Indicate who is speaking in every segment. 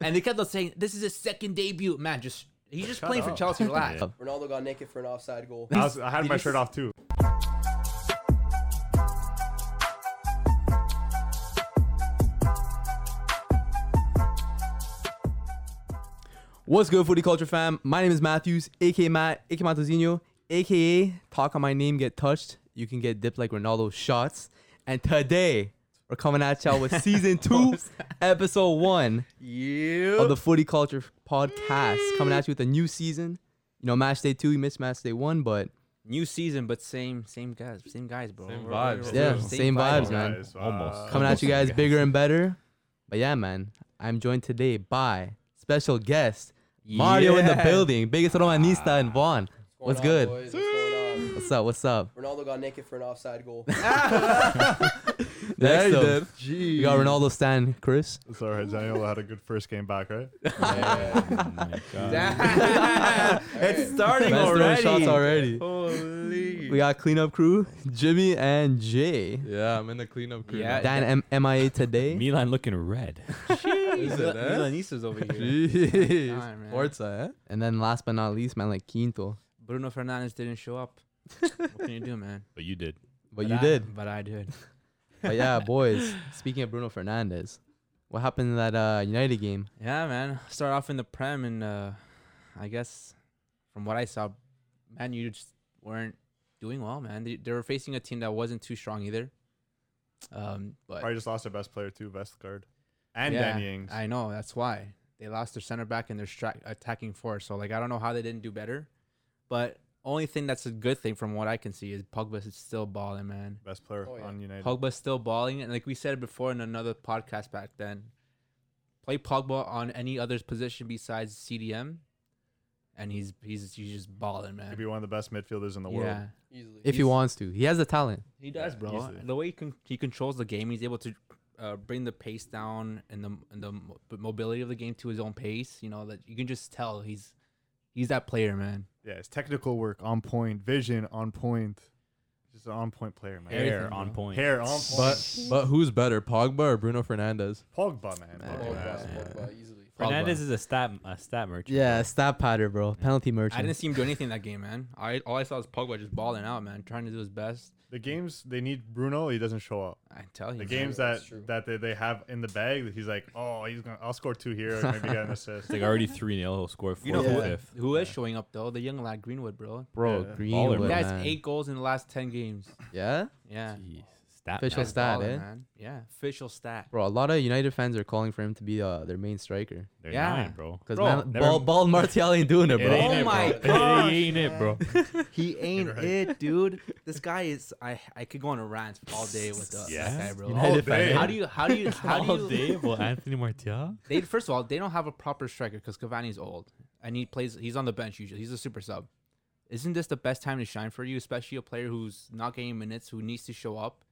Speaker 1: and they kept on saying, "This is his second debut." Man, just he's just playing for
Speaker 2: up.
Speaker 1: Chelsea. Relax.
Speaker 3: Ronaldo got naked for an offside goal.
Speaker 2: I, was, I had
Speaker 1: Did
Speaker 2: my
Speaker 1: you
Speaker 2: shirt
Speaker 1: s-
Speaker 2: off too.
Speaker 4: What's good, Footy Culture fam? My name is Matthews, aka Matt, aka Matosino, aka Talk on My Name Get Touched. You can get dipped like Ronaldo shots. And today, we're coming at y'all with season two, episode one
Speaker 1: Yeah.
Speaker 4: of the Footy Culture podcast. Coming at you with a new season. You know, match day two, you missed match day one, but
Speaker 1: New season, but same same guys, same guys, bro.
Speaker 5: Same
Speaker 1: We're- we're-
Speaker 5: vibes,
Speaker 1: we're-
Speaker 4: yeah,
Speaker 1: we're-
Speaker 4: same, vibes,
Speaker 1: vibes.
Speaker 4: man.
Speaker 2: Guys, uh,
Speaker 5: Almost.
Speaker 4: Coming at you guys
Speaker 5: Almost same
Speaker 4: bigger and better. But yeah, man, I'm joined today by special guest Mario in the
Speaker 1: Yeah.
Speaker 4: building, biggest romanista in Vaughn.
Speaker 3: going
Speaker 4: What's
Speaker 3: on,
Speaker 4: good?
Speaker 3: boys? What's going on?
Speaker 4: What's up? What's up?
Speaker 3: Ronaldo got naked for an offside goal.
Speaker 5: There
Speaker 4: Next
Speaker 5: you
Speaker 4: up,
Speaker 5: did.
Speaker 4: we got Ronaldo Stan Chris.
Speaker 2: It's all right. Zaniolo had a good first game back, right?
Speaker 5: Yeah. oh my God.
Speaker 1: Damn. it's starting
Speaker 4: Man's throwing
Speaker 1: already.
Speaker 4: shots already.
Speaker 1: Holy.
Speaker 4: We got cleanup crew, Jimmy and Jay.
Speaker 5: Yeah, I'm in the cleanup crew.
Speaker 1: Yeah.
Speaker 4: Dan M- MIA today.
Speaker 5: Milan looking red.
Speaker 1: Is
Speaker 5: it, eh?
Speaker 1: over here.
Speaker 4: Jeez.
Speaker 1: Damn, man.
Speaker 5: Forza, eh?
Speaker 4: And then last but not least, man, like Quinto.
Speaker 1: Bruno Fernandez didn't show up. what can you do, man?
Speaker 5: But you did.
Speaker 4: But you
Speaker 1: I-
Speaker 4: did.
Speaker 1: But I did.
Speaker 4: But yeah, boys, speaking of Bruno Fernandez, what happened in that uh, United game?
Speaker 1: Yeah, man. Start off in the Prem, and uh, I guess from what I saw, man, you just weren't doing well, man. They, they were facing a team that wasn't too strong either. Um, but
Speaker 2: Probably just lost their best player too, best guard, and
Speaker 1: yeah,
Speaker 2: Danny Ings.
Speaker 1: I know that's why they lost their center back and their stra- attacking force. So like, I don't know how they didn't do better. But only thing that's a good thing from what I can see is Pogba is still balling, man.
Speaker 2: best player
Speaker 3: Oh, yeah.
Speaker 2: on United.
Speaker 1: Pogba's still balling, and like we said before in another podcast back then, play Pogba on any other position besides CDM, and he's he's he's just balling,
Speaker 2: Could
Speaker 1: man.
Speaker 2: be one of the best midfielders in the world.
Speaker 1: Yeah,
Speaker 3: Easily.
Speaker 4: If he
Speaker 1: He's-
Speaker 4: wants to, he has the talent.
Speaker 1: he does,
Speaker 2: Yeah,
Speaker 1: bro.
Speaker 2: easily.
Speaker 1: The way he con- he controls the game, he's able to uh, bring the pace down and the and the mo- mobility of the game to his own pace. You know that you can just tell he's he's that player, man.
Speaker 2: Yeah, his technical work on point, vision on point. Just an on point player, man.
Speaker 1: Everything,
Speaker 5: Hair on
Speaker 1: bro.
Speaker 5: point.
Speaker 2: Hair on point.
Speaker 5: But but who's better, Pogba or Bruno Fernandez?
Speaker 2: Pogba, man.
Speaker 4: Man,
Speaker 2: Pogba.
Speaker 3: Pogba,
Speaker 4: Yeah.
Speaker 3: Pogba, easily.
Speaker 5: Fernandez is a stat a stat merchant.
Speaker 4: Yeah, stat patter, bro. Penalty merchant.
Speaker 1: I didn't see him do anything that game, man. I all I saw was Pogba just balling out, man, trying to do his best.
Speaker 2: The games they need Bruno, he doesn't show up.
Speaker 1: I tell you,
Speaker 2: The
Speaker 1: man.
Speaker 2: games
Speaker 3: that's
Speaker 2: that
Speaker 3: true.
Speaker 2: that they, they have in the bag, he's like, oh, he's gonna, I'll score two here, maybe get an assist.
Speaker 5: It's like already 3 0. He'll score 4
Speaker 1: You know
Speaker 3: Fourth
Speaker 1: who,
Speaker 3: or
Speaker 5: fifth.
Speaker 1: who is showing up though? The young lad Greenwood, bro.
Speaker 4: bro,
Speaker 2: Yeah.
Speaker 4: Greenwood,
Speaker 5: Baller,
Speaker 1: He has
Speaker 4: man.
Speaker 1: eight goals in the last ten games.
Speaker 4: Yeah,
Speaker 1: Yeah,
Speaker 5: Jeez. Stat
Speaker 4: Official
Speaker 5: man.
Speaker 1: That's
Speaker 4: stat,
Speaker 1: baller,
Speaker 4: eh?
Speaker 1: man. Yeah, official stat.
Speaker 4: bro. A lot of United fans are calling for him to be uh, their main striker
Speaker 5: They're
Speaker 1: Yeah.
Speaker 5: nine, bro.
Speaker 4: because
Speaker 2: Bro,
Speaker 4: man,
Speaker 2: never-
Speaker 4: ball, ball Martial ain't doing it,
Speaker 2: It ain't
Speaker 4: bro.
Speaker 1: Oh my
Speaker 2: bro.
Speaker 1: gosh,
Speaker 5: It ain't it, bro.
Speaker 1: He ain't
Speaker 2: right.
Speaker 1: it, dude. This guy is. I I could go on a rant all day with the
Speaker 5: Yeah.
Speaker 1: that guy, bro. oh,
Speaker 2: All
Speaker 4: United fan.
Speaker 2: day.
Speaker 1: How do you? How do you? How
Speaker 5: All
Speaker 1: do you?
Speaker 5: day, well, Anthony Martial.
Speaker 1: They first of all, they don't have a proper striker because Cavani's old and he plays. He's on the bench usually. He's a super sub. Isn't this the best time to shine for you, especially a player who's not getting minutes, who needs to show up?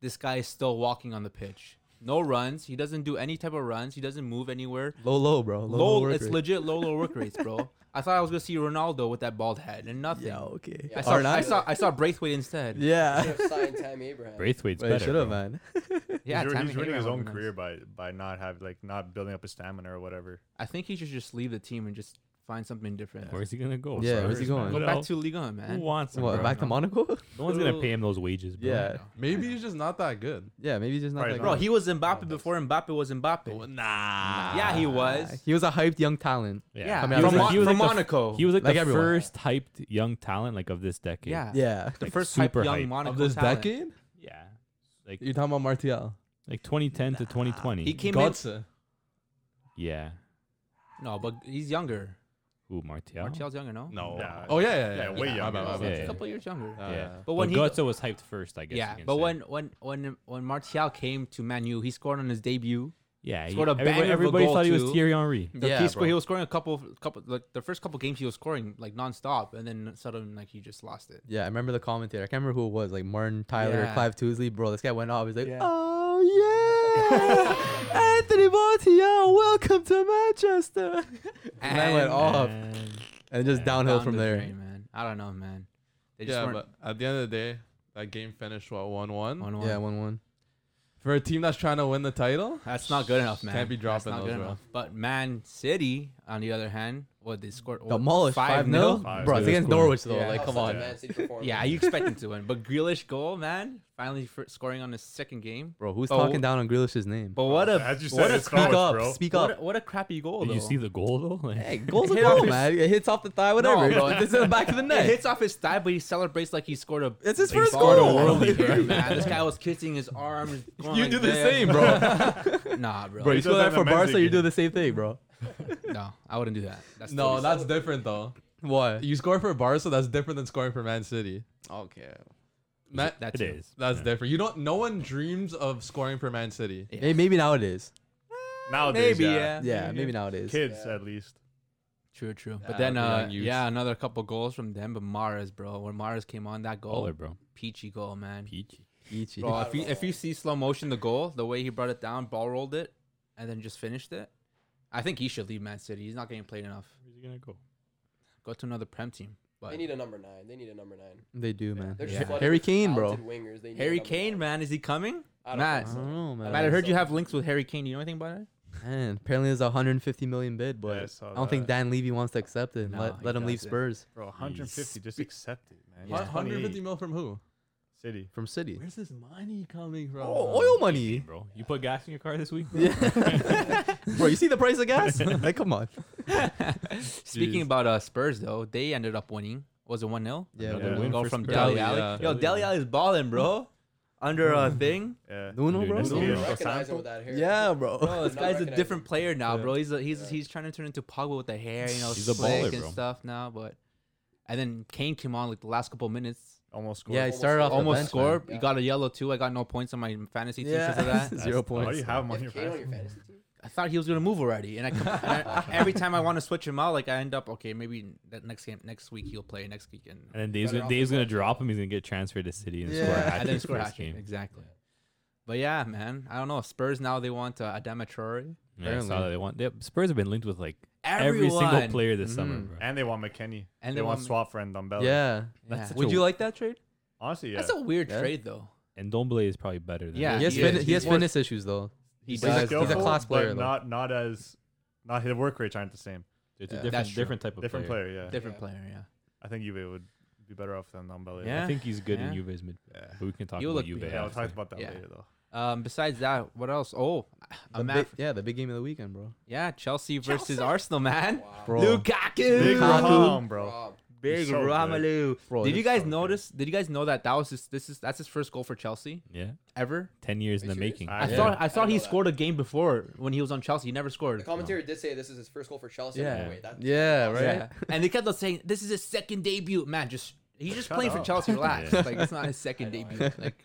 Speaker 1: This guy is still walking on the pitch. No runs. He doesn't do any type of runs. He doesn't move anywhere.
Speaker 4: Low, low, bro. Low, low.
Speaker 1: Low,
Speaker 4: work
Speaker 1: it's
Speaker 4: rate.
Speaker 1: legit low, low work rates, bro. I thought I was gonna see Ronaldo with that bald head and nothing.
Speaker 4: Yeah, okay.
Speaker 1: I
Speaker 3: Yeah.
Speaker 1: saw,
Speaker 4: Or not?
Speaker 1: I saw I saw Braithwaite instead.
Speaker 3: Should
Speaker 4: Yeah.
Speaker 3: have signed Tammy Abraham.
Speaker 5: Braithwaite's
Speaker 4: Well, he
Speaker 5: better.
Speaker 4: should have,
Speaker 5: bro.
Speaker 4: man.
Speaker 1: yeah.
Speaker 2: he's, ru-
Speaker 1: Tammy
Speaker 2: he's ruining his
Speaker 1: Abraham
Speaker 2: own
Speaker 1: would be nice.
Speaker 2: career by by not have like not building up his stamina or whatever.
Speaker 1: I think he should just leave the team and just find something different.
Speaker 5: Where's he gonna go?
Speaker 4: Yeah,
Speaker 5: son?
Speaker 4: where's he going?
Speaker 1: Go
Speaker 5: Who
Speaker 1: back
Speaker 5: else-
Speaker 1: to Liga,
Speaker 5: Who
Speaker 1: man.
Speaker 5: wants him?
Speaker 4: What,
Speaker 5: bro?
Speaker 4: back to Monaco?
Speaker 5: No one's gonna pay him those wages, bro.
Speaker 4: yeah.
Speaker 1: Yeah.
Speaker 6: Maybe he's just not that good.
Speaker 4: Yeah, maybe he's just not
Speaker 2: Right,
Speaker 4: that
Speaker 2: no.
Speaker 1: Bro,
Speaker 4: good.
Speaker 1: he was
Speaker 5: Oh,
Speaker 1: Mbappe before Mbappe was Mbappe.
Speaker 5: Nah.
Speaker 1: Yeah, he was.
Speaker 4: He was a hyped young talent.
Speaker 1: Yeah,
Speaker 4: mean, I
Speaker 1: from,
Speaker 4: was like-
Speaker 1: Mon-
Speaker 5: he was
Speaker 1: from
Speaker 5: like the-
Speaker 1: Monaco.
Speaker 5: He was like,
Speaker 4: Like
Speaker 5: the
Speaker 4: everyone.
Speaker 5: first hyped young talent like of this decade.
Speaker 1: yeah.
Speaker 4: Yeah.
Speaker 1: The
Speaker 5: Like,
Speaker 1: first hype
Speaker 5: super
Speaker 1: young
Speaker 5: hype.
Speaker 1: Monaco
Speaker 6: Of this
Speaker 1: talent.
Speaker 6: decade?
Speaker 5: yeah, like
Speaker 6: You're talking about Martial.
Speaker 5: like 2010 to 2020.
Speaker 1: He came in.
Speaker 6: Gotcha.
Speaker 5: yeah,
Speaker 1: No, but he's younger.
Speaker 5: who Martial?
Speaker 1: Martial's younger, no?
Speaker 5: No.
Speaker 2: Yeah.
Speaker 6: Oh yeah, yeah, yeah.
Speaker 2: Yeah, way
Speaker 6: My bad,
Speaker 2: younger.
Speaker 6: my
Speaker 2: Yeah,
Speaker 6: bad.
Speaker 1: A
Speaker 5: yeah.
Speaker 1: couple years younger.
Speaker 6: Uh,
Speaker 5: Yeah,
Speaker 1: But when he-
Speaker 5: Götze was hyped first, I guess.
Speaker 1: yeah,
Speaker 5: you can
Speaker 1: but
Speaker 5: say.
Speaker 1: when when when when Martial came to Manu, he scored on his debut.
Speaker 5: yeah, he,
Speaker 1: scored a banger of
Speaker 5: everybody,
Speaker 1: a
Speaker 5: everybody
Speaker 1: goal
Speaker 5: thought he was
Speaker 1: too.
Speaker 5: Thierry Henry.
Speaker 1: The-
Speaker 4: Yeah,
Speaker 1: he, sco-
Speaker 4: bro.
Speaker 1: he was scoring a couple couple like the first couple games he was scoring like nonstop, and then suddenly like he just lost it.
Speaker 4: Yeah, I remember the commentator. I can't remember who it was, like Martin Tyler
Speaker 1: Yeah.
Speaker 4: or Clive Toosley. Bro, this guy went off. He's like,
Speaker 2: Yeah.
Speaker 4: oh, yeah. Anthony Martial, welcome to Manchester. And I went
Speaker 1: And-
Speaker 4: off.
Speaker 5: Man.
Speaker 4: And just
Speaker 5: Yeah,
Speaker 4: downhill
Speaker 1: Down
Speaker 4: from
Speaker 1: the
Speaker 4: there.
Speaker 1: drain, man. I don't know, man. They just
Speaker 6: Yeah,
Speaker 1: weren't
Speaker 6: but at the end of the day, that game finished what one one.
Speaker 1: on one.
Speaker 4: Yeah, 1 1.
Speaker 6: For a team that's trying to win the title,
Speaker 1: That's not good enough, man.
Speaker 6: Can't be
Speaker 1: That's
Speaker 6: dropping
Speaker 1: not
Speaker 6: those,
Speaker 1: good
Speaker 6: bro.
Speaker 1: enough. But Man City, on the other hand, what they scored what,
Speaker 4: Demolished 5 0.
Speaker 1: 5-0?
Speaker 5: Five
Speaker 4: Bro, it's
Speaker 5: nil.
Speaker 4: against
Speaker 5: Cool.
Speaker 4: Norwich, though.
Speaker 1: Yeah.
Speaker 4: Like,
Speaker 3: Oh,
Speaker 4: come
Speaker 3: such a
Speaker 4: on.
Speaker 3: Man City performance.
Speaker 1: Yeah, you expect them to win, but Grealish goal, man, finally for scoring on the second game.
Speaker 4: Bro, who's
Speaker 1: But-
Speaker 4: talking down on Grealish's name?
Speaker 1: But what a
Speaker 2: As you
Speaker 1: what
Speaker 2: said,
Speaker 1: a
Speaker 2: it's
Speaker 1: crap-
Speaker 4: Speak
Speaker 2: Norwich,
Speaker 4: up.
Speaker 2: bro.
Speaker 4: Speak
Speaker 1: what
Speaker 4: up.
Speaker 1: a, what a crappy goal
Speaker 5: Did
Speaker 1: though.
Speaker 5: you see the goal though? Like,
Speaker 4: Hey, goal's a
Speaker 1: Hit off
Speaker 4: goal,
Speaker 1: his-
Speaker 4: man. It hits off the thigh, whatever.
Speaker 1: bro.
Speaker 4: it's in the back of the
Speaker 1: it
Speaker 4: net.
Speaker 1: hits off his thigh, but he celebrates like he scored a.
Speaker 4: It's his
Speaker 1: he
Speaker 4: first
Speaker 1: scored
Speaker 4: goal.
Speaker 1: A worldie here, man. This guy was kissing his arms. going
Speaker 4: You
Speaker 1: like
Speaker 4: do the
Speaker 1: this.
Speaker 4: same, bro.
Speaker 1: Nah, bro.
Speaker 4: bro,
Speaker 2: he
Speaker 4: you
Speaker 2: does
Speaker 4: score
Speaker 2: that
Speaker 4: that
Speaker 2: in
Speaker 4: for
Speaker 2: the men's
Speaker 4: Barca, you
Speaker 2: league
Speaker 4: do
Speaker 2: game.
Speaker 4: the same thing, bro.
Speaker 1: No, I wouldn't do that. That's
Speaker 6: no,
Speaker 1: totally
Speaker 6: that's different though.
Speaker 4: What?
Speaker 6: You score for Barca, that's different than scoring for Man City.
Speaker 4: Okay.
Speaker 6: Man,
Speaker 1: That
Speaker 5: it
Speaker 1: too.
Speaker 5: is.
Speaker 6: that's
Speaker 5: Yeah.
Speaker 6: different. You don't. No one dreams of scoring for Man City.
Speaker 1: Yeah.
Speaker 4: Maybe, maybe nowadays.
Speaker 2: Nowadays,
Speaker 1: Maybe,
Speaker 2: yeah.
Speaker 4: Yeah, maybe nowadays.
Speaker 2: Kids,
Speaker 3: Yeah.
Speaker 2: at least.
Speaker 1: True, true. But
Speaker 6: Nah,
Speaker 1: then,
Speaker 6: we're
Speaker 1: uh,
Speaker 6: on youths.
Speaker 1: yeah, another couple goals from them. But Mars, bro, when Mars came on that goal,
Speaker 5: Baller, bro.
Speaker 1: peachy goal, man.
Speaker 5: Peachy.
Speaker 4: Ichi.
Speaker 1: Bro, if you if you see slow motion the goal, the way he brought it down, ball rolled it, and then just finished it, I think he should leave Man City. He's not getting played enough.
Speaker 5: Where's he gonna go?
Speaker 1: Go to another prem team. But
Speaker 3: They need a number nine. They need a number nine.
Speaker 4: They do, man.
Speaker 3: They're
Speaker 1: Yeah.
Speaker 3: just flooded
Speaker 4: Harry
Speaker 3: with
Speaker 4: Kane, bro.
Speaker 3: talented Wingers. They need a
Speaker 1: Harry
Speaker 3: number
Speaker 1: Kane,
Speaker 3: nine.
Speaker 1: man, is he coming?
Speaker 3: I don't
Speaker 1: Matt.
Speaker 4: I
Speaker 3: think so.
Speaker 4: don't know, man.
Speaker 1: Matt, I
Speaker 3: think
Speaker 1: heard you
Speaker 3: so.
Speaker 1: have links with Harry Kane. Do you know anything about it?
Speaker 4: Man, apparently there's a 150 million bid, but
Speaker 2: Yeah, I
Speaker 4: I,
Speaker 2: saw
Speaker 4: don't think
Speaker 2: that.
Speaker 4: Dan Levy wants to accept it. and
Speaker 1: No,
Speaker 4: let
Speaker 1: he
Speaker 4: let him leave
Speaker 1: doesn't.
Speaker 4: Spurs
Speaker 2: uh, Bro, 150. Just accept it, man.
Speaker 1: Yeah.
Speaker 2: He's
Speaker 6: Hun- 150
Speaker 2: 28.
Speaker 6: mil from who?
Speaker 2: City.
Speaker 4: from City.
Speaker 6: Where's this money coming from?
Speaker 4: Oh, oil money.
Speaker 5: Bro, you put gas in your car this week?
Speaker 4: Yeah. Bro, you see the price of gas? like, come on.
Speaker 1: Speaking about uh, Spurs, though, they ended up winning. Was it 1 0?
Speaker 4: Yeah,
Speaker 5: Another
Speaker 4: bro.
Speaker 5: win
Speaker 1: Go
Speaker 5: for
Speaker 1: from
Speaker 5: Spurs.
Speaker 1: Deli
Speaker 6: Dele
Speaker 1: Alley.
Speaker 6: Alli.
Speaker 1: Yo, Deli Alley's balling, bro. Under a thing.
Speaker 2: Yeah.
Speaker 4: Nuno,
Speaker 5: Dude,
Speaker 4: bro.
Speaker 5: that's
Speaker 3: You
Speaker 5: Nuno.
Speaker 3: don't
Speaker 5: Nuno.
Speaker 3: recognize him with that hair.
Speaker 4: Yeah, bro.
Speaker 1: Bro, this guy's
Speaker 3: Not
Speaker 1: a
Speaker 3: recognizing.
Speaker 1: different player now, bro. He's a, he's
Speaker 3: Yeah.
Speaker 1: he's trying to turn into Pogba with the hair, you know,
Speaker 5: He's a
Speaker 1: slick
Speaker 5: baller,
Speaker 1: and
Speaker 5: bro.
Speaker 1: stuff now. But and then Kane came on like the last couple minutes,
Speaker 2: Almost scored.
Speaker 4: Yeah, he
Speaker 3: Almost
Speaker 4: started off
Speaker 3: scored.
Speaker 4: the
Speaker 1: almost
Speaker 4: bench,
Speaker 1: scored.
Speaker 3: man.
Speaker 1: He got a yellow too. I got no points on my fantasy team
Speaker 4: Yeah.
Speaker 1: because of that.
Speaker 4: Zero
Speaker 2: Why do
Speaker 4: points.
Speaker 2: you have him
Speaker 3: You
Speaker 2: on your
Speaker 3: have Kane on your
Speaker 2: fantasy?
Speaker 3: fantasy team?
Speaker 1: I thought he was gonna move already, and I, com- and I every time I want to switch him out, like I end up okay, maybe that next game, next week he'll play, next week and
Speaker 5: And then Dave's,
Speaker 3: Better
Speaker 5: gonna-
Speaker 3: off
Speaker 5: Dave's
Speaker 3: the
Speaker 5: gonna
Speaker 3: bench.
Speaker 5: drop him. He's gonna get transferred to City and score a
Speaker 4: Yeah.
Speaker 1: and
Speaker 5: hat
Speaker 1: then
Speaker 5: trick
Speaker 1: score a hat
Speaker 5: first
Speaker 1: trick.
Speaker 5: game.
Speaker 1: exactly. But yeah, man, I don't know. Spurs now they want uh, Adama Traore.
Speaker 5: Yeah, I saw
Speaker 4: Apparently.
Speaker 5: that they want. They, Spurs have been linked with like every single
Speaker 1: Everyone. Mm-hmm.
Speaker 5: player this summer,
Speaker 4: Mhm.
Speaker 5: bro.
Speaker 2: And they want McKenny.
Speaker 1: And
Speaker 2: And
Speaker 1: they
Speaker 2: they, want
Speaker 1: want-
Speaker 2: Swap friend Dumbella.
Speaker 4: Yeah.
Speaker 1: That's
Speaker 4: Would
Speaker 5: such a-
Speaker 4: you like that trade?
Speaker 2: Honestly, yeah.
Speaker 1: That's a weird
Speaker 4: Yeah.
Speaker 1: trade though.
Speaker 5: And Dombele is probably better. Than
Speaker 1: Yeah,
Speaker 4: He has,
Speaker 1: he
Speaker 4: fin-
Speaker 1: is.
Speaker 4: he has
Speaker 1: He's worth-
Speaker 4: fitness issues, though.
Speaker 1: He
Speaker 4: He's a-
Speaker 1: does.
Speaker 4: he's a
Speaker 2: skillful,
Speaker 4: class player,
Speaker 2: but
Speaker 4: though.
Speaker 2: not not as not his work rates aren't the same.
Speaker 5: It's
Speaker 4: Yeah.
Speaker 5: a
Speaker 1: That's
Speaker 5: different,
Speaker 1: true.
Speaker 5: different type of
Speaker 2: Different
Speaker 5: player.
Speaker 2: player, yeah.
Speaker 1: different
Speaker 3: Yeah.
Speaker 1: player. Yeah.
Speaker 2: I think Juve would be better off than Dumbella.
Speaker 1: Yeah.
Speaker 5: I think he's good in
Speaker 1: Yeah.
Speaker 5: Juve's mid.
Speaker 2: Yeah.
Speaker 5: But we can talk
Speaker 1: You'll
Speaker 5: about
Speaker 1: look
Speaker 5: Juve.
Speaker 1: beyond-
Speaker 2: Yeah, we'll talk
Speaker 5: after.
Speaker 2: about that
Speaker 1: Yeah.
Speaker 2: later though.
Speaker 1: Um, besides that, what else? Oh, a
Speaker 4: The
Speaker 1: ma-
Speaker 4: big- yeah, the big game of the weekend, bro.
Speaker 1: yeah, Chelsea versus Arsenal, man.
Speaker 3: Wow.
Speaker 4: Bro.
Speaker 1: Lukaku,
Speaker 2: Big Rom, bro.
Speaker 3: Wow.
Speaker 1: big
Speaker 2: He's so good.
Speaker 1: Romelu.
Speaker 4: Bro,
Speaker 1: did you
Speaker 4: he's
Speaker 1: guys
Speaker 2: Oh, so good.
Speaker 1: notice? Did you guys know that that was his, this is that's his first goal for Chelsea
Speaker 5: Yeah,
Speaker 1: ever?
Speaker 5: ten years in
Speaker 3: Are
Speaker 5: the
Speaker 3: you serious?
Speaker 5: making.
Speaker 2: I
Speaker 1: I
Speaker 2: Yeah.
Speaker 1: thought I thought
Speaker 3: didn't
Speaker 1: he
Speaker 3: know that.
Speaker 1: scored a game before when he was on Chelsea. He never
Speaker 3: The
Speaker 1: scored.
Speaker 3: commentator did say this is his first goal for Chelsea.
Speaker 4: Yeah.
Speaker 3: Yeah. Wait, that,
Speaker 4: Yeah, right?
Speaker 1: Yeah. and they kept on saying this is his second debut. Man, just he's just
Speaker 2: Shut
Speaker 1: playing for
Speaker 2: up.
Speaker 1: Chelsea. Relax,
Speaker 5: Yeah.
Speaker 1: like it's not his second
Speaker 3: I know, I
Speaker 1: debut. Like,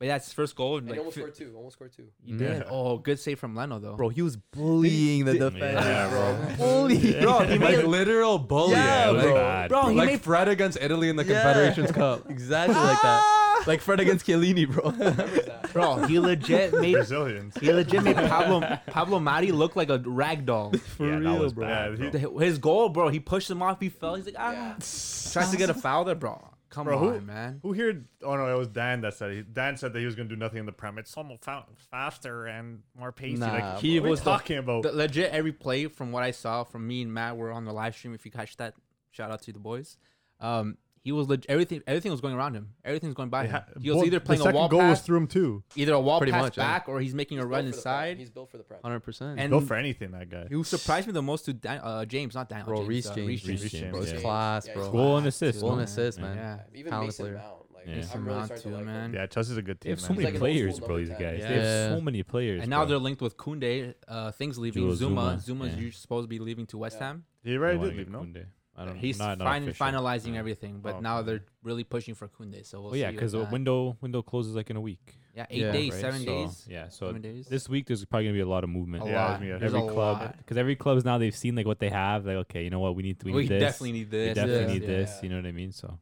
Speaker 1: but that's his first goal.
Speaker 3: And
Speaker 1: Like,
Speaker 3: he almost
Speaker 1: fi-
Speaker 3: scored two. Almost scored two.
Speaker 1: he did.
Speaker 2: Yeah.
Speaker 1: Oh, good save from Leno though.
Speaker 4: Bro, he was bullying the
Speaker 1: Yeah,
Speaker 4: defense,
Speaker 5: bro.
Speaker 4: bro. Bullying.
Speaker 1: Bro, he made
Speaker 6: Like literal bully.
Speaker 4: Yeah,
Speaker 6: Yeah,
Speaker 5: it was
Speaker 6: like,
Speaker 4: bro.
Speaker 5: bad,
Speaker 1: Bro, he
Speaker 6: like
Speaker 1: made-
Speaker 6: Fred against Italy in the
Speaker 4: Yeah.
Speaker 6: Confederations Cup.
Speaker 4: exactly like that. Like Fred against Chiellini, bro.
Speaker 3: What is that?
Speaker 1: bro, he legit made
Speaker 2: Brazilians.
Speaker 1: He legit made Pablo Pablo Mari look like a rag doll.
Speaker 5: yeah, that
Speaker 4: real,
Speaker 5: was
Speaker 4: bro.
Speaker 5: bad.
Speaker 2: Yeah,
Speaker 5: Bro.
Speaker 2: he-
Speaker 1: The- His goal, bro, he pushed him off. He fell. He's like, ah,
Speaker 3: Yeah.
Speaker 1: tries to get a foul there, bro. Come
Speaker 2: Bro,
Speaker 1: on,
Speaker 2: who-
Speaker 1: man.
Speaker 2: Who here? Oh no, it was Dan that said. It. Dan said that he was gonna do nothing in the prem. It's almost fa- faster and more pacey.
Speaker 4: Nah,
Speaker 2: like
Speaker 1: He
Speaker 2: he was
Speaker 1: was the-
Speaker 2: talking about.
Speaker 1: The, legit, every play from what I saw from me and Matt were on the live stream. If you catch that, shout out to the boys. Um, he was leg- everything. Everything was going around him. Everything was going by him.
Speaker 2: Yeah,
Speaker 1: He was
Speaker 2: both-
Speaker 1: either playing
Speaker 2: the
Speaker 1: a
Speaker 2: second
Speaker 1: wall
Speaker 2: goal was
Speaker 1: pass,
Speaker 2: through him too.
Speaker 1: either a wall
Speaker 4: Pretty
Speaker 1: pass
Speaker 4: much, yeah.
Speaker 1: back, or he's making a
Speaker 3: He's
Speaker 1: run
Speaker 3: built for the prem.
Speaker 1: inside.
Speaker 3: He's built for the prem.
Speaker 4: 100%.
Speaker 1: And
Speaker 2: Go for anything, that guy.
Speaker 1: who surprised me the most to Dan, uh, James, not Daniel
Speaker 4: Bro,
Speaker 1: James,
Speaker 4: Reece
Speaker 1: uh,
Speaker 4: James.
Speaker 1: Reece
Speaker 5: Reece
Speaker 1: James.
Speaker 5: James,
Speaker 4: bro, it's
Speaker 5: yeah.
Speaker 4: class,
Speaker 3: Yeah,
Speaker 4: bro.
Speaker 3: he's
Speaker 5: Goal and
Speaker 3: class,
Speaker 5: assist.
Speaker 4: Goal
Speaker 5: man.
Speaker 4: and assist,
Speaker 5: Yeah.
Speaker 4: man.
Speaker 1: Yeah,
Speaker 3: Yeah, Even
Speaker 4: Talented
Speaker 3: Mason
Speaker 4: player.
Speaker 3: Mount. Like,
Speaker 5: Yeah.
Speaker 1: Mason
Speaker 3: I'm really
Speaker 1: Mount
Speaker 3: starting
Speaker 1: too,
Speaker 3: to like
Speaker 1: man.
Speaker 3: him.
Speaker 2: Yeah, Chelsea's a good
Speaker 5: They
Speaker 2: team.
Speaker 5: have so
Speaker 2: man.
Speaker 5: many
Speaker 3: like an old
Speaker 5: players,
Speaker 3: school
Speaker 5: bro. These
Speaker 3: number
Speaker 5: guys.
Speaker 3: 10.
Speaker 5: They have
Speaker 4: Yeah.
Speaker 5: so many players.
Speaker 1: And now
Speaker 5: bro.
Speaker 1: they're linked with Kunde. Uh, things leaving
Speaker 5: Jewel
Speaker 1: Zuma.
Speaker 5: Zuma,
Speaker 1: Zuma's
Speaker 5: yeah.
Speaker 1: usually supposed to be leaving to West
Speaker 3: Yeah.
Speaker 1: Ham.
Speaker 2: He
Speaker 5: They
Speaker 2: already
Speaker 5: wanna
Speaker 2: did leave,
Speaker 5: get
Speaker 2: no?
Speaker 5: Koundé. I don't.
Speaker 1: He's
Speaker 5: not, not
Speaker 1: fin-
Speaker 5: official.
Speaker 1: finalizing
Speaker 5: Yeah.
Speaker 1: everything, but
Speaker 2: Oh,
Speaker 1: now
Speaker 2: okay.
Speaker 1: they're really pushing for Kunde. So we'll
Speaker 5: Well, yeah,
Speaker 1: see
Speaker 5: because the
Speaker 1: with that.
Speaker 5: window window closes like in a week.
Speaker 1: yeah, eight
Speaker 4: Yeah.
Speaker 1: days,
Speaker 5: right?
Speaker 1: seven
Speaker 5: So,
Speaker 1: days.
Speaker 5: Yeah, so
Speaker 1: seven days.
Speaker 5: this week there's probably gonna be a lot of movement.
Speaker 1: a
Speaker 2: Yeah,
Speaker 1: lot.
Speaker 2: I mean, yeah.
Speaker 1: There's
Speaker 5: every
Speaker 1: a
Speaker 5: club
Speaker 1: lot.
Speaker 5: because every club's now they've seen like what they have. Like, okay, you know what, we need we,
Speaker 1: We,
Speaker 5: need this.
Speaker 1: definitely need
Speaker 5: we
Speaker 1: this.
Speaker 5: definitely
Speaker 4: yeah.
Speaker 5: need this.
Speaker 3: Yeah.
Speaker 5: You know what I mean? So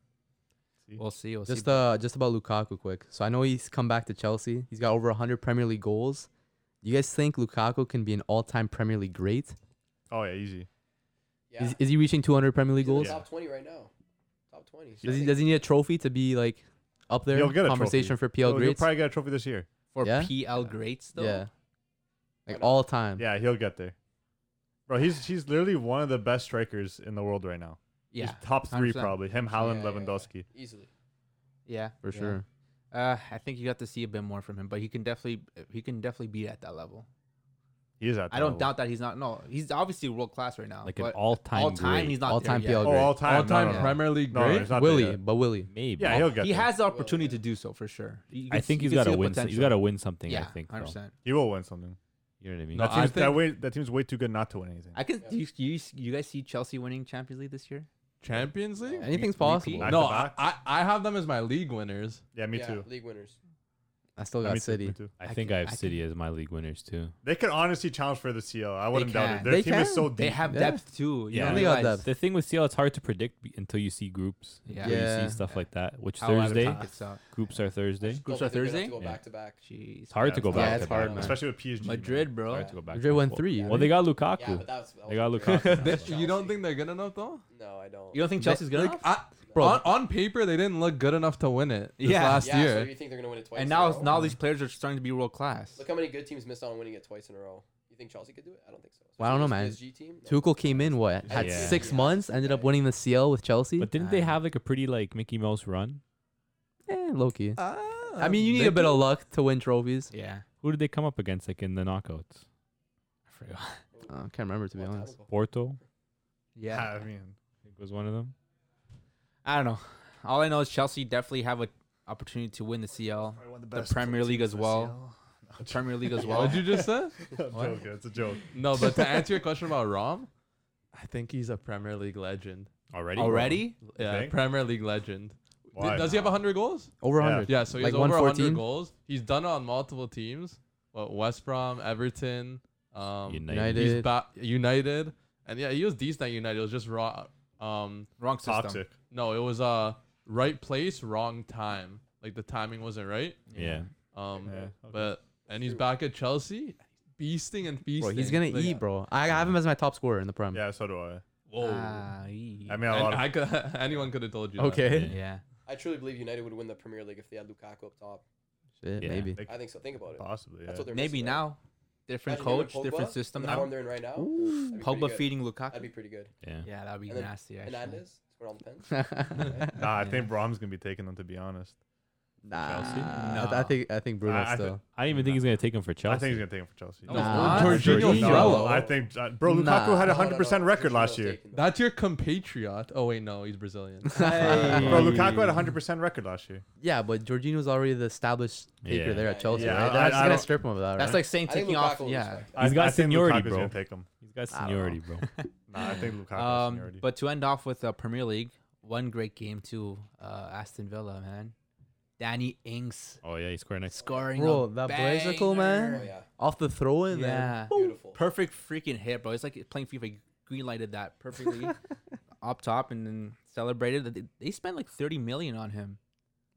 Speaker 1: We'll see. We'll
Speaker 4: Just
Speaker 1: see.
Speaker 4: uh, just about Lukaku, quick. So I know he's come back to Chelsea. He's got over 100 Premier League goals. Do you guys think Lukaku can be an all-time Premier League great?
Speaker 2: Oh yeah, easy.
Speaker 3: Yeah.
Speaker 4: Is, is he reaching 200 Premier League
Speaker 3: He's in the
Speaker 4: goals?
Speaker 2: Yeah.
Speaker 3: top 20 right now. Top 20.
Speaker 4: Does he does he need a trophy to be like up there?
Speaker 2: He'll get a
Speaker 4: Conversation
Speaker 2: trophy.
Speaker 4: for PL
Speaker 2: Oh, He'll- He'll
Speaker 4: greats.
Speaker 2: probably get a trophy this year.
Speaker 1: for
Speaker 4: Yeah?
Speaker 1: PL greats though.
Speaker 4: Yeah. Like
Speaker 3: I know.
Speaker 4: all time.
Speaker 2: Yeah, he'll get there. Bro, he's he's literally one of the best strikers in the world right now.
Speaker 1: yeah,
Speaker 2: He's top three
Speaker 1: 100%.
Speaker 2: probably. Him, Howland,
Speaker 3: Yeah, yeah, yeah.
Speaker 2: Lewandowski.
Speaker 3: Easily.
Speaker 1: yeah,
Speaker 4: For
Speaker 1: yeah.
Speaker 4: sure.
Speaker 1: Uh, I think you got to see a bit more from him, but he can definitely he can definitely be at that level.
Speaker 2: He is at that
Speaker 1: I don't
Speaker 2: level.
Speaker 1: doubt that he's not. No, he's obviously world class right now.
Speaker 5: Like an
Speaker 1: but
Speaker 5: all-time
Speaker 1: all time,
Speaker 5: great.
Speaker 1: he's not
Speaker 4: All-time
Speaker 1: all-time
Speaker 4: PL.
Speaker 1: there yet.
Speaker 2: Oh, all time.
Speaker 6: All time
Speaker 1: no, no.
Speaker 6: Premier League
Speaker 2: No,
Speaker 6: great.
Speaker 2: he's not there
Speaker 4: Willie,
Speaker 2: yet.
Speaker 4: but Willie.
Speaker 5: Maybe.
Speaker 2: Yeah, he'll get
Speaker 1: He
Speaker 2: there.
Speaker 1: has the
Speaker 3: Well,
Speaker 1: opportunity
Speaker 3: yeah.
Speaker 1: to do so for sure. You can
Speaker 5: I
Speaker 1: s-
Speaker 5: think
Speaker 1: you
Speaker 5: he's
Speaker 1: can
Speaker 5: got
Speaker 1: see
Speaker 5: to
Speaker 1: the
Speaker 5: win. some- He's
Speaker 1: potential.
Speaker 5: got to win something.
Speaker 1: Yeah,
Speaker 5: I think. though.
Speaker 1: hundred percent.
Speaker 2: He will win something.
Speaker 5: You know what I mean?
Speaker 2: That
Speaker 4: I
Speaker 2: team's, that,
Speaker 4: think-
Speaker 2: way, that team's way too good not to win anything.
Speaker 1: I can.
Speaker 3: Yeah.
Speaker 1: do You, you you guys see Chelsea winning Champions League this year?
Speaker 6: Champions League.
Speaker 1: Yeah.
Speaker 4: Anything's
Speaker 1: Repeat.
Speaker 4: possible.
Speaker 2: Back
Speaker 6: no,
Speaker 2: to
Speaker 6: I,
Speaker 2: back.
Speaker 6: I I have them as my league winners.
Speaker 2: Yeah, me
Speaker 3: yeah,
Speaker 2: too.
Speaker 3: League winners.
Speaker 4: I still
Speaker 2: Yeah,
Speaker 4: got
Speaker 2: me too, me
Speaker 4: City.
Speaker 2: too.
Speaker 5: I
Speaker 1: I
Speaker 5: think
Speaker 1: can-
Speaker 5: I have
Speaker 1: I can-
Speaker 5: City as my league winners too.
Speaker 2: They could honestly challenge for the CL. I wouldn't doubt it.
Speaker 1: can.
Speaker 2: Their
Speaker 4: They
Speaker 2: team is
Speaker 4: can.
Speaker 2: so deep.
Speaker 1: They have
Speaker 4: Yeah.
Speaker 1: depth too. You
Speaker 5: Yeah.
Speaker 1: don't
Speaker 5: They got
Speaker 1: realize-
Speaker 5: The thing with CL, it's hard to predict be- until you see groups.
Speaker 1: Yeah.
Speaker 5: Yeah. You
Speaker 4: Yeah.
Speaker 5: see stuff like that. Which
Speaker 1: How out of
Speaker 5: Thursday
Speaker 1: pocket's out.
Speaker 5: groups are Thursday.
Speaker 1: Groups are
Speaker 3: Don't think they're gonna have
Speaker 1: Thursday?
Speaker 3: To go
Speaker 5: Yeah.
Speaker 3: back to back.
Speaker 1: Jeez.
Speaker 5: It's hard
Speaker 2: Yeah,
Speaker 5: to go
Speaker 2: it's
Speaker 5: back.
Speaker 4: Yeah,
Speaker 5: to
Speaker 4: it's
Speaker 5: back.
Speaker 4: hard, man.
Speaker 2: Especially with PSG. man.
Speaker 1: Madrid,
Speaker 5: It's
Speaker 1: bro.
Speaker 5: hard to go back.
Speaker 4: Madrid
Speaker 5: to
Speaker 4: won
Speaker 5: back.
Speaker 4: three.
Speaker 5: Well, they got Lukaku.
Speaker 3: Yeah, but that was, that
Speaker 5: They got
Speaker 3: was
Speaker 5: Lukaku.
Speaker 3: Chelsea.
Speaker 5: They-
Speaker 6: They- you don't think they're good enough though?
Speaker 3: No, I don't.
Speaker 1: You don't think Chelsea's good
Speaker 6: Like,
Speaker 1: enough?
Speaker 6: I-
Speaker 4: Bro.
Speaker 6: on, on paper they didn't look good enough to win it this
Speaker 1: Yeah.
Speaker 6: last
Speaker 3: yeah,
Speaker 6: year.
Speaker 3: So you think they're gonna win it twice?
Speaker 1: And
Speaker 3: in
Speaker 1: now,
Speaker 3: a row?
Speaker 1: now these players are starting to be world class.
Speaker 3: Look how many good teams missed on winning it twice in a row. You think Chelsea could do it? I don't think so.
Speaker 4: Well, I don't know, man.
Speaker 3: Especially this PSG team? No.
Speaker 4: Tuchel came in what had
Speaker 5: Yeah.
Speaker 4: six
Speaker 3: Yeah.
Speaker 4: months, ended up
Speaker 3: Yeah.
Speaker 4: winning the CL with Chelsea.
Speaker 5: But didn't they have like a pretty like Mickey Mouse run?
Speaker 4: eh, low key.
Speaker 6: Ah,
Speaker 4: I mean, you need a bit of luck to win trophies.
Speaker 1: Yeah,
Speaker 5: Who did they come up against like in the knockouts?
Speaker 1: I forgot.
Speaker 4: Uh, I can't remember to be
Speaker 3: Long time
Speaker 4: honest.
Speaker 3: ago.
Speaker 5: Porto
Speaker 1: Yeah,
Speaker 6: Ah,
Speaker 2: I mean,
Speaker 5: I think was one of them.
Speaker 1: I don't know. All I know is Chelsea definitely have an opportunity to win the CL,
Speaker 2: probably one of
Speaker 1: the
Speaker 2: best
Speaker 1: Premier League
Speaker 2: teams
Speaker 1: as
Speaker 2: in the
Speaker 1: well. the Premier League as well.
Speaker 6: What'd you just say?
Speaker 2: CL. joke, yeah, it's a joke.
Speaker 6: No, but to answer your question about Rom, I think he's a Premier League legend.
Speaker 5: Already?
Speaker 1: Already?
Speaker 6: Yeah,
Speaker 2: think?
Speaker 6: Premier League legend.
Speaker 2: Why?
Speaker 6: Does he have 100 goals?
Speaker 4: Over
Speaker 2: Yeah.
Speaker 4: 100.
Speaker 6: Yeah, so he
Speaker 4: Like
Speaker 6: has over 100
Speaker 4: 114?
Speaker 6: goals. He's done it on multiple teams. What West Brom, Everton, um, United.
Speaker 5: United.
Speaker 4: United.
Speaker 6: He's ba- United, and yeah, he was decent at United. It was just raw. Um,
Speaker 1: Wrong system.
Speaker 2: Toxic.
Speaker 6: no, it was uh right place, wrong time. Like the timing wasn't right.
Speaker 5: Yeah.
Speaker 6: Um,
Speaker 2: Yeah, okay.
Speaker 6: but and he's
Speaker 3: True.
Speaker 6: back at Chelsea, beasting and feasting.
Speaker 4: Bro, he's gonna
Speaker 6: Like,
Speaker 4: eat, bro. I have him as my top scorer in the Prem.
Speaker 2: Yeah, so do I.
Speaker 6: Whoa.
Speaker 1: Ah, ee.
Speaker 2: I mean, a
Speaker 6: And
Speaker 2: lot of
Speaker 6: I could, anyone could have told you. that.
Speaker 4: Okay.
Speaker 1: yeah.
Speaker 3: I truly believe United would win the Premier League if they had Lukaku up top.
Speaker 4: Shit,
Speaker 5: Yeah.
Speaker 4: maybe.
Speaker 2: They-
Speaker 3: I think so. Think about it.
Speaker 2: possibly. Yeah.
Speaker 3: That's what they're
Speaker 1: Maybe
Speaker 3: missing, right?
Speaker 1: now, different
Speaker 3: Imagine him and
Speaker 1: coach, different
Speaker 3: Pogba,
Speaker 1: system
Speaker 3: and The form
Speaker 1: now.
Speaker 3: they're in right now. That'd be pretty
Speaker 1: Pogba
Speaker 3: good.
Speaker 1: feeding
Speaker 3: That'd be
Speaker 1: Lukaku.
Speaker 3: pretty good.
Speaker 5: Yeah.
Speaker 1: Yeah, that'd be
Speaker 3: And then
Speaker 1: nasty. Actually.
Speaker 3: Hernandez scored on the pen.
Speaker 2: Nah, I think Brom's gonna be taking them. To be honest,
Speaker 4: nah, I,
Speaker 5: Chelsea?
Speaker 4: I
Speaker 1: Nah.
Speaker 4: think I think Bruno
Speaker 2: I- I thi-
Speaker 4: still.
Speaker 5: I don't even think he's gonna take him for Chelsea.
Speaker 2: I think he's gonna take him for Chelsea.
Speaker 6: No,
Speaker 4: Nah.
Speaker 6: Jorginho's
Speaker 2: No,
Speaker 6: yellow.
Speaker 2: I think, uh, bro, Lukaku
Speaker 4: Nah.
Speaker 2: had
Speaker 3: No,
Speaker 2: a
Speaker 3: no, no,
Speaker 2: hundred percent
Speaker 3: no,
Speaker 2: record
Speaker 3: Jorginho's
Speaker 2: last year.
Speaker 3: taken, though.
Speaker 6: That's your compatriot. Oh wait, no, he's Brazilian.
Speaker 2: Bro, Lukaku had a hundred percent record last year.
Speaker 4: yeah, but Jorginho's already the established taker
Speaker 5: Yeah.
Speaker 4: there at Chelsea,
Speaker 2: Yeah, I-
Speaker 4: right? They're just
Speaker 2: I
Speaker 4: gonna
Speaker 2: don't-
Speaker 4: strip him of that,
Speaker 1: That's
Speaker 4: right?
Speaker 1: like saying
Speaker 3: I think
Speaker 1: taking off.
Speaker 3: Lukaku will
Speaker 1: Yeah.
Speaker 3: respect it.
Speaker 2: I-
Speaker 5: He's got
Speaker 2: I think
Speaker 5: seniority,
Speaker 2: Lukaku's
Speaker 5: bro.
Speaker 2: Gonna take him.
Speaker 5: he's got
Speaker 4: I don't know.
Speaker 5: seniority, bro.
Speaker 2: Nah, I think Lukaku has
Speaker 1: Um,
Speaker 2: seniority.
Speaker 1: but to end off with uh, Premier League, one great game to uh, Aston Villa, man. Danny Ings
Speaker 5: Oh yeah, he scored next.
Speaker 1: scoring
Speaker 4: Bro,
Speaker 1: a
Speaker 4: that bicycle,
Speaker 1: banger.
Speaker 3: Oh
Speaker 4: man.
Speaker 3: yeah,
Speaker 4: Off the throw in there.
Speaker 1: Yeah,
Speaker 3: beautiful.
Speaker 1: perfect freaking hit, bro. It's like playing FIFA. Green lighted that perfectly up top and then celebrated. They- They spent like thirty million on him,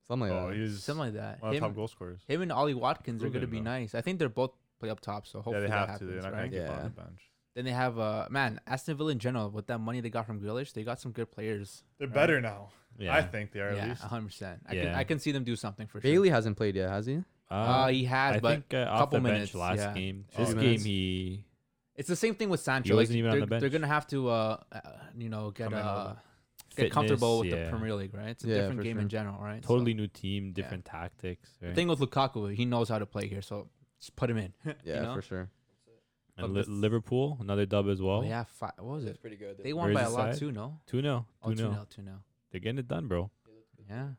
Speaker 4: Something like
Speaker 2: oh,
Speaker 4: that.
Speaker 2: he's
Speaker 1: something like that.
Speaker 2: one of the top
Speaker 1: Him,
Speaker 2: goal scorers.
Speaker 1: him and Ollie Watkins are
Speaker 2: Ruben,
Speaker 1: going to be
Speaker 2: though.
Speaker 1: nice. I think they're both play up top, so
Speaker 2: Yeah,
Speaker 1: hopefully
Speaker 2: they
Speaker 1: that
Speaker 2: have to.
Speaker 1: happens.
Speaker 2: They're not gonna
Speaker 1: right?
Speaker 2: keep
Speaker 4: Yeah.
Speaker 2: on the bench.
Speaker 1: Then they have uh man Aston Villa in general with that money they got from Grealish, they got some good players.
Speaker 2: They're
Speaker 1: Right.
Speaker 2: better now.
Speaker 5: Yeah.
Speaker 2: I think they are at
Speaker 1: yeah,
Speaker 2: least.
Speaker 1: hundred percent. I can
Speaker 5: Yeah.
Speaker 1: I can see them do something for sure.
Speaker 4: Bailey hasn't played yet, has he?
Speaker 1: Uh, he has,
Speaker 5: I
Speaker 1: but
Speaker 5: think uh, off
Speaker 1: couple
Speaker 5: the bench
Speaker 1: minutes,
Speaker 5: last
Speaker 1: yeah.
Speaker 5: game.
Speaker 2: Few
Speaker 5: This game
Speaker 4: minutes.
Speaker 5: he
Speaker 1: It's the same thing with Sancho.
Speaker 5: He wasn't
Speaker 1: like,
Speaker 5: even on
Speaker 1: they're,
Speaker 5: the bench.
Speaker 1: they're gonna have to, uh, uh, you know, get
Speaker 2: Come in
Speaker 1: uh,
Speaker 2: on
Speaker 1: get comfortable with
Speaker 5: fitness,
Speaker 1: the
Speaker 5: yeah.
Speaker 1: Premier League, right? It's a
Speaker 4: Yeah,
Speaker 1: different
Speaker 4: for
Speaker 1: game
Speaker 4: sure.
Speaker 1: in general, right? So,
Speaker 5: Totally new team, different tactics.
Speaker 1: the
Speaker 5: right?
Speaker 1: thing with Lukaku, he knows how to play here, so just put him in.
Speaker 4: Yeah,
Speaker 1: know?
Speaker 4: for sure.
Speaker 5: And
Speaker 1: but
Speaker 5: Li-
Speaker 1: this-
Speaker 5: Liverpool, another dub as well.
Speaker 1: Oh yeah, fi- what was
Speaker 3: That's
Speaker 1: it?
Speaker 3: pretty good.
Speaker 1: They
Speaker 5: Where
Speaker 1: won
Speaker 5: is
Speaker 1: by
Speaker 5: the
Speaker 1: a lot
Speaker 5: side?
Speaker 1: too, no?
Speaker 5: 2 0.
Speaker 1: Oh, 2
Speaker 5: 2 0.
Speaker 1: nil, 2 nil.
Speaker 5: They're getting it done, bro.
Speaker 1: Yeah,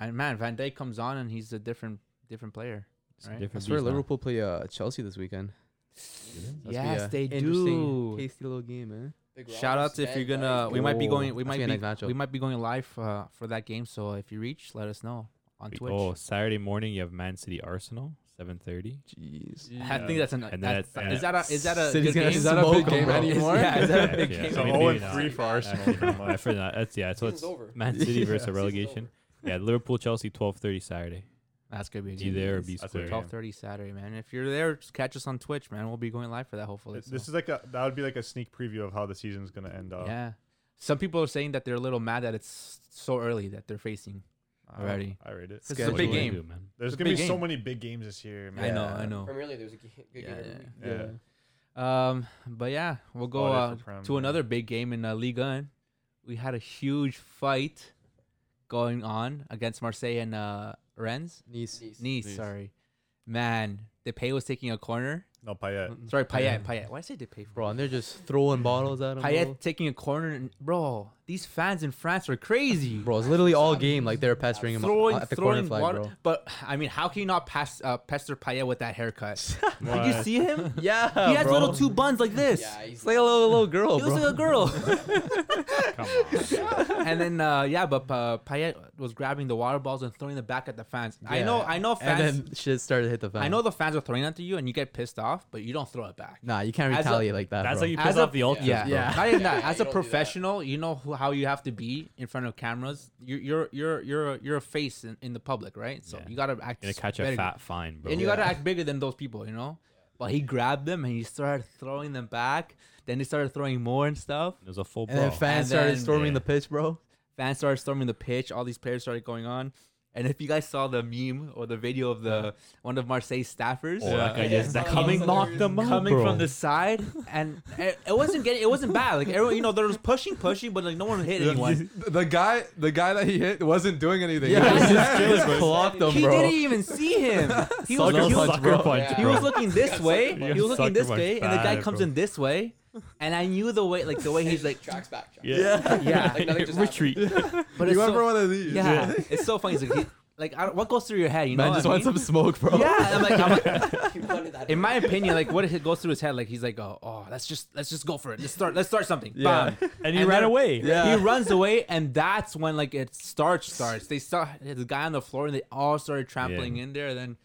Speaker 1: and man, Van Dijk comes on and he's a different different player.
Speaker 5: It's a
Speaker 1: Right.
Speaker 4: I
Speaker 5: different
Speaker 4: swear
Speaker 5: beast now.
Speaker 4: Liverpool play uh, Chelsea this weekend. That's gonna be
Speaker 1: yes,
Speaker 4: a
Speaker 1: they
Speaker 4: interesting,
Speaker 1: do.
Speaker 4: Tasty little game, man.
Speaker 1: Shout out to if you're gonna. We might be
Speaker 4: Oh,
Speaker 1: going. We
Speaker 4: that's
Speaker 1: might
Speaker 4: gonna
Speaker 1: be.
Speaker 4: be a nice matchup.
Speaker 1: We might be going live uh, for that game. So if you reach, let us know on
Speaker 5: We-
Speaker 1: Twitch.
Speaker 5: Oh, Saturday morning you have Man City Arsenal, seven thirty.
Speaker 4: Jeez.
Speaker 1: I think that's an.
Speaker 5: And
Speaker 1: that's,
Speaker 5: that's-
Speaker 1: is that a is that a
Speaker 4: City's
Speaker 1: good
Speaker 4: gonna
Speaker 1: game?
Speaker 4: Is that a big
Speaker 6: smoke 'em,
Speaker 4: game
Speaker 6: bro.
Speaker 4: anymore?
Speaker 1: Yeah, is Oh, that a big game?
Speaker 2: So
Speaker 5: Maybe
Speaker 2: 0
Speaker 5: not.
Speaker 2: three for Arsenal.
Speaker 5: Actually, no, I forgot. That's yeah. So
Speaker 3: Season's
Speaker 5: it's
Speaker 3: over.
Speaker 5: Man City versus a
Speaker 3: Season's
Speaker 5: relegation. Yeah, Liverpool Chelsea twelve thirty Saturday.
Speaker 1: That's gonna be a
Speaker 5: Be
Speaker 1: good
Speaker 5: there or be
Speaker 2: That's a
Speaker 5: square.
Speaker 2: game.
Speaker 1: Twelve thirty Saturday, man. If you're there, just catch us on Twitch, man. We'll be going live for that hopefully.
Speaker 2: Th- This is uh, like a that would be like a sneak preview of how the season's gonna end up.
Speaker 1: yeah. Some people are saying that they're a little mad that it's so early that they're facing.
Speaker 2: I-
Speaker 1: Already.
Speaker 2: I rate it.
Speaker 1: This is a
Speaker 4: Schedule.
Speaker 1: big
Speaker 5: What do you
Speaker 1: game.
Speaker 5: do, man?
Speaker 2: There's
Speaker 1: a
Speaker 2: gonna be
Speaker 1: big
Speaker 2: so
Speaker 1: game.
Speaker 2: many big games this year. Man.
Speaker 1: I know, I
Speaker 4: Yeah.
Speaker 1: know.
Speaker 3: Premier League, there's a g- good game
Speaker 1: Yeah,
Speaker 3: every
Speaker 1: yeah.
Speaker 3: week.
Speaker 2: Yeah.
Speaker 4: Yeah.
Speaker 1: Um, but yeah, we'll go
Speaker 2: Oh, it is
Speaker 1: uh,
Speaker 2: the Prem,
Speaker 1: to
Speaker 2: yeah.
Speaker 1: another big game in uh, Liga. And we had a huge fight going on against Marseille and uh, Rennes.
Speaker 4: Nice.
Speaker 3: Nice.
Speaker 1: Nice,
Speaker 6: Nice.
Speaker 1: sorry. Man, Depay was taking a corner.
Speaker 4: Mm-hmm.
Speaker 2: No Payet.
Speaker 1: Sorry, Payet, Payet. Why did I say Depay?
Speaker 4: Bro, and they're just throwing bottles at him. bro.
Speaker 1: Payet taking a corner. And, bro, these fans in France are crazy.
Speaker 4: Bro, it's literally all game. Like they're pestering him uh,
Speaker 1: throwing,
Speaker 4: at the corner
Speaker 1: throwing
Speaker 4: flag,
Speaker 1: water.
Speaker 4: bro.
Speaker 1: But, I mean, how can you not pass uh, pester Payet with that haircut? Did you
Speaker 2: Why?
Speaker 1: see him?
Speaker 4: Yeah,
Speaker 1: He has little two buns like this.
Speaker 3: Yeah, he's
Speaker 4: It's like a little, little girl,
Speaker 1: He
Speaker 4: bro.
Speaker 1: looks like a girl.
Speaker 5: Come on.
Speaker 1: and then uh, yeah, but uh, Payet was grabbing the water balls and throwing them back at the fans. I
Speaker 4: Yeah.
Speaker 1: know, I know, fans.
Speaker 4: And then shit started to hit the fan.
Speaker 1: I know the fans are throwing at you, and you get pissed off, but you don't throw it back.
Speaker 4: Nah, you can't
Speaker 1: As a-
Speaker 4: retaliate like that.
Speaker 5: That's
Speaker 4: bro.
Speaker 5: how you
Speaker 1: As
Speaker 5: piss
Speaker 1: a-
Speaker 5: off the ultras,
Speaker 1: Yeah,
Speaker 5: bro.
Speaker 1: yeah. Not even that.
Speaker 3: Yeah,
Speaker 1: As
Speaker 3: you
Speaker 1: a
Speaker 3: don't do that.
Speaker 1: professional, you know who, how you have to be in front of cameras. You're you're you're you're you're a face in, in the public, right? So
Speaker 5: Yeah.
Speaker 1: you gotta act.
Speaker 5: You're gonna catch
Speaker 1: better.
Speaker 5: a fat fine, bro.
Speaker 1: and you gotta act bigger than those people, you know. But he grabbed them and he started throwing them back. Then he started throwing more and stuff.
Speaker 5: It was a full
Speaker 4: and then
Speaker 5: brawl.
Speaker 4: fans
Speaker 1: And
Speaker 4: started
Speaker 1: then-
Speaker 4: storming
Speaker 5: Yeah.
Speaker 4: the pitch, bro.
Speaker 1: fans started storming the pitch. All these players started going on. And if you guys saw the meme or the video of the one of Marseille's staffers uh,
Speaker 5: Oh, that guy
Speaker 3: Yeah.
Speaker 5: just
Speaker 3: Yeah.
Speaker 5: coming,
Speaker 3: Yeah.
Speaker 5: knocked them out,
Speaker 1: coming
Speaker 5: bro.
Speaker 1: from the side, and it, it wasn't getting, it wasn't bad. Like everyone, you know, there was pushing, pushing, but like no one hit anyone.
Speaker 7: The guy, the guy that he hit wasn't doing anything.
Speaker 4: Yeah,
Speaker 1: was
Speaker 4: he
Speaker 1: just
Speaker 4: just
Speaker 3: standing.
Speaker 4: clocked them,
Speaker 1: He
Speaker 4: bro.
Speaker 1: didn't even see him. He was,
Speaker 4: Sucker
Speaker 1: he was,
Speaker 4: punch, bro.
Speaker 5: punch,
Speaker 1: he
Speaker 5: bro.
Speaker 1: was looking this way.
Speaker 3: punch.
Speaker 1: He was looking this
Speaker 2: Sucker punch
Speaker 1: way, and the guy
Speaker 2: bad,
Speaker 1: comes
Speaker 2: bro.
Speaker 1: in this way, and I knew the way, like the way
Speaker 3: And he
Speaker 1: he's
Speaker 3: just
Speaker 1: like,
Speaker 3: tracks back. Tracks.
Speaker 5: Yeah.
Speaker 1: yeah.
Speaker 3: Like nothing just
Speaker 5: Retreat.
Speaker 1: But
Speaker 7: you
Speaker 1: it's
Speaker 7: want
Speaker 1: so,
Speaker 7: one of these?
Speaker 1: yeah, it's so funny. It's like, he- like I don't- what goes through your head? You know,
Speaker 4: Man just
Speaker 1: what I
Speaker 4: want
Speaker 1: mean?
Speaker 4: some smoke, bro.
Speaker 1: Yeah, Oh. I'm like, I'm like,
Speaker 3: happened. He wanted that.
Speaker 1: in my opinion, like what it goes through his head, like he's like, oh, oh, let's just let's just go for it. Let's start let's start something.
Speaker 4: Yeah.
Speaker 1: Bam.
Speaker 5: and he
Speaker 1: And
Speaker 5: ran
Speaker 1: then-
Speaker 5: away.
Speaker 4: Yeah.
Speaker 1: He runs away, and that's when like it starts starts. They saw the guy on the floor, and they all started trampling in there. And then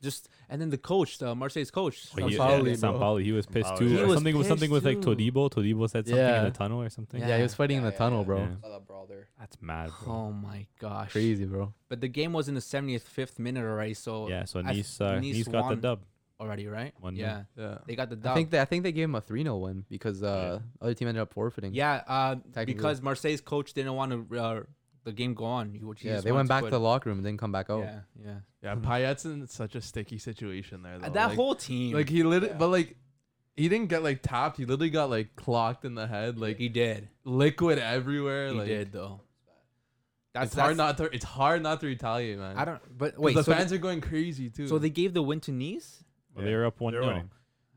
Speaker 1: just and then the coach, the Marseille's coach,
Speaker 5: Oh, he-
Speaker 4: Sampaoli,
Speaker 5: yeah,
Speaker 4: bro.
Speaker 5: Sampaoli, he was pissed
Speaker 2: Sampaoli.
Speaker 5: too.
Speaker 2: He
Speaker 5: Or
Speaker 1: was
Speaker 5: something was something
Speaker 1: pissed
Speaker 5: with like
Speaker 1: too.
Speaker 5: Todibo. Todibo said something
Speaker 4: Yeah.
Speaker 5: in the tunnel or something.
Speaker 4: Yeah, he was fighting in the
Speaker 3: Yeah,
Speaker 4: tunnel,
Speaker 3: yeah,
Speaker 4: bro.
Speaker 5: yeah.
Speaker 3: Saw that brawl there.
Speaker 5: That's mad, bro.
Speaker 1: Oh my gosh!
Speaker 4: Crazy, bro.
Speaker 1: But the game was in the 75th minute already, so
Speaker 5: yeah, so
Speaker 1: I-
Speaker 5: Nice, uh,
Speaker 1: Nice
Speaker 5: nice got the
Speaker 1: won.
Speaker 5: dub.
Speaker 1: already right.
Speaker 5: One nil.
Speaker 1: yeah,
Speaker 6: Yeah.
Speaker 1: they got the
Speaker 4: I
Speaker 1: dub.
Speaker 4: think they, I think they gave him a 3 0 win because uh, other team ended up forfeiting.
Speaker 1: yeah, uh,
Speaker 4: Technically.
Speaker 1: because Marseille's coach didn't want to uh, the game go on. He- he
Speaker 4: yeah.
Speaker 1: just
Speaker 4: They
Speaker 1: wanted
Speaker 4: went back to
Speaker 1: put-
Speaker 4: the locker room and didn't come back out.
Speaker 1: Yeah, yeah.
Speaker 6: Yeah, Payet's in such a sticky situation there. Though.
Speaker 1: that
Speaker 6: like,
Speaker 1: whole team,
Speaker 6: like he literally, but like he didn't get like tapped. He literally got like clocked in the head, like
Speaker 1: he did.
Speaker 6: liquid everywhere.
Speaker 1: He
Speaker 6: like
Speaker 1: did though. That's,
Speaker 6: it's hard not to. It's hard not to retaliate, man.
Speaker 1: I don't. But
Speaker 6: 'Cause
Speaker 1: wait,
Speaker 6: the
Speaker 1: so,
Speaker 6: fans are going crazy too.
Speaker 1: they, so they gave the win to Nice.
Speaker 5: Well, they were up one
Speaker 2: They're
Speaker 5: 0
Speaker 2: winning.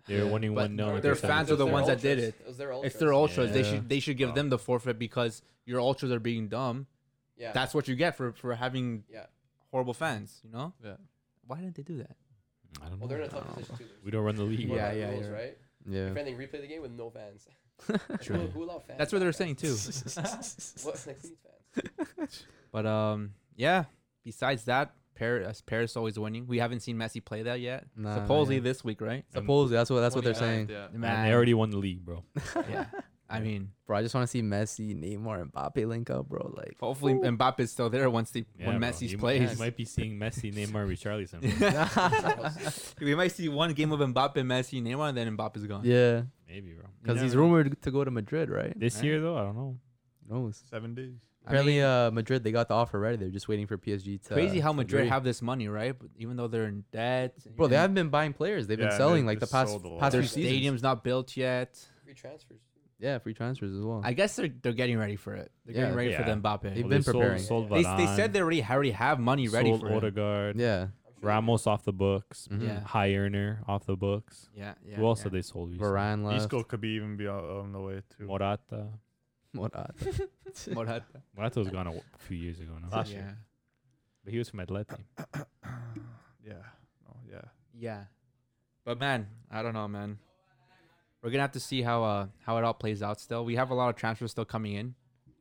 Speaker 5: They were
Speaker 6: Yeah.
Speaker 5: winning
Speaker 1: But
Speaker 5: one 0
Speaker 1: their fans are the
Speaker 3: It's their
Speaker 1: ones that did
Speaker 3: ultras. was their ultras.
Speaker 1: It's their ultras. They
Speaker 4: Yeah.
Speaker 1: should they should give them the forfeit because your ultras are being dumb.
Speaker 3: Yeah.
Speaker 1: That's what you get for for having
Speaker 3: Yeah.
Speaker 1: horrible fans. You know.
Speaker 6: Yeah.
Speaker 1: Why didn't they do that?
Speaker 5: I don't
Speaker 3: Well, they're in a
Speaker 5: know.
Speaker 3: tough position too.
Speaker 5: We don't run the league.
Speaker 3: Yeah,
Speaker 1: Yeah,
Speaker 3: yeah,
Speaker 1: yeah,
Speaker 3: rules,
Speaker 1: you're right.
Speaker 3: right?
Speaker 4: Yeah.
Speaker 3: If anything, replay the game with no fans. Like, who- Who allowed fans?
Speaker 1: That's what they were
Speaker 3: back,
Speaker 1: saying
Speaker 3: guys?
Speaker 1: too.
Speaker 3: What? Like, who needs fans?
Speaker 1: But um, yeah. Besides that, Paris uh, Paris always winning. We haven't seen Messi play that yet.
Speaker 4: Nah, not
Speaker 1: Supposedly
Speaker 4: yet.
Speaker 1: this week, right?
Speaker 4: Supposedly, that's what that's what they're
Speaker 6: 29th,
Speaker 4: saying.
Speaker 6: Yeah.
Speaker 5: Man, they already won the league, bro.
Speaker 1: yeah. I mean,
Speaker 4: Bro, I just want to see Messi, Neymar, and Mbappe link up, bro. Like,
Speaker 1: hopefully Mbappe's still there once they
Speaker 5: Yeah,
Speaker 1: when
Speaker 5: bro.
Speaker 1: Messi's
Speaker 5: You might-
Speaker 1: plays.
Speaker 5: You might be seeing Messi, Neymar, Richarlison. bro.
Speaker 1: we might see one game of Mbappe, Messi, Neymar, and then Mbappe's gone.
Speaker 4: yeah,
Speaker 5: Maybe, bro. You
Speaker 4: because he's
Speaker 5: never know.
Speaker 4: rumored to go to Madrid, right?
Speaker 5: This year though, I don't know.
Speaker 4: Who knows?
Speaker 2: Seven days.
Speaker 1: I
Speaker 4: Apparently,
Speaker 1: mean,
Speaker 4: uh, Madrid they got the offer ready. They're just waiting for PSG to.
Speaker 1: crazy how
Speaker 4: to
Speaker 1: Madrid
Speaker 4: agree.
Speaker 1: have this money, right? But even though they're in debt,
Speaker 4: Bro, they
Speaker 1: and
Speaker 4: haven't been buying players. They've
Speaker 2: Yeah,
Speaker 4: been
Speaker 2: they
Speaker 4: selling like the
Speaker 2: just
Speaker 4: past
Speaker 2: sold a lot.
Speaker 4: past
Speaker 1: their
Speaker 4: few
Speaker 3: Their
Speaker 4: seasons.
Speaker 1: stadium's not built yet.
Speaker 3: Free transfers.
Speaker 4: Yeah, free transfers as well.
Speaker 1: I guess they're they're getting ready for it. They're
Speaker 4: Yeah.
Speaker 1: getting ready for
Speaker 5: Yeah.
Speaker 1: the Mbappe.
Speaker 4: They've
Speaker 5: Well,
Speaker 4: been
Speaker 5: sold-
Speaker 4: preparing.
Speaker 5: Sold
Speaker 1: They, they
Speaker 5: Varane,
Speaker 1: said they already already have money ready
Speaker 5: sold
Speaker 1: for it.
Speaker 5: Odegaard.
Speaker 4: yeah,
Speaker 3: I'm sure they-
Speaker 5: Ramos off the books.
Speaker 4: Mhm.
Speaker 1: Yeah.
Speaker 5: High earner off the books.
Speaker 1: Yeah, yeah.
Speaker 5: Who else
Speaker 1: yeah.
Speaker 5: did they sold? recently?
Speaker 4: Varane left.
Speaker 2: Isco could be even be on, on the way too.
Speaker 5: Morata.
Speaker 4: Morata.
Speaker 1: Morata.
Speaker 5: Morata was gone a w- few years ago now.
Speaker 2: Last
Speaker 1: yeah.
Speaker 2: year.
Speaker 5: But he was from Atleti.
Speaker 2: Yeah. No, yeah.
Speaker 1: Yeah. But man, I don't know, man. We're gonna have to see how uh how it all plays out. Still, we have a lot of transfers still coming in.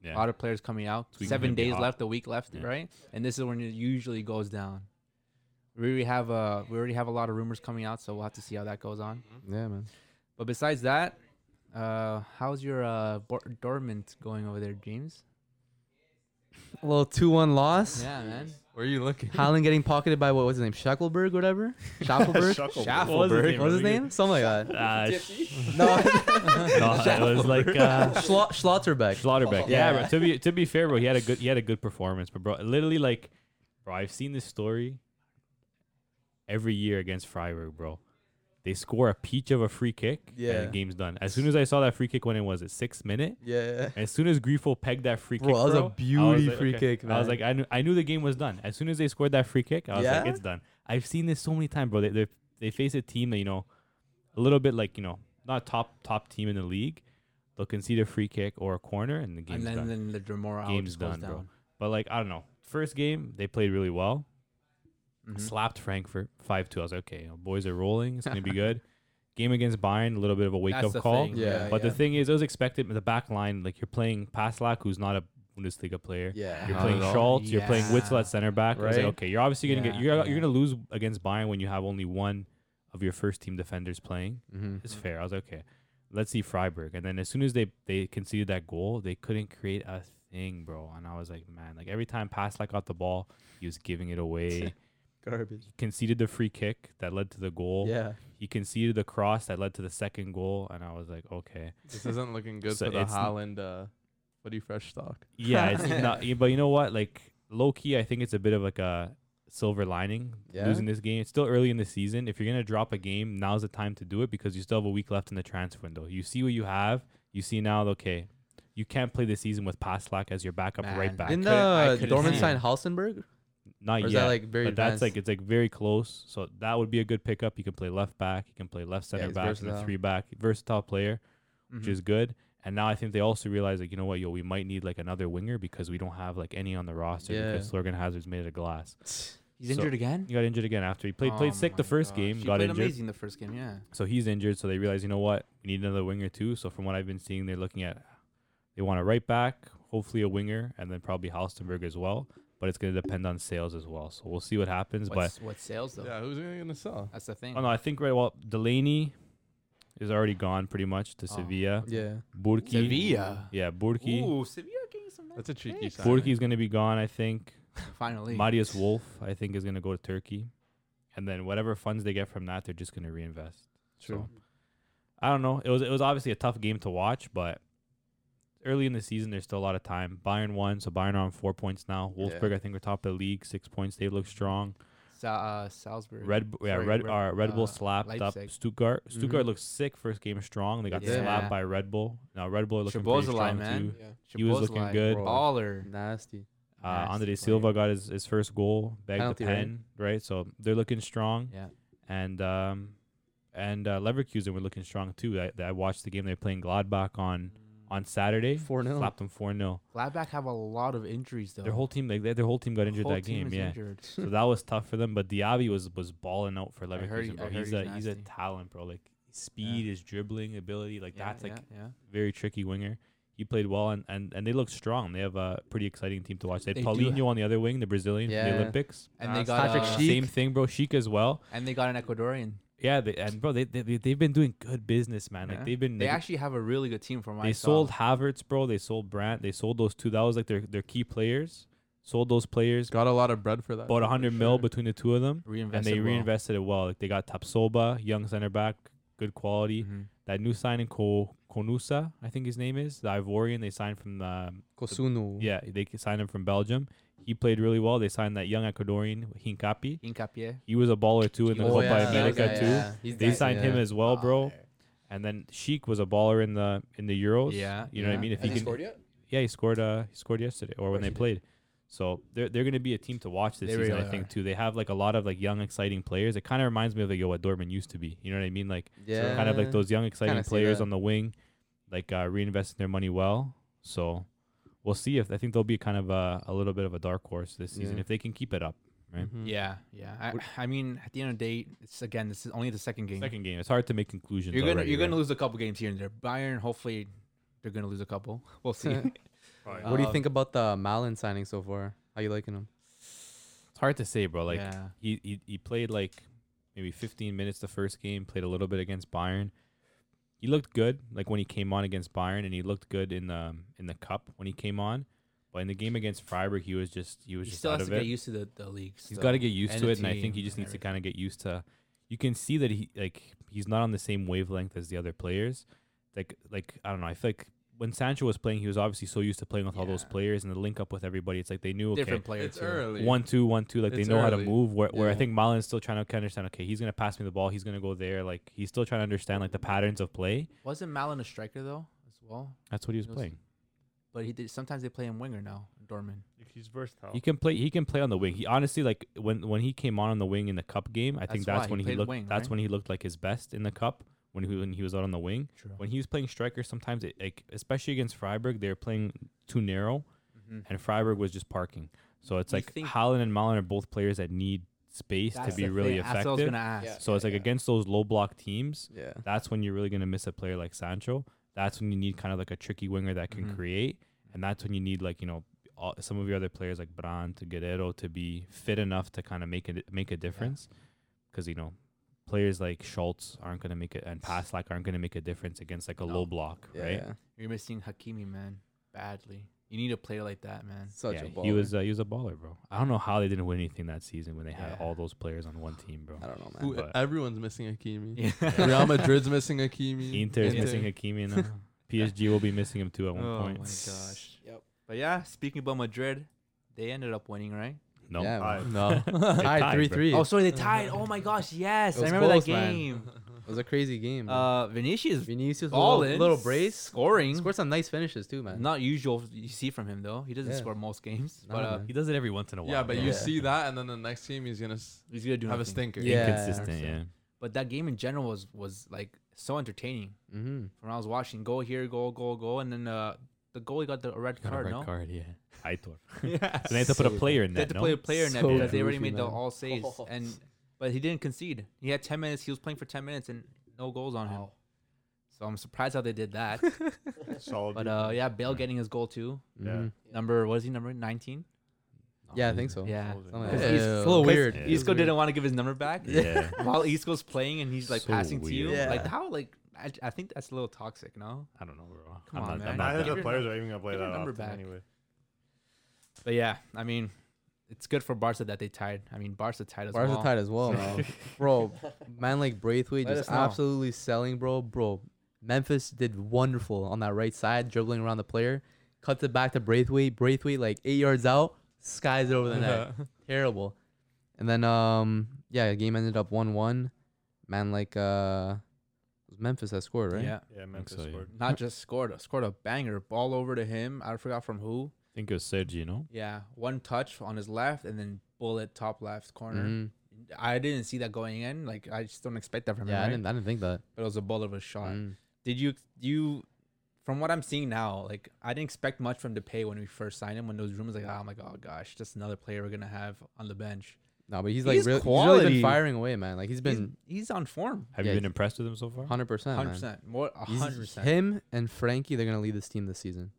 Speaker 5: Yeah.
Speaker 1: A lot of players coming out.
Speaker 5: This week's
Speaker 1: Seven
Speaker 5: gonna be
Speaker 1: days
Speaker 5: hot.
Speaker 1: left, a week left,
Speaker 5: Yeah.
Speaker 1: right? And this is when it usually goes down. We already have uh we already have a lot of rumors coming out, so we'll have to see how that goes on.
Speaker 4: yeah, man.
Speaker 1: But besides that, uh, how's your uh Bor- Dortmund going over there, James?
Speaker 4: A little two-one loss.
Speaker 1: Yeah, man.
Speaker 6: Where are you looking?
Speaker 4: Haaland getting pocketed by what was his name? Shackelberg, whatever. Shackelberg.
Speaker 2: Shuckle.
Speaker 1: Shuffle.
Speaker 5: What was his
Speaker 4: What was his
Speaker 5: really?
Speaker 4: name? Something like that.
Speaker 5: Ah,
Speaker 3: Gypsy?
Speaker 4: No,
Speaker 5: no, it was like uh,
Speaker 4: Schla- Schlotterbeck.
Speaker 5: Schlotterbeck.
Speaker 4: Yeah.
Speaker 5: Yeah, bro. To be to be fair, bro, he had a good he had a good performance, but bro, literally like Bro, I've seen this story every year against Freiburg, bro. They score a peach of a free kick, and
Speaker 7: Yeah.
Speaker 5: the game's done. As soon as I saw that free kick, when it was a six minute,
Speaker 7: Yeah.
Speaker 5: as soon as Grifo pegged that free
Speaker 4: Bro,
Speaker 5: kick,
Speaker 4: that was a
Speaker 5: bro, I
Speaker 4: beauty
Speaker 5: like,
Speaker 4: free kick,
Speaker 5: I was
Speaker 4: man.
Speaker 5: like, I knew, I knew the game was done. As soon as they scored that free kick, I was like,
Speaker 7: Yeah?
Speaker 5: it's done. I've seen this so many times, bro. They, they they face a team that you know, a little bit like you know, not top top team in the league. They'll concede a free kick or a corner, and the game's
Speaker 1: and then,
Speaker 5: done.
Speaker 1: then the Dremora out
Speaker 5: Game's
Speaker 1: just goes
Speaker 5: done, bro.
Speaker 1: down.
Speaker 5: But like I don't know. First game they played really well.
Speaker 1: Mhm.
Speaker 5: Slapped Frankfurt five two. I was like, okay, you know, boys are rolling. It's gonna be good. Game against Bayern, a little bit of a wake
Speaker 1: That's
Speaker 5: up
Speaker 1: the
Speaker 5: call.
Speaker 1: thing.
Speaker 7: Yeah.
Speaker 5: But
Speaker 7: yeah.
Speaker 5: the thing is, it was expected. The back line, like you're playing Paslak, who's not a Bundesliga player.
Speaker 7: Yeah.
Speaker 5: You're
Speaker 7: Not
Speaker 5: playing
Speaker 7: at all.
Speaker 5: Schultz. You're playing
Speaker 1: Oh,
Speaker 5: Witzel
Speaker 1: Yeah.
Speaker 5: at center back. I was like,
Speaker 7: Right.
Speaker 5: okay, you're obviously gonna get
Speaker 1: Yeah,
Speaker 5: you're
Speaker 1: yeah.
Speaker 5: you're gonna lose against Bayern when you have only one of your first team defenders playing.
Speaker 4: Mhm.
Speaker 7: Mm-hmm.
Speaker 5: It's fair. I was like, okay. Let's see Freiburg. And then as soon as they they conceded that goal, they couldn't create a thing, bro. And I was like, man, like every time Paslak got the ball, he was giving it away.
Speaker 7: Garbage.
Speaker 5: he conceded the free kick that led to the goal.
Speaker 7: Yeah.
Speaker 5: He conceded the cross that led to the second goal. And I was like, okay.
Speaker 6: This isn't looking good
Speaker 5: So
Speaker 6: for the
Speaker 5: it's n-
Speaker 6: Holland uh, footy fresh stock.
Speaker 5: Yeah, it's not. yeah, But you know what? Like low key, I think it's a bit of like a silver lining
Speaker 7: Yeah?
Speaker 5: losing this game. It's still early in the season. If you're gonna drop a game, now's the time to do it because you still have a week left in the transfer window. You see what you have. You see now. Okay, you can't play the season with Paslak as your backup right
Speaker 1: Man,
Speaker 5: back.
Speaker 4: Didn't
Speaker 5: Couldn't- I
Speaker 4: uh,
Speaker 5: couldn't
Speaker 4: Dorman
Speaker 5: see it.
Speaker 4: sign Halstenberg?
Speaker 5: Not
Speaker 4: Or
Speaker 5: yet.
Speaker 4: is that like very
Speaker 5: but that's
Speaker 4: advanced?
Speaker 5: like it's like very close. So that would be a good pickup. You can play left back. You can play left center
Speaker 4: he's
Speaker 5: back and a
Speaker 4: versatile.
Speaker 5: three back versatile player which
Speaker 1: Mhm.
Speaker 5: is good. And now I think they also realize like you know what, yo, we might need like another winger because we don't have like any on the roster because Lorgan Hazard's made it a glass.
Speaker 1: He's
Speaker 5: So-
Speaker 1: injured again.
Speaker 5: He got injured again after he played played
Speaker 1: Oh
Speaker 5: sick the
Speaker 1: my
Speaker 5: first
Speaker 1: gosh.
Speaker 5: game,
Speaker 1: He
Speaker 5: got
Speaker 1: played
Speaker 5: injured,
Speaker 1: amazing the first game. Yeah.
Speaker 5: so he's injured. So they realize you know what, we need another winger too. So from what I've been seeing, they're looking at they want a right back, hopefully a winger, and then probably Halstenberg as well. But it's going to depend on sales as well. So we'll see what happens. but
Speaker 1: What's, what sales though?
Speaker 6: Yeah, who's he gonna sell?
Speaker 1: That's the thing.
Speaker 5: Oh no, I think right. Well, Delaney is already gone pretty much to
Speaker 1: Oh.
Speaker 5: Sevilla.
Speaker 7: Yeah.
Speaker 5: Burki,
Speaker 1: Sevilla.
Speaker 5: yeah, Burki.
Speaker 1: Ooh, Sevilla getting some. Nice
Speaker 6: That's a cheeky
Speaker 1: picks.
Speaker 6: sign.
Speaker 5: Burki's going to be gone. I think
Speaker 1: Finally.
Speaker 5: Marius Wolf. I think is going to go to Turkey, and then whatever funds they get from that, they're just going to reinvest.
Speaker 7: True.
Speaker 5: So, I don't know. It was it was obviously a tough game to watch, but early in the season, there's still a lot of time. Bayern won, so Bayern are on four points now. Wolfsburg, I think, are top of the league, six points. They look strong.
Speaker 1: Sa- uh, Salzburg.
Speaker 5: Red Bull, yeah,
Speaker 1: Sorry,
Speaker 5: Red,
Speaker 1: Red-
Speaker 5: uh, Red Bull
Speaker 1: uh,
Speaker 5: slapped up
Speaker 1: Leipzig.
Speaker 5: Stuttgart. Stuttgart
Speaker 4: Mhm.
Speaker 5: looks sick. First game strong. They got
Speaker 1: Yeah.
Speaker 5: slapped by Red Bull. Now Red Bull are looking pretty
Speaker 1: Szoboszlai,
Speaker 5: strong
Speaker 1: man.
Speaker 5: too.
Speaker 3: Yeah.
Speaker 5: He was looking
Speaker 1: Szoboszlai,
Speaker 5: good.
Speaker 1: bro. Baller.
Speaker 4: Nasty.
Speaker 5: Uh,
Speaker 1: Nasty
Speaker 5: Andre
Speaker 1: player.
Speaker 5: Silva got his, his first goal, bagged
Speaker 4: Penalty,
Speaker 5: the
Speaker 4: right?
Speaker 5: pen, right? So they're looking strong.
Speaker 1: Yeah.
Speaker 5: And um, and uh, Leverkusen were looking strong too. I, I watched the game. They're playing Gladbach on on Saturday.
Speaker 4: 4 0.
Speaker 5: Slapped them four 0
Speaker 1: Gladbach have a lot of injuries though.
Speaker 5: Their whole team, like their whole team, got injured
Speaker 1: Whole
Speaker 5: that
Speaker 1: team
Speaker 5: game.
Speaker 1: is
Speaker 5: Yeah.
Speaker 1: injured.
Speaker 5: so that was tough for them. But Diaby was was balling out for
Speaker 1: I
Speaker 5: Leverkusen,
Speaker 1: heard he-
Speaker 5: bro.
Speaker 1: I heard
Speaker 5: he's,
Speaker 1: he's
Speaker 5: a he's a
Speaker 1: nasty.
Speaker 5: talent, bro. Like speed, his dribbling ability, like
Speaker 1: Yeah,
Speaker 5: that's like
Speaker 1: yeah, yeah.
Speaker 5: very tricky winger. He played well and, and, and they look strong. They have a pretty exciting team to watch. They,
Speaker 1: They
Speaker 5: had
Speaker 1: do
Speaker 5: Paulinho on the other wing, the Brazilian from
Speaker 4: Yeah.
Speaker 5: the Olympics.
Speaker 1: And they
Speaker 4: That's
Speaker 1: got
Speaker 4: Patrick
Speaker 1: uh,
Speaker 4: Schick.
Speaker 5: Same thing, bro. Chic as well.
Speaker 1: and they got an Ecuadorian.
Speaker 5: Yeah, they, and bro, they, they they- they've been doing good business, man. Like
Speaker 4: Yeah.
Speaker 5: they've been
Speaker 1: They
Speaker 5: like,
Speaker 1: actually have a really good team from.
Speaker 5: they sold Havertz, bro. They sold Brandt. They sold those two. That was like their their key players. Sold those players.
Speaker 6: Got a lot of bread for that.
Speaker 5: Bought
Speaker 6: for
Speaker 5: 100 mil
Speaker 6: sure.
Speaker 5: between the two of them.
Speaker 1: reinvested
Speaker 5: and they
Speaker 1: well.
Speaker 5: reinvested it well. Like they got Tapsoba, young center back, good quality.
Speaker 1: Mhm.
Speaker 5: That new signing, Ko Konusa, I think his name is the Ivorian. They signed from um,
Speaker 4: Kosunu.
Speaker 5: yeah, they c- signed him from Belgium. He played really well. They signed that young Ecuadorian Hincapi.
Speaker 1: Hincapié.
Speaker 5: He was a baller too in the
Speaker 1: Oh,
Speaker 5: Copa
Speaker 1: yeah,
Speaker 5: America
Speaker 1: yeah,
Speaker 5: too.
Speaker 1: yeah.
Speaker 5: They signed him as well, bro. And then Sheik was a baller in the in the Euros.
Speaker 1: Yeah,
Speaker 5: you know what I
Speaker 1: yeah.
Speaker 5: mean. If
Speaker 3: Has he
Speaker 5: he can,
Speaker 3: scored yet?
Speaker 5: yeah, he scored. Uh, he scored yesterday, or when they played. So they're they're gonna be a team to watch this
Speaker 1: They
Speaker 5: season, I
Speaker 1: really
Speaker 5: think
Speaker 1: are.
Speaker 5: too. They have like a lot of like young, exciting players. It kind of reminds me of like yo, what Dortmund used to be. You know what I mean? Like
Speaker 4: Yeah.
Speaker 5: kind of like those young, exciting
Speaker 4: Kinda see
Speaker 5: players
Speaker 4: that.
Speaker 5: on the wing, like uh, reinvesting their money well. So we'll see if I think they'll be kind of a, a little bit of a dark horse this season
Speaker 4: Yeah.
Speaker 5: if they can keep it up. Right,
Speaker 4: Mm-hmm.
Speaker 1: Yeah, yeah. I, I mean, at the end of the day, it's again, this is only the second game.
Speaker 5: second game. It's hard to make conclusions.
Speaker 1: you're gonna
Speaker 5: already,
Speaker 1: you're gonna
Speaker 5: right?
Speaker 1: lose a couple games here and there. Bayern, hopefully, they're gonna lose a couple. We'll see.
Speaker 4: What do you think about the Malin signing so far? How you liking him?
Speaker 5: It's hard to say, bro. Like
Speaker 1: Yeah.
Speaker 5: he, he he played like maybe 15 minutes the first game. Played a little bit against Bayern. He looked good, like when he came on against Bayern, and he looked good in the in the cup when he came on. But in the game against Freiburg, he was just he was
Speaker 1: He
Speaker 5: just
Speaker 1: still
Speaker 5: out
Speaker 1: has
Speaker 5: of
Speaker 1: to get
Speaker 5: it.
Speaker 1: used to the the league.
Speaker 5: He's
Speaker 1: still,
Speaker 5: got to get used to
Speaker 1: the
Speaker 5: it, and I think he
Speaker 1: team
Speaker 5: just
Speaker 1: and
Speaker 5: needs to
Speaker 1: everything.
Speaker 5: kind of get used to. You can see that he like he's not on the same wavelength as the other players. Like like I don't know. I feel like when Sancho was playing, he was obviously so used to playing with all those
Speaker 1: Yeah.
Speaker 5: players and the link up with everybody. It's like they knew okay,
Speaker 1: Different player
Speaker 6: It's
Speaker 1: too.
Speaker 6: early.
Speaker 5: one two one two, like they
Speaker 6: It's
Speaker 5: know how to
Speaker 6: early.
Speaker 5: move. Where, where I
Speaker 6: Yeah.
Speaker 5: think Malin's still trying to understand. Okay, he's gonna pass me the ball. He's gonna go there. Like he's still trying to understand like the patterns of play.
Speaker 1: Wasn't Malin a striker though as well?
Speaker 5: That's what he was
Speaker 1: He was-
Speaker 5: playing.
Speaker 1: But he did. Sometimes they play him winger now. Dorman.
Speaker 2: He's versatile.
Speaker 1: Oh.
Speaker 5: He can play. He can play on the wing. He honestly like when when he came on on the wing in the cup game. I think
Speaker 1: That's
Speaker 5: that's
Speaker 1: why, he
Speaker 5: when he,
Speaker 1: played
Speaker 5: looked.
Speaker 1: wing,
Speaker 5: that's
Speaker 1: right?
Speaker 5: when he looked like his best in the cup. When he when he was out on the wing.
Speaker 1: True.
Speaker 5: When he was playing striker, sometimes it like especially against Freiburg, they were playing too narrow,
Speaker 1: Mm-hmm.
Speaker 5: and Freiburg was just parking. So it's
Speaker 1: You
Speaker 5: like
Speaker 1: think-
Speaker 5: Holland and Malin are both players that need space to be really
Speaker 1: That's what I was
Speaker 5: effective.
Speaker 1: gonna ask.
Speaker 3: Yeah.
Speaker 5: So it's like against those low block teams,
Speaker 4: Yeah.
Speaker 5: that's when you're really going to miss a player like Sancho. That's when you need kind of like a tricky winger that can
Speaker 1: Mhm.
Speaker 5: create, and that's when you need like you know all, some of your other players like Brandt, Guerrero to be fit enough to kind of make it make a difference, because you know players like Schultz aren't going to make it and Paslak aren't going to make a difference against like a low
Speaker 1: No.
Speaker 5: block,
Speaker 4: Yeah.
Speaker 5: right?
Speaker 4: yeah.
Speaker 1: You're missing Hakimi, man, badly. You need a player like that, man.
Speaker 4: Such
Speaker 5: Yeah,
Speaker 4: a ball.
Speaker 5: he was uh, he was a baller, bro. I don't know how they didn't win anything that season when they had
Speaker 1: Yeah.
Speaker 5: all those players on one team, bro.
Speaker 4: I don't know, man.
Speaker 6: Who,
Speaker 5: but-
Speaker 6: everyone's missing Hakimi.
Speaker 1: Yeah.
Speaker 6: Real Madrid's missing Hakimi.
Speaker 5: Inter is
Speaker 6: Inter.
Speaker 5: missing Hakimi now. PSG will be missing him too at one
Speaker 1: oh
Speaker 5: point.
Speaker 1: my gosh.
Speaker 3: Yep.
Speaker 1: But yeah, speaking about Madrid, they ended up winning, right?
Speaker 5: No,
Speaker 4: Yeah, man.
Speaker 2: Aye.
Speaker 6: No.
Speaker 5: They
Speaker 4: Tied
Speaker 5: tied,
Speaker 4: three
Speaker 5: bro.
Speaker 4: three.
Speaker 1: Oh, sorry, they tied. Oh my gosh, yes,
Speaker 4: It
Speaker 1: I
Speaker 4: was
Speaker 1: remember that
Speaker 4: close, man.
Speaker 1: game.
Speaker 4: it was a crazy game. bro.
Speaker 1: Uh, Vinicius
Speaker 4: Vinicius
Speaker 1: ball
Speaker 4: little,
Speaker 1: in,
Speaker 4: little brace.
Speaker 1: scoring.
Speaker 4: Scored some nice finishes too, man.
Speaker 1: Not usual you see from him though. He doesn't
Speaker 4: Yeah.
Speaker 1: score most games,
Speaker 4: Nah,
Speaker 1: but uh,
Speaker 4: man.
Speaker 5: He does it every once in a while.
Speaker 6: yeah, but
Speaker 5: bro.
Speaker 6: you
Speaker 4: Yeah.
Speaker 6: see that, and then the next game he's gonna s-
Speaker 1: he's gonna do
Speaker 6: have a
Speaker 1: nothing.
Speaker 6: stinker.
Speaker 4: Yeah.
Speaker 5: inconsistent. Yeah,
Speaker 1: But that game in general was was like so entertaining.
Speaker 4: Mm-hmm.
Speaker 1: From when I was watching, go here, goal, goal, goal, and then uh, the goalie got the a red card. no,
Speaker 5: card. Yeah, Aitor.
Speaker 1: yeah,
Speaker 5: So they had to put a
Speaker 4: So
Speaker 5: player in
Speaker 1: they had
Speaker 5: that.
Speaker 1: to
Speaker 5: No?
Speaker 1: play a player in that
Speaker 4: So
Speaker 1: because they already
Speaker 4: goofy,
Speaker 1: made the
Speaker 4: man.
Speaker 1: all saves, and but he didn't concede. He had ten minutes. He was playing for ten minutes and no goals on him.
Speaker 3: Wow.
Speaker 1: So I'm surprised how they did that.
Speaker 2: Solid.
Speaker 1: but uh, yeah, Bale
Speaker 5: Right.
Speaker 1: getting his goal too.
Speaker 2: Yeah.
Speaker 4: Mhm.
Speaker 1: Number what is he number nineteen?
Speaker 4: Mm-hmm. Yeah, I think so.
Speaker 1: Yeah,
Speaker 4: Something like
Speaker 1: 'Cause
Speaker 4: that.
Speaker 1: he's-
Speaker 4: It's a little
Speaker 1: because
Speaker 4: weird.
Speaker 5: Yeah.
Speaker 4: It was
Speaker 1: Isco
Speaker 4: weird.
Speaker 1: didn't want to give his number back.
Speaker 5: Yeah.
Speaker 1: While Isco's playing and he's like
Speaker 5: So
Speaker 1: passing to you,
Speaker 5: weird.
Speaker 1: like
Speaker 4: Yeah.
Speaker 1: how like I, I think that's a little toxic, no?
Speaker 5: I don't know, bro.
Speaker 1: Come
Speaker 5: I'm
Speaker 1: on,
Speaker 5: not,
Speaker 1: man. Neither
Speaker 5: I'm not
Speaker 1: give
Speaker 2: Neither
Speaker 5: that.
Speaker 2: of
Speaker 1: your
Speaker 2: the players are even gonna play
Speaker 1: give your
Speaker 2: that
Speaker 1: number
Speaker 2: often
Speaker 1: back.
Speaker 2: anyway.
Speaker 1: But yeah, I mean, it's good for Barca that they tied. I mean, Barca tied as
Speaker 4: Bars
Speaker 1: well.
Speaker 4: are tied as well, bro. bro, man like Braithwaite
Speaker 1: Let
Speaker 4: just
Speaker 1: us know.
Speaker 4: absolutely selling, bro. Bro, Memphis did wonderful on that right side, dribbling around the player, cuts it back to Braithwaite. Braithwaite like eight yards out, skies it over the net. Terrible. And then um yeah, the game ended up one one. Man like uh it was Memphis that scored, right?
Speaker 1: Yeah,
Speaker 2: Yeah, Memphis
Speaker 5: so, yeah.
Speaker 2: scored.
Speaker 1: not just scored, scored a banger, ball over to him. I forgot from who.
Speaker 5: I think it was Sergio, no?
Speaker 1: Yeah, one touch on his left and then bullet top left corner.
Speaker 4: Mhm.
Speaker 1: I didn't see that going in. Like I just don't expect that from
Speaker 4: Yeah, I
Speaker 1: him. right?
Speaker 4: didn't I didn't think that.
Speaker 1: But it was a bullet of a shot.
Speaker 4: Mm.
Speaker 1: Did you you from what I'm seeing now, like I didn't expect much from Depay when we first signed him. When those rumors, like, oh my god, gosh, just another player we're gonna have on the bench.
Speaker 4: No, but he's like
Speaker 1: He's
Speaker 4: real- he's really
Speaker 1: quality.
Speaker 4: been firing away, man. Like he's
Speaker 1: He's
Speaker 4: been
Speaker 1: he's on form,
Speaker 5: Have
Speaker 4: Yeah,
Speaker 5: you been
Speaker 4: he-
Speaker 5: impressed with him so far?
Speaker 4: hundred percent.
Speaker 1: hundred
Speaker 4: 100%.
Speaker 1: percent, more
Speaker 4: He's-
Speaker 1: hundred percent.
Speaker 4: Him and Frankie, they're gonna lead this team this season.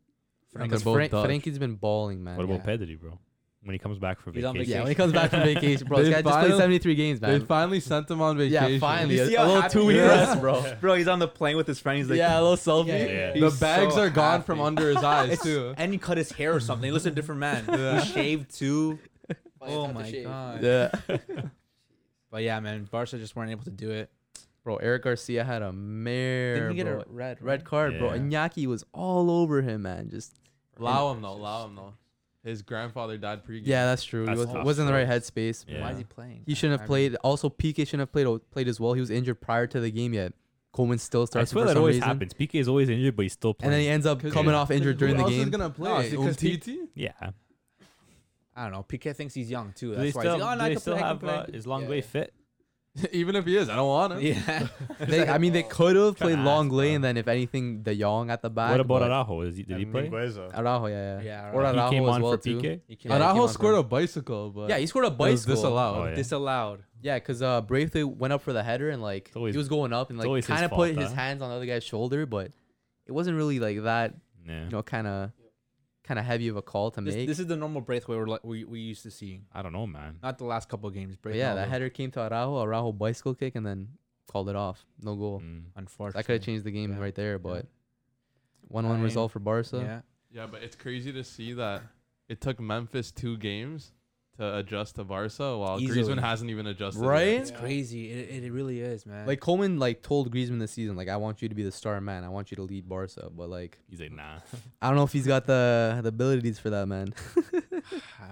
Speaker 1: Frank
Speaker 4: Because
Speaker 1: is-
Speaker 6: both
Speaker 4: Frank-
Speaker 6: Dutch.
Speaker 4: Frankie's been balling, man.
Speaker 5: What about
Speaker 1: Yeah.
Speaker 5: Pedri, bro? When he comes back from
Speaker 1: He's on
Speaker 5: vacation.
Speaker 4: yeah, when he comes back from vacation, bro, this
Speaker 6: They
Speaker 4: guy just played
Speaker 6: finally-
Speaker 4: 73 games,
Speaker 6: They
Speaker 4: man.
Speaker 6: finally sent him on vacation.
Speaker 4: Yeah, finally.
Speaker 1: You
Speaker 4: A
Speaker 1: see how
Speaker 4: little
Speaker 1: happy
Speaker 4: two week
Speaker 1: he is?
Speaker 4: rest, bro.
Speaker 1: bro, he's on the plane with his friend. He's like,
Speaker 4: yeah, a little selfie.
Speaker 1: Yeah,
Speaker 5: yeah.
Speaker 6: The
Speaker 1: He's
Speaker 6: bags
Speaker 1: so
Speaker 6: are gone from
Speaker 1: happy.
Speaker 6: under his eyes
Speaker 1: It's-
Speaker 6: too.
Speaker 1: and he cut his hair or something. Listen, different man. He shaved too. Oh my god.
Speaker 4: Yeah.
Speaker 1: But yeah, man, Barca just weren't able to do it.
Speaker 4: Bro, Eric Garcia had a mare,
Speaker 1: Didn't he get
Speaker 4: bro.
Speaker 1: a red?
Speaker 4: Red card, bro.
Speaker 5: Yeah.
Speaker 4: Iñaki was all over him, man. Just
Speaker 6: Allow him though. Allow him though. His grandfather died pregame.
Speaker 4: yeah, that's true.
Speaker 5: That's
Speaker 4: he was,
Speaker 5: tough,
Speaker 4: wasn't in the
Speaker 5: bro.
Speaker 4: right headspace.
Speaker 5: Yeah.
Speaker 1: Why is he playing?
Speaker 4: He shouldn't
Speaker 1: I-
Speaker 4: have played. Also, PK shouldn't have played played as well. He was injured prior to the game yet. Coleman still
Speaker 5: I
Speaker 4: starts him
Speaker 5: swear
Speaker 4: for
Speaker 5: that
Speaker 4: some
Speaker 5: always
Speaker 4: reason,
Speaker 5: happens. PK is always injured, but he's still
Speaker 4: and
Speaker 5: playing.
Speaker 4: then he ends up
Speaker 6: 'Cause-
Speaker 4: coming
Speaker 6: yeah.
Speaker 4: off injured
Speaker 6: Who
Speaker 4: during the
Speaker 6: else
Speaker 4: game.
Speaker 6: is gonna play?
Speaker 1: it's 'cause
Speaker 6: Umtiti?
Speaker 5: yeah.
Speaker 1: I don't know. PK thinks he's young too.
Speaker 5: Do they
Speaker 1: That's why he's
Speaker 5: still,
Speaker 1: like, oh,
Speaker 5: do
Speaker 1: no, I
Speaker 5: they
Speaker 1: can
Speaker 5: still
Speaker 1: play, I
Speaker 5: have
Speaker 1: can
Speaker 5: uh,
Speaker 1: play."
Speaker 5: is Longley
Speaker 3: Yeah.
Speaker 5: fit?
Speaker 6: Even if he is, I don't want him.
Speaker 1: Yeah.
Speaker 4: They, I mean, they
Speaker 3: Oh.
Speaker 4: could have
Speaker 5: Tryna
Speaker 4: played
Speaker 5: ask,
Speaker 4: Longley,
Speaker 5: bro.
Speaker 4: and then if anything, De Jong at the back.
Speaker 5: What about
Speaker 4: but-
Speaker 5: Araujo? Is he, did he
Speaker 2: And
Speaker 5: play?
Speaker 2: Mingueza.
Speaker 4: Araujo, yeah, yeah.
Speaker 1: Yeah, Araujo.
Speaker 4: Or
Speaker 5: He
Speaker 4: Araujo
Speaker 5: came
Speaker 4: as
Speaker 5: on
Speaker 4: well
Speaker 5: for
Speaker 4: too.
Speaker 5: PK?
Speaker 1: You
Speaker 4: Yeah, he came
Speaker 6: Araujo
Speaker 4: on
Speaker 6: scored
Speaker 4: for-
Speaker 6: a bicycle, but
Speaker 4: Yeah, he scored a
Speaker 6: it was
Speaker 4: bicycle.
Speaker 6: disallowed.
Speaker 5: Oh, yeah.
Speaker 1: disallowed.
Speaker 4: Yeah, because uh, Braithwaite went up for the header and like
Speaker 5: always-
Speaker 4: he was going up and
Speaker 5: it's
Speaker 4: like
Speaker 5: always his
Speaker 4: kind of
Speaker 5: fault,
Speaker 4: put his
Speaker 5: huh?
Speaker 4: hands on the other guy's shoulder, but it wasn't really like that.
Speaker 5: Yeah.
Speaker 4: You know, kind of, kind of heavy of a call to
Speaker 1: This,
Speaker 4: make.
Speaker 1: this is the normal Braithwaite we're, li- we we used to see.
Speaker 5: I don't know, man.
Speaker 1: Not the last couple of games.
Speaker 4: but
Speaker 1: Braithwaite.
Speaker 4: yeah, that header came to Araujo. Araujo bicycle kick and then called it off. No goal.
Speaker 5: Mm.
Speaker 1: Unfortunately,
Speaker 4: That could have changed the game
Speaker 1: Yeah.
Speaker 4: right there, but one-one
Speaker 1: I mean,
Speaker 4: result for Barca.
Speaker 1: Yeah.
Speaker 6: Yeah, but it's crazy to see that it took Memphis two games to adjust to Barca, while
Speaker 4: Easily.
Speaker 6: Griezmann hasn't even adjusted. yet.
Speaker 4: Right?
Speaker 1: It's crazy. It, it really is, man.
Speaker 4: Like Coleman like told Griezmann this season, like I want you to be the star man. I want you to lead Barca. But like
Speaker 5: He's like, nah.
Speaker 4: I don't know if he's got the the abilities for that, man.
Speaker 1: I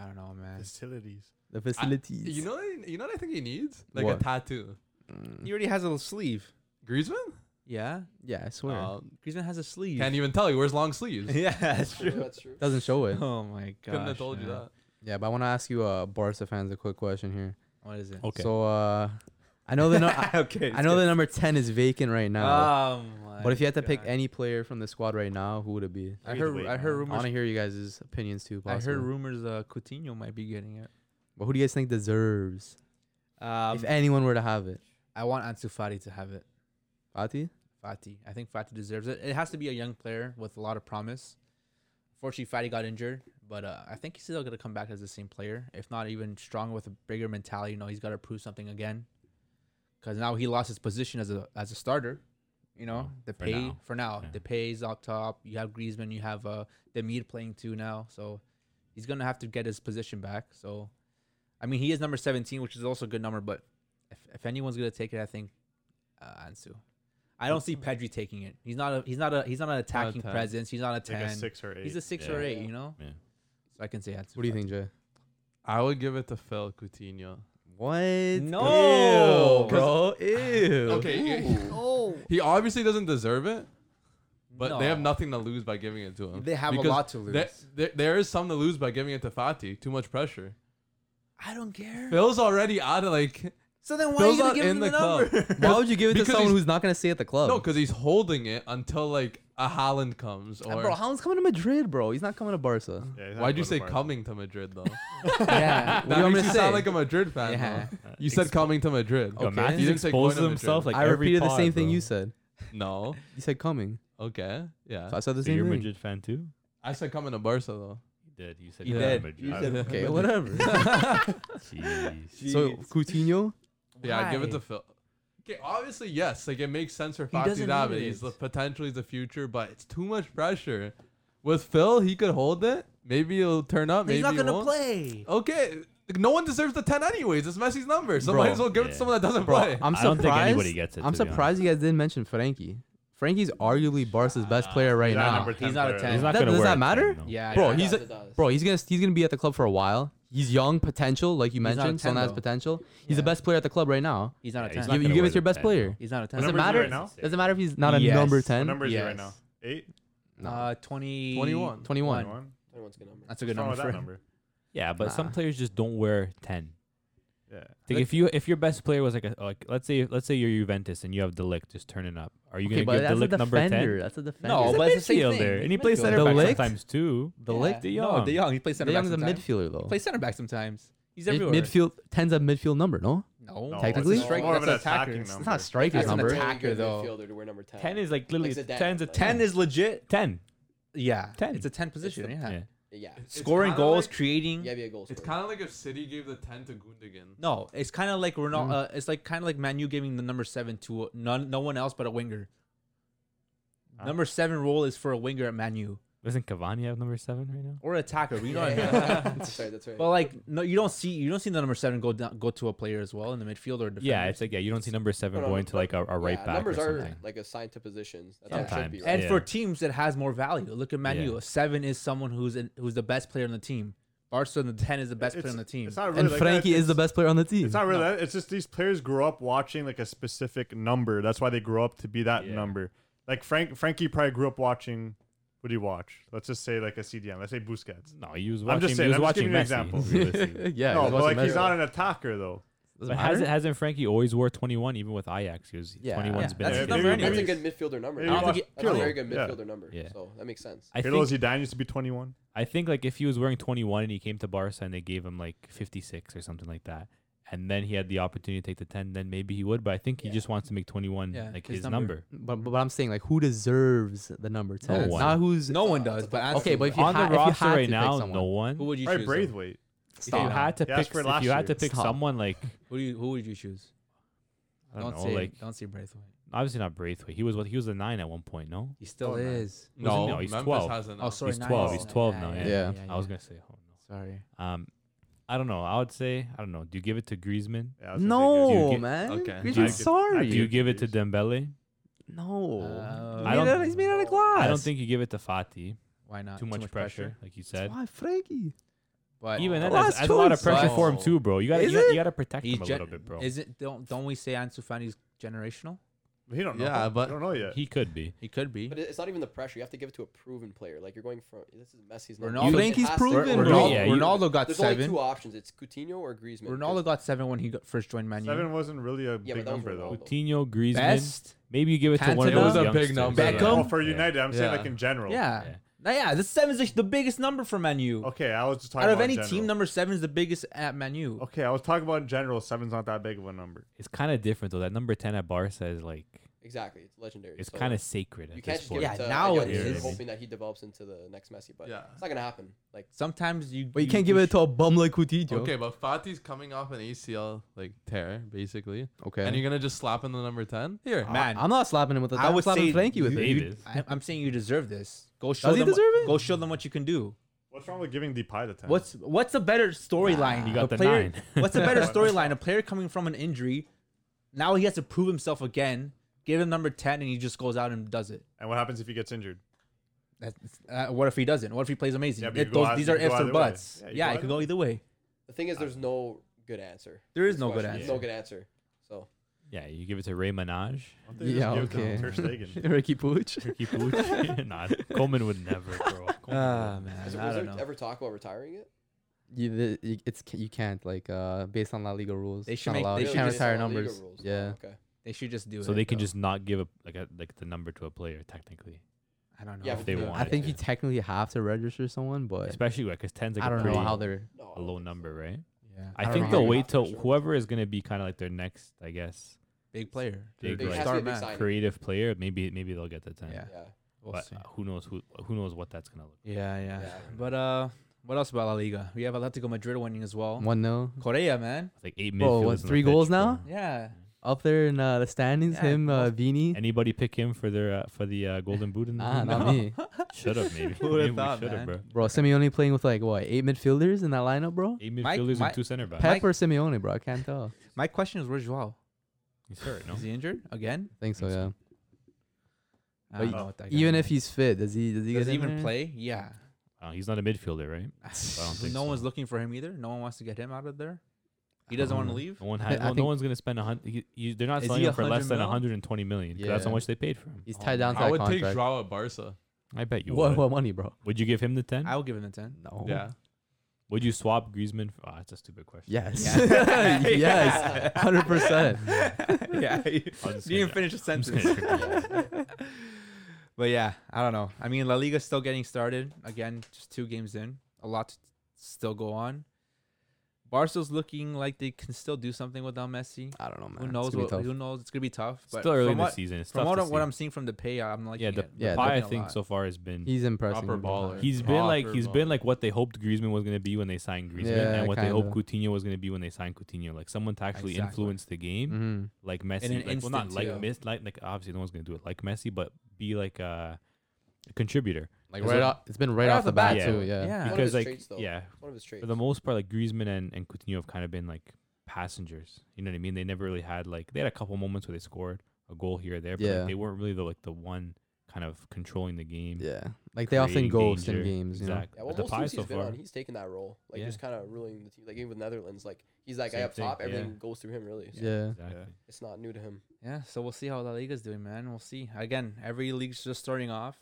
Speaker 1: don't know, man.
Speaker 2: Facilities.
Speaker 4: the facilities.
Speaker 6: You know, what I- you know what I think he needs? Like
Speaker 4: What?
Speaker 6: a tattoo.
Speaker 4: Mm.
Speaker 1: He already has a little sleeve.
Speaker 6: Griezmann?
Speaker 1: Yeah,
Speaker 4: yeah, I swear.
Speaker 1: Oh.
Speaker 6: Um,
Speaker 1: Griezmann has a sleeve.
Speaker 6: can't even tell. He wears long sleeves.
Speaker 1: yeah, that's
Speaker 3: Yeah,
Speaker 1: true.
Speaker 3: that's true.
Speaker 4: Doesn't show it.
Speaker 1: Oh my god.
Speaker 6: Couldn't have told you that.
Speaker 4: Yeah, but I want to ask you, uh, Barca fans, a quick question here.
Speaker 1: What is it?
Speaker 5: Okay.
Speaker 4: So uh, I know the no- I,
Speaker 1: okay.
Speaker 4: I know the number ten is vacant right now.
Speaker 1: Oh my.
Speaker 4: but if you had to pick
Speaker 1: God.
Speaker 4: any player from the squad right now, who would it be?
Speaker 1: I
Speaker 2: Either
Speaker 1: heard
Speaker 2: way,
Speaker 1: I heard
Speaker 2: man.
Speaker 4: I want
Speaker 1: rumors.
Speaker 4: to hear you guys' opinions too.
Speaker 1: I
Speaker 4: Possible.
Speaker 1: heard rumors uh, Coutinho might be getting it.
Speaker 4: But who do you guys think deserves?
Speaker 1: Um,
Speaker 4: if anyone were to have it,
Speaker 1: I want Ansu Fati to have it.
Speaker 4: Fati.
Speaker 1: Fati. I think Fati deserves it. It has to be a young player with a lot of promise. Fortunately, Fati got injured, but uh, I think he's still gonna come back as the same player, if not even stronger with a bigger mentality. You know, he's got to prove something again, because now he lost his position as a as a starter. You know,
Speaker 5: Well,
Speaker 1: the
Speaker 5: Mm, for
Speaker 1: pay
Speaker 5: now.
Speaker 1: for now,
Speaker 5: Yeah.
Speaker 1: the pay is up top. You have Griezmann, you have uh Demir playing too now, so he's gonna have to get his position back. So, I mean, he is number seventeen, which is also a good number, but if if anyone's gonna take it, I think uh, Ansu. I don't see Pedri taking it. He's not a he's not a he's not an attacking
Speaker 6: 10.
Speaker 1: presence. He's not a
Speaker 2: Like
Speaker 1: ten.
Speaker 2: a six or eight.
Speaker 1: he's a six
Speaker 5: Yeah.
Speaker 1: or eight.
Speaker 3: Yeah.
Speaker 1: You know.
Speaker 5: Yeah.
Speaker 1: So I can say Ansu.
Speaker 4: What do you think, Jay?
Speaker 6: I would give it to Phil Coutinho.
Speaker 4: What?
Speaker 1: No.
Speaker 4: Ew, bro. Ew.
Speaker 6: Okay.
Speaker 1: Oh,
Speaker 6: He obviously doesn't deserve it, but they have
Speaker 1: No.
Speaker 6: nothing to lose by giving it to him.
Speaker 1: They have a
Speaker 6: Because
Speaker 1: lot to lose.
Speaker 6: There, there, there is some to lose by giving it to Fati. Too much pressure.
Speaker 1: I don't care.
Speaker 6: Phil's already out of like
Speaker 1: So then why
Speaker 6: Phil's
Speaker 1: are you
Speaker 6: not
Speaker 1: gonna give
Speaker 6: in
Speaker 1: him
Speaker 6: the
Speaker 1: the,
Speaker 6: club.
Speaker 1: number?
Speaker 4: Why would you give it to
Speaker 6: Because
Speaker 4: someone
Speaker 6: he's-
Speaker 4: who's not gonna stay at the club?
Speaker 6: no, because he's holding it until like a Holland comes
Speaker 4: Uh,
Speaker 6: or.
Speaker 4: bro, Holland's coming to Madrid, bro. He's not coming to Barca.
Speaker 2: Yeah, he's not
Speaker 6: Why'd you
Speaker 2: going to
Speaker 6: say
Speaker 2: Barca.
Speaker 6: coming to Madrid though?
Speaker 4: yeah. What do
Speaker 6: That
Speaker 4: you want me
Speaker 6: makes
Speaker 4: to
Speaker 6: you
Speaker 4: say?
Speaker 6: sound like a Madrid fan.
Speaker 4: Yeah.
Speaker 6: though. You said coming to Madrid.
Speaker 4: Okay.
Speaker 5: Matthews
Speaker 6: You didn't say
Speaker 5: exposes
Speaker 6: Koinoman
Speaker 5: himself
Speaker 6: Madrid.
Speaker 5: like
Speaker 4: I
Speaker 5: every
Speaker 4: repeated the
Speaker 5: pod,
Speaker 4: same thing
Speaker 5: bro.
Speaker 4: you said.
Speaker 6: No.
Speaker 4: You said coming.
Speaker 6: Okay. Yeah.
Speaker 4: So I said the
Speaker 5: So
Speaker 4: same
Speaker 5: you're a
Speaker 4: thing.
Speaker 5: Madrid fan too?
Speaker 6: I said coming to Barca though.
Speaker 5: You did. You said
Speaker 6: You
Speaker 5: you're a
Speaker 6: did.
Speaker 5: Madrid
Speaker 1: You
Speaker 5: fan.
Speaker 1: said-
Speaker 4: Okay, whatever.
Speaker 5: Jeez.
Speaker 4: so Coutinho,
Speaker 6: Yeah, I'd give it
Speaker 1: Why?
Speaker 6: to Phil. Okay, obviously yes, like it makes sense for
Speaker 1: He
Speaker 6: Fati
Speaker 1: doesn't
Speaker 6: to have
Speaker 1: need
Speaker 6: it.
Speaker 1: it.
Speaker 6: He's the potentially the future, but it's too much pressure. With Phil, he could hold it. Maybe he'll turn up. Maybe
Speaker 1: He's not
Speaker 6: he
Speaker 1: gonna
Speaker 6: won't.
Speaker 1: play.
Speaker 6: Okay, no one deserves the ten anyways. It's Messi's number, so
Speaker 4: Bro,
Speaker 6: might as well give it
Speaker 5: yeah.
Speaker 6: to someone that doesn't
Speaker 4: bro.
Speaker 6: play.
Speaker 4: I'm surprised.
Speaker 5: I don't think anybody gets it,
Speaker 4: I'm
Speaker 5: to be honest.
Speaker 4: surprised you guys didn't mention Frankie. Frankie's arguably Barca's best player right
Speaker 2: He's not
Speaker 4: now.
Speaker 2: number 10
Speaker 1: not a
Speaker 2: player.
Speaker 1: 10.
Speaker 5: He's not
Speaker 4: That-
Speaker 5: gonna
Speaker 4: does
Speaker 5: wear
Speaker 4: that
Speaker 5: it,
Speaker 4: matter?
Speaker 5: no.
Speaker 1: Yeah,
Speaker 4: Bro,
Speaker 1: yeah.
Speaker 4: he's a, bro. He's gonna he's gonna be at the club for a while. He's young, potential, like you
Speaker 1: He's not a
Speaker 4: mentioned.
Speaker 1: 10
Speaker 4: Someone has
Speaker 1: though.
Speaker 4: potential. He's the
Speaker 1: Yeah.
Speaker 4: best player at the club right now.
Speaker 1: he's not
Speaker 5: Yeah,
Speaker 1: a
Speaker 5: he's
Speaker 1: ten.
Speaker 5: not
Speaker 4: You, you
Speaker 5: gonna
Speaker 4: give
Speaker 5: wear
Speaker 4: it to your
Speaker 5: the
Speaker 4: best
Speaker 5: 10,
Speaker 4: player.
Speaker 1: He's not a ten.
Speaker 2: number
Speaker 4: Doesn't
Speaker 2: is he
Speaker 4: matter.
Speaker 2: right now?
Speaker 4: Doesn't matter if he's not a
Speaker 1: Yes.
Speaker 4: number
Speaker 1: What
Speaker 4: ten.
Speaker 2: What number is he
Speaker 1: Yes.
Speaker 2: right now? Eight?
Speaker 4: No.
Speaker 1: Uh, 20,
Speaker 6: 21.
Speaker 4: 21.
Speaker 2: One?
Speaker 3: Everyone's good number.
Speaker 1: That's a
Speaker 2: What's
Speaker 1: good
Speaker 2: wrong
Speaker 1: number
Speaker 2: with
Speaker 1: for
Speaker 2: that
Speaker 1: him.
Speaker 2: number?
Speaker 5: Yeah, but some
Speaker 4: Nah.
Speaker 5: players just don't wear ten.
Speaker 2: Yeah.
Speaker 5: Like if you if your best player was like a like let's say let's say you're Juventus and you have Delict just turning up, are you
Speaker 4: Okay,
Speaker 5: gonna
Speaker 4: but
Speaker 5: give
Speaker 4: that's a
Speaker 5: Delict number
Speaker 4: defender.
Speaker 5: ten?
Speaker 4: That's a defender.
Speaker 1: No,
Speaker 5: He's a
Speaker 1: but it's the same
Speaker 5: midfielder,
Speaker 1: thing.
Speaker 5: and he plays
Speaker 1: Midfield.
Speaker 5: center back
Speaker 4: Delict?
Speaker 5: sometimes too.
Speaker 4: The Ligt?
Speaker 5: De
Speaker 1: No,
Speaker 5: Jong.
Speaker 1: De Jong. He plays
Speaker 4: De
Speaker 1: center back
Speaker 4: Jong's a
Speaker 1: sometimes.
Speaker 4: midfielder though.
Speaker 1: He plays center back sometimes. He's
Speaker 4: Mid-
Speaker 1: everywhere.
Speaker 4: midfield ten's a midfield number, no?
Speaker 1: No,
Speaker 2: No,
Speaker 4: Technically?
Speaker 1: That's
Speaker 2: it's
Speaker 1: a striker.
Speaker 2: more of an
Speaker 1: That's an attacker.
Speaker 2: attacking number.
Speaker 4: It's not a striker's
Speaker 1: That's an
Speaker 4: number.
Speaker 1: attack. attacker,
Speaker 3: Really good
Speaker 1: though.
Speaker 3: Midfielder to wear number ten.
Speaker 5: Ten is like literally
Speaker 3: Like Zidane,
Speaker 5: ten's a
Speaker 3: like-
Speaker 5: ten is
Speaker 1: legit.
Speaker 5: ten.
Speaker 1: Yeah,
Speaker 5: 10.
Speaker 1: It's a ten position.
Speaker 5: the-
Speaker 1: yeah.
Speaker 5: yeah.
Speaker 3: yeah.
Speaker 1: scoring
Speaker 6: kinda
Speaker 1: goals,
Speaker 6: like-
Speaker 1: creating.
Speaker 3: Yeah, be a goal
Speaker 6: It's
Speaker 3: scorer.
Speaker 6: kind of like if City gave the ten to Gundogan.
Speaker 1: No, it's kind of like Ronaldo.
Speaker 4: Mm.
Speaker 1: Uh, it's like kind of like Manu giving the number seven to none, no one else but a winger.
Speaker 2: Huh?
Speaker 1: Number seven role is for a winger at Manu
Speaker 5: Doesn't Cavani have number seven right now?
Speaker 1: or attacker. You know what I mean?
Speaker 3: Yeah, that's right. That's right.
Speaker 1: But like, no, you don't see you don't see the number seven go down, go to a player as well in the midfield or defense.
Speaker 5: Yeah, it's like yeah, you don't see number seven
Speaker 3: No, no,
Speaker 5: going to like a, a right
Speaker 3: yeah,
Speaker 5: back
Speaker 3: numbers
Speaker 5: or
Speaker 3: are
Speaker 5: something.
Speaker 3: like assigned to positions. That's how it should be,
Speaker 5: Sometimes.
Speaker 3: right?
Speaker 1: and for
Speaker 5: Yeah.
Speaker 1: teams it has more value. Look at Manu.
Speaker 5: Yeah.
Speaker 1: A seven is someone who's in, who's the best player on the team. Barcelona the ten is the best player on the team.
Speaker 2: It's not really
Speaker 4: And
Speaker 2: like
Speaker 4: Frankie
Speaker 2: that.
Speaker 4: is the best player on the team.
Speaker 2: It's not really that. It's just these players grow up watching like a specific number. That's why they grow up to be that
Speaker 5: Yeah.
Speaker 2: number. Like Frank, Frankie probably grew up watching. What do you watch? Let's just say like a CDM. Let's say Busquets.
Speaker 5: No, he was watching.
Speaker 2: I'm just saying,
Speaker 5: he was
Speaker 2: I'm just
Speaker 5: watching
Speaker 2: giving you an example.
Speaker 5: Messi. realistically.
Speaker 4: yeah,
Speaker 2: no,
Speaker 4: he's
Speaker 2: but
Speaker 4: watching
Speaker 2: like he's
Speaker 4: Messi.
Speaker 2: not an attacker though.
Speaker 4: Doesn't
Speaker 5: but
Speaker 4: matter.
Speaker 5: hasn't, hasn't Frankie always wore 21 even with Ajax? He was
Speaker 4: Yeah.
Speaker 5: 21's
Speaker 1: Yeah,
Speaker 5: been
Speaker 1: that's
Speaker 5: a
Speaker 1: his
Speaker 5: good-
Speaker 1: number
Speaker 2: maybe-
Speaker 1: anyway.
Speaker 3: That's a
Speaker 2: maybe-
Speaker 3: good midfielder number.
Speaker 2: maybe
Speaker 1: I don't
Speaker 2: watch
Speaker 1: think
Speaker 3: That's a
Speaker 2: Pirlo.
Speaker 3: very good
Speaker 2: Yeah.
Speaker 3: midfielder number.
Speaker 5: Yeah.
Speaker 3: So that makes sense.
Speaker 5: I
Speaker 2: Pirlo
Speaker 5: think
Speaker 2: Zidane used to be 21.
Speaker 5: I think like if he was wearing 21 and he came to Barca and they gave him like 56 or something like that, and then he had the opportunity to take the 10, then maybe he would. But I think he
Speaker 3: Yeah.
Speaker 5: just wants to make 21
Speaker 1: Yeah,
Speaker 5: like
Speaker 1: his
Speaker 5: his,
Speaker 1: number.
Speaker 5: number.
Speaker 4: But, but I'm saying like who deserves the number ten?
Speaker 5: one.
Speaker 4: Not who's
Speaker 1: no one does. But Ansu
Speaker 4: Okay, but if you
Speaker 5: On
Speaker 4: ha- if
Speaker 5: the
Speaker 4: you
Speaker 5: roster
Speaker 4: had to
Speaker 5: right
Speaker 4: pick
Speaker 5: now,
Speaker 4: someone,
Speaker 5: no one.
Speaker 1: who would you
Speaker 2: All
Speaker 1: choose?
Speaker 2: right,
Speaker 1: though?
Speaker 2: Braithwaite.
Speaker 5: if you had to
Speaker 2: He
Speaker 5: pick,
Speaker 2: asked for it
Speaker 5: if you
Speaker 2: last
Speaker 5: had to
Speaker 2: year.
Speaker 5: pick
Speaker 4: Stop.
Speaker 5: someone like
Speaker 1: Who do you who would you choose?
Speaker 5: I don't, know,
Speaker 1: say
Speaker 5: like
Speaker 1: don't say Braithwaite.
Speaker 5: obviously not Braithwaite. He was what he was a nine at one point. No,
Speaker 1: He still
Speaker 2: Oh, man.
Speaker 1: is.
Speaker 5: No, he's
Speaker 6: Memphis
Speaker 5: 12.
Speaker 6: Has enough.
Speaker 1: Oh, sorry.
Speaker 5: he's
Speaker 1: nine
Speaker 5: 12.
Speaker 1: is-
Speaker 5: He's 12 now.
Speaker 4: yeah,
Speaker 5: I was gonna say, oh
Speaker 1: Sorry.
Speaker 5: no. Um, I don't know. I would say I don't know. Do you give it to Griezmann?
Speaker 2: Yeah, I was gonna say
Speaker 4: No,
Speaker 5: get-
Speaker 4: man.
Speaker 7: okay.
Speaker 4: Griezmann's
Speaker 5: Do you get-
Speaker 4: sorry.
Speaker 5: Do you give it to Dembele?
Speaker 4: no.
Speaker 1: Uh,
Speaker 4: He
Speaker 5: I
Speaker 4: made
Speaker 5: don't-
Speaker 4: out of- he's made out of glass.
Speaker 5: I don't think you give it to Fati.
Speaker 1: Why not?
Speaker 5: Too much, pressure, like you said.
Speaker 4: Why, Frankie?
Speaker 1: But
Speaker 5: Even then,
Speaker 4: The
Speaker 5: that's,
Speaker 4: last
Speaker 5: that's a lot of
Speaker 4: choice.
Speaker 5: pressure
Speaker 1: Wow.
Speaker 5: for him too, bro. You gotta
Speaker 4: Is
Speaker 5: you, gotta-
Speaker 4: it?
Speaker 5: you gotta protect
Speaker 1: he's
Speaker 5: him a
Speaker 1: gen-
Speaker 5: little bit, bro.
Speaker 1: Is it? Don't don't we say Ansu Fati's generational?
Speaker 2: He don't know.
Speaker 6: Yeah, but-
Speaker 2: he don't know yet.
Speaker 5: He could be.
Speaker 1: He could be.
Speaker 3: But it- it's not even the pressure. You have to give it to a proven player. Like you're going from this is Messi's not.
Speaker 1: Ronaldo- You
Speaker 4: think he's
Speaker 3: It has to be
Speaker 4: proven,
Speaker 3: Ronaldo.
Speaker 5: bro?
Speaker 1: Ronaldo,
Speaker 5: Yeah, you-
Speaker 1: Ronaldo got
Speaker 3: There's only
Speaker 1: seven.
Speaker 3: two options. It's Coutinho or Griezmann.
Speaker 1: Ronaldo got seven when he got, first joined Man U.
Speaker 2: Seven wasn't really a
Speaker 3: Yeah, but
Speaker 2: big
Speaker 3: that was
Speaker 2: number though.
Speaker 3: Ronaldo.
Speaker 5: Coutinho, Griezmann.
Speaker 1: Best.
Speaker 5: Maybe you give it to one of
Speaker 1: Cantona. It
Speaker 5: those
Speaker 1: was
Speaker 6: a big
Speaker 5: youngsters.
Speaker 6: number.
Speaker 1: Beckham.
Speaker 2: Oh, for
Speaker 5: Yeah.
Speaker 2: United, I'm saying
Speaker 6: Yeah.
Speaker 2: like in general.
Speaker 1: Yeah.
Speaker 5: Yeah.
Speaker 1: Nah, yeah, the seven's the, the biggest number for Man U.
Speaker 2: Okay, I was just talking
Speaker 1: Out of
Speaker 2: about
Speaker 1: any
Speaker 2: in
Speaker 1: team,
Speaker 2: general.
Speaker 1: number seven is the biggest at Man U.
Speaker 2: Okay, I was talking about in general. Seven's not that big of a number.
Speaker 5: It's kind of different though. That number ten at Barca is like
Speaker 3: Exactly. It's legendary.
Speaker 5: it's
Speaker 3: So
Speaker 5: kind of sacred.
Speaker 3: You
Speaker 5: at
Speaker 3: can't just
Speaker 5: this
Speaker 3: give
Speaker 5: point.
Speaker 3: it
Speaker 1: Yeah,
Speaker 3: to a
Speaker 1: now it
Speaker 3: youngster
Speaker 5: is.
Speaker 3: hoping that he develops into the next Messi, but
Speaker 6: Yeah.
Speaker 3: it's not gonna happen. Like
Speaker 1: Sometimes you.
Speaker 4: But you can't give it to a bum like Coutinho.
Speaker 6: Okay, but Fati's coming off an ACL like tear basically,
Speaker 4: Okay.
Speaker 6: and you're gonna just slap in the number ten here.
Speaker 1: Man,
Speaker 4: I'm not slapping him with it.
Speaker 1: I
Speaker 4: I'm
Speaker 1: would
Speaker 4: slapping
Speaker 1: say
Speaker 4: Frankie with it.
Speaker 5: Davis.
Speaker 1: I, I'm saying you deserve this. Go show them.
Speaker 4: he
Speaker 1: what-
Speaker 4: deserve it?
Speaker 1: Go show them what you can do.
Speaker 2: What's wrong with giving Depay the ten?
Speaker 1: What's what's a better storyline?
Speaker 5: You got
Speaker 1: A
Speaker 5: the
Speaker 1: player-
Speaker 5: nine.
Speaker 1: what's a better storyline? A player coming from an injury, now he has to prove himself again. Give him number ten, and he just goes out and does it.
Speaker 2: and what happens if he gets injured?
Speaker 1: That's, uh, what if he doesn't? What if he plays amazing?
Speaker 2: Yeah, but
Speaker 1: It-
Speaker 2: you go
Speaker 1: those,
Speaker 2: out-
Speaker 1: these
Speaker 2: you
Speaker 1: are
Speaker 2: go
Speaker 1: ifs or
Speaker 2: either way.
Speaker 1: buts.
Speaker 2: Yeah, you
Speaker 1: Yeah,
Speaker 2: go
Speaker 1: it could go either way.
Speaker 3: the thing is, there's no good answer.
Speaker 1: There
Speaker 3: to
Speaker 1: is
Speaker 3: this
Speaker 1: no good
Speaker 3: question.
Speaker 1: answer.
Speaker 3: There's no good answer. So
Speaker 5: Yeah, you give it to Ray Minaj.
Speaker 2: Why don't they just
Speaker 4: Yeah,
Speaker 2: give it to
Speaker 4: okay.
Speaker 2: Ter Stegen?
Speaker 4: Ricky Pooch.
Speaker 5: Ricky Puig. nah, Coleman would never, bro. Coleman
Speaker 4: Ah,
Speaker 5: would-
Speaker 1: man,
Speaker 3: was,
Speaker 1: I
Speaker 3: was
Speaker 1: don't
Speaker 3: there
Speaker 1: know.
Speaker 3: ever talk about retiring it?
Speaker 4: You, the- you- it's you can't like uh based on La Liga rules.
Speaker 1: They
Speaker 4: it's
Speaker 1: should
Speaker 4: not
Speaker 1: make-
Speaker 4: allowed.
Speaker 1: they
Speaker 4: you
Speaker 1: should
Speaker 4: can't
Speaker 1: just
Speaker 4: retire
Speaker 3: La Liga
Speaker 4: numbers.
Speaker 3: rules. Oh,
Speaker 4: Yeah.
Speaker 3: Okay.
Speaker 1: They should just do it.
Speaker 5: so they can
Speaker 1: though.
Speaker 5: just not give a like a, like the number to a player technically,
Speaker 1: I don't know.
Speaker 3: Yeah,
Speaker 1: if
Speaker 3: but
Speaker 5: they
Speaker 1: do it.
Speaker 5: want
Speaker 4: I
Speaker 5: it
Speaker 4: think
Speaker 5: to.
Speaker 4: you technically have to register someone, but
Speaker 5: especially because ten's like
Speaker 4: I
Speaker 5: a
Speaker 4: don't
Speaker 5: pretty
Speaker 4: know how they're.
Speaker 3: No. I
Speaker 5: a
Speaker 3: don't
Speaker 5: low
Speaker 3: think so.
Speaker 5: number, right?
Speaker 1: Yeah,
Speaker 5: I,
Speaker 4: I don't
Speaker 5: think
Speaker 4: know
Speaker 5: they'll
Speaker 4: how
Speaker 5: wait till
Speaker 3: they-
Speaker 5: whoever is gonna be kind of like their next, I guess,
Speaker 1: big player.
Speaker 5: Big
Speaker 1: Big
Speaker 5: player.
Speaker 1: star
Speaker 3: Has to be a
Speaker 1: man.
Speaker 3: big sign.
Speaker 5: creative player. Maybe maybe they'll get the ten.
Speaker 1: Yeah.
Speaker 3: Yeah.
Speaker 1: We'll
Speaker 5: but
Speaker 1: see.
Speaker 5: uh, who knows who who knows what that's gonna look.
Speaker 1: Yeah, yeah,
Speaker 3: Yeah.
Speaker 1: But uh, what else about La Liga? We have Atletico Madrid winning as well.
Speaker 4: One 0
Speaker 1: Korea, man.
Speaker 5: It's like eight midfielders.
Speaker 4: Whoa, what,
Speaker 5: on the
Speaker 4: three goals
Speaker 5: pitch, bro.
Speaker 4: now?
Speaker 1: Yeah.
Speaker 4: up there in uh, the standings.
Speaker 1: Yeah,
Speaker 4: him, uh,
Speaker 1: most-
Speaker 4: Vini.
Speaker 5: Anybody pick him for their uh, for the uh, golden boot? In the
Speaker 4: Nah, not me,
Speaker 5: Should have maybe.
Speaker 1: Who would've
Speaker 5: Maybe we
Speaker 1: thought,
Speaker 5: should've,
Speaker 1: man?
Speaker 5: bro.
Speaker 4: bro. Simeone playing with like what eight midfielders in that lineup, bro.
Speaker 5: Eight
Speaker 1: Mike-
Speaker 5: midfielders
Speaker 1: Mike-
Speaker 5: and two center backs.
Speaker 4: Pep or Simeone, bro. I can't tell.
Speaker 1: My question is, where's Joao?
Speaker 5: He's hurt, no?
Speaker 1: Is he injured again?
Speaker 4: I think so, yeah.
Speaker 1: I
Speaker 4: But
Speaker 1: don't
Speaker 2: y-
Speaker 1: know what that guy
Speaker 4: Even
Speaker 1: is.
Speaker 4: if he's fit, does he? Does he,
Speaker 1: does
Speaker 4: get
Speaker 1: he
Speaker 4: in
Speaker 1: even
Speaker 4: there?
Speaker 1: play, yeah.
Speaker 5: Uh, he's not a midfielder, right?
Speaker 1: I
Speaker 5: don't think
Speaker 1: no
Speaker 5: so.
Speaker 1: one's looking for him either. No one wants to get him out of there. He
Speaker 4: I don't
Speaker 1: doesn't want to
Speaker 4: know.
Speaker 1: leave.
Speaker 5: No one
Speaker 4: I
Speaker 5: has.
Speaker 4: thi- I
Speaker 5: no, no
Speaker 4: think-
Speaker 5: one's gonna spend a hundred. He, you, they're not
Speaker 1: Is
Speaker 5: selling
Speaker 1: he
Speaker 5: him for
Speaker 1: 100
Speaker 5: less than
Speaker 1: mil?
Speaker 5: 120 million. 'cause That's how
Speaker 4: Yeah.
Speaker 5: much they paid for him.
Speaker 4: He's
Speaker 1: Oh
Speaker 4: tied
Speaker 1: my
Speaker 4: down to
Speaker 6: I
Speaker 4: that
Speaker 6: would
Speaker 4: contract.
Speaker 6: take Joao at Barca.
Speaker 5: I bet you
Speaker 4: what,
Speaker 5: would.
Speaker 4: what money, bro?
Speaker 5: Would you give him the 10?
Speaker 1: I will give him the ten.
Speaker 4: No.
Speaker 6: Yeah.
Speaker 5: Would you swap Griezmann? For, oh, that's a stupid question.
Speaker 4: Yes.
Speaker 1: Yeah.
Speaker 4: yes. Hundred percent.
Speaker 1: yeah, you
Speaker 5: I'm just
Speaker 1: didn't
Speaker 5: gonna-
Speaker 1: finish a
Speaker 5: I'm just gonna
Speaker 1: sentence. but yeah, I don't know. I mean, La Liga's still getting started again. Just two games in, a lot to still go on. Barca's looking like they can still do something without Messi.
Speaker 4: I don't know, man.
Speaker 1: who
Speaker 4: It's
Speaker 1: knows?
Speaker 4: gonna be
Speaker 1: What,
Speaker 4: tough.
Speaker 1: who knows? It's gonna be tough. But
Speaker 5: Still early
Speaker 1: from
Speaker 5: in the
Speaker 1: what,
Speaker 5: season. It's
Speaker 1: From
Speaker 5: tough
Speaker 1: what,
Speaker 5: to
Speaker 1: I'm- what
Speaker 5: see.
Speaker 1: I'm seeing from the pay, I'm like,
Speaker 5: yeah, the,
Speaker 4: Yeah,
Speaker 5: the
Speaker 4: the-
Speaker 5: pie I
Speaker 1: definitely a
Speaker 5: think
Speaker 1: lot.
Speaker 5: so far has been.
Speaker 4: He's impressing.
Speaker 6: Proper
Speaker 4: me.
Speaker 6: baller.
Speaker 5: He's been like
Speaker 6: Proper
Speaker 5: he's
Speaker 6: baller.
Speaker 5: been like what they hoped Griezmann was gonna be when they signed Griezmann,
Speaker 4: Yeah,
Speaker 5: and what they hoped
Speaker 4: kinda.
Speaker 5: Coutinho was gonna be when they signed Coutinho. Like someone to actually
Speaker 1: Exactly.
Speaker 5: influence the
Speaker 4: Mhm.
Speaker 5: game, like Messi.
Speaker 1: an
Speaker 5: like, well, not
Speaker 1: instant,
Speaker 5: like
Speaker 1: too.
Speaker 5: Messi. Like, like obviously no one's gonna do it like Messi, but be like uh, a contributor.
Speaker 4: Like
Speaker 5: Is
Speaker 4: right
Speaker 5: it-
Speaker 4: off. It's been right, off the bat
Speaker 5: yeah.
Speaker 4: too. Yeah.
Speaker 1: yeah,
Speaker 3: One of
Speaker 5: Because,
Speaker 3: his
Speaker 5: like,
Speaker 3: traits, though.
Speaker 5: yeah.
Speaker 3: It's one of his traits.
Speaker 5: For the most part, like Griezmann and, and Coutinho have kind of been like passengers. You know what I mean? They never really had like they had a couple moments where they scored a goal here or there, but like,
Speaker 4: Yeah.
Speaker 5: they weren't really the like the one kind of controlling the game.
Speaker 4: Yeah. Like they often
Speaker 5: creating
Speaker 4: ghost in
Speaker 5: danger.
Speaker 4: games. You know?
Speaker 5: Exactly.
Speaker 3: Yeah, well,
Speaker 5: But the
Speaker 3: most
Speaker 5: pie
Speaker 3: teams
Speaker 5: so
Speaker 3: he's been
Speaker 5: far.
Speaker 3: on, he's taken that role, like
Speaker 5: Yeah.
Speaker 3: just kind of ruling the team. Like even with Netherlands, like he's that guy
Speaker 5: Same
Speaker 3: up
Speaker 5: thing,
Speaker 3: top.
Speaker 5: yeah.
Speaker 3: Everything goes through him, really. So
Speaker 4: Yeah.
Speaker 5: Exactly.
Speaker 2: Yeah.
Speaker 3: It's not new to him.
Speaker 1: yeah. So we'll see how La Liga's doing, man. We'll see. Again, every league's just starting off.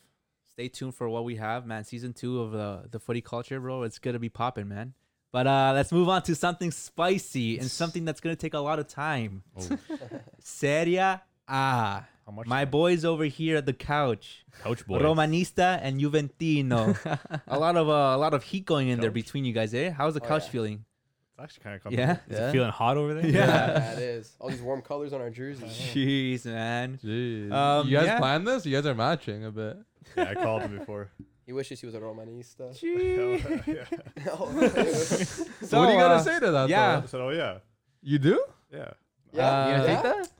Speaker 1: Stay tuned for what we have, man. Season two of uh, the the footy culture, bro. It's gonna be popping, man. But uh, let's move on to something spicy and something that's gonna take a lot of time.
Speaker 5: Oh,
Speaker 1: Serie A.
Speaker 2: How much?
Speaker 1: My boys over here at the couch,
Speaker 5: Couch boy.
Speaker 1: Romanista and Juventino. a lot of uh, a lot of heat going in there
Speaker 2: Couch.
Speaker 1: between you guys, eh? How's the
Speaker 3: Oh,
Speaker 1: couch
Speaker 3: yeah.
Speaker 1: feeling?
Speaker 2: It's actually kind of
Speaker 1: Yeah.
Speaker 2: comfortable.
Speaker 4: Yeah.
Speaker 5: Feeling hot over there?
Speaker 1: Yeah.
Speaker 3: yeah, it is. All these warm colors on our jerseys.
Speaker 1: Jeez, man.
Speaker 6: Jeez.
Speaker 1: Um,
Speaker 6: you guys
Speaker 1: yeah.
Speaker 6: planned this? You guys are matching a bit.
Speaker 2: Yeah. I called him before.
Speaker 3: He wishes he was a Romanista.
Speaker 2: yeah.
Speaker 1: So,
Speaker 6: what do you gotta
Speaker 1: uh,
Speaker 6: say to that?
Speaker 1: yeah.
Speaker 6: though?
Speaker 2: I said, oh yeah,
Speaker 6: You do?
Speaker 2: yeah.
Speaker 3: yeah,
Speaker 1: Uh,
Speaker 3: you
Speaker 1: you
Speaker 3: guys
Speaker 1: gonna take
Speaker 3: got
Speaker 1: that?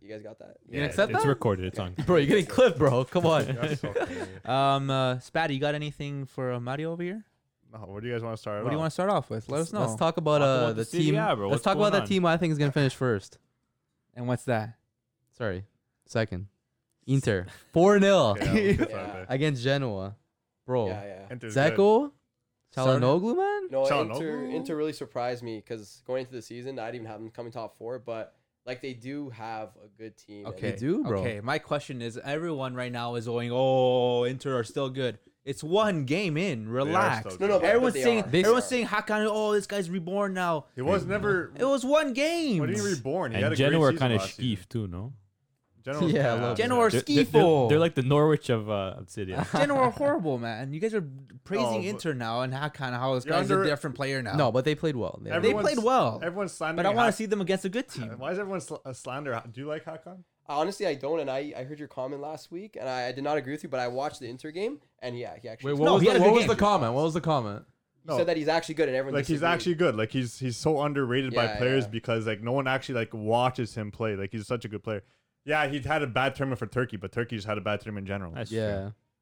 Speaker 3: You guys got that?
Speaker 5: Yeah,
Speaker 6: accept
Speaker 5: it's
Speaker 6: that?
Speaker 5: recorded. It's on.
Speaker 4: Bro, you're getting
Speaker 1: Oh,
Speaker 4: clipped, bro. Come on.
Speaker 2: That's so funny.
Speaker 1: Um, uh, Spat, you got anything for uh, Mario over here?
Speaker 2: No, what do you guys want to start?
Speaker 1: What do you want to start off with? Let us know.
Speaker 4: Let's talk about
Speaker 5: Talk
Speaker 4: uh
Speaker 5: about
Speaker 4: the
Speaker 5: the Serie
Speaker 4: team.
Speaker 5: A, bro.
Speaker 4: Let's
Speaker 5: What's
Speaker 4: talk about
Speaker 5: going
Speaker 4: that
Speaker 5: on?
Speaker 4: team. I think is gonna finish first.
Speaker 1: and what's that?
Speaker 4: Sorry, second. Inter four 0
Speaker 3: Yeah.
Speaker 4: against Genoa, bro.
Speaker 3: Yeah, yeah.
Speaker 4: Zeko, Chalanoglu, man.
Speaker 3: No,
Speaker 2: Chalano.
Speaker 3: Inter, Inter really surprised me because going into the season, I'd even have them coming top four, but like they do have a good team. and
Speaker 1: Okay,
Speaker 4: do, bro.
Speaker 1: Okay, my question is: Everyone right now is going, "Oh, Inter are still good." It's one game in. Relax.
Speaker 2: still No, no, good. but-
Speaker 1: everyone's
Speaker 3: but they
Speaker 1: saying
Speaker 3: are. They
Speaker 1: everyone's
Speaker 3: are.
Speaker 1: saying Hakan. Oh, this guy's reborn now.
Speaker 2: It was never.
Speaker 1: It was one game.
Speaker 2: What do you mean reborn? He had
Speaker 5: and
Speaker 2: a great
Speaker 5: Genoa are
Speaker 2: season
Speaker 5: kind of
Speaker 2: last season.
Speaker 5: skeef too, no?
Speaker 2: Genoa was
Speaker 4: Yeah,
Speaker 2: kinda
Speaker 4: a little
Speaker 2: ass,
Speaker 1: Genoa
Speaker 2: yeah.
Speaker 1: are
Speaker 5: They're,
Speaker 1: They're-
Speaker 5: they're,
Speaker 1: Skifo.
Speaker 5: like the Norwich of uh, Obsidian.
Speaker 1: Genoa are horrible, man. You guys are praising
Speaker 2: Oh, but-
Speaker 1: Inter now and Hakan. How this
Speaker 2: You're
Speaker 1: guy's
Speaker 2: under-
Speaker 1: a different player now.
Speaker 4: No, but they played well. They-
Speaker 1: they
Speaker 2: Everyone's-
Speaker 1: played well.
Speaker 2: Everyone's slandering.
Speaker 1: But I want
Speaker 2: Hak-
Speaker 1: to see them against a good team.
Speaker 2: Why is everyone sl- uh, slander? Do you like Hakan?
Speaker 3: Honestly, I don't, and I, I heard your comment last week, and I, I did not agree with you, but I watched the Inter game, and yeah, he actually
Speaker 7: Wait,
Speaker 3: he
Speaker 7: what,
Speaker 1: No,
Speaker 7: was,
Speaker 1: he
Speaker 7: the,
Speaker 1: had a
Speaker 7: what
Speaker 1: good
Speaker 7: was
Speaker 1: game.
Speaker 7: the comment? What was the comment?
Speaker 2: No.
Speaker 3: said that he's actually good, and everyone
Speaker 2: Like he's
Speaker 3: disagreed.
Speaker 2: actually good. Like he's he's so underrated by
Speaker 3: Yeah,
Speaker 2: players
Speaker 3: yeah.
Speaker 2: because like no one actually like watches him play. Like he's such a good player. Yeah, he had a bad tournament for Turkey, but Turkey just had a bad tournament in general.
Speaker 5: That's true.
Speaker 4: yeah,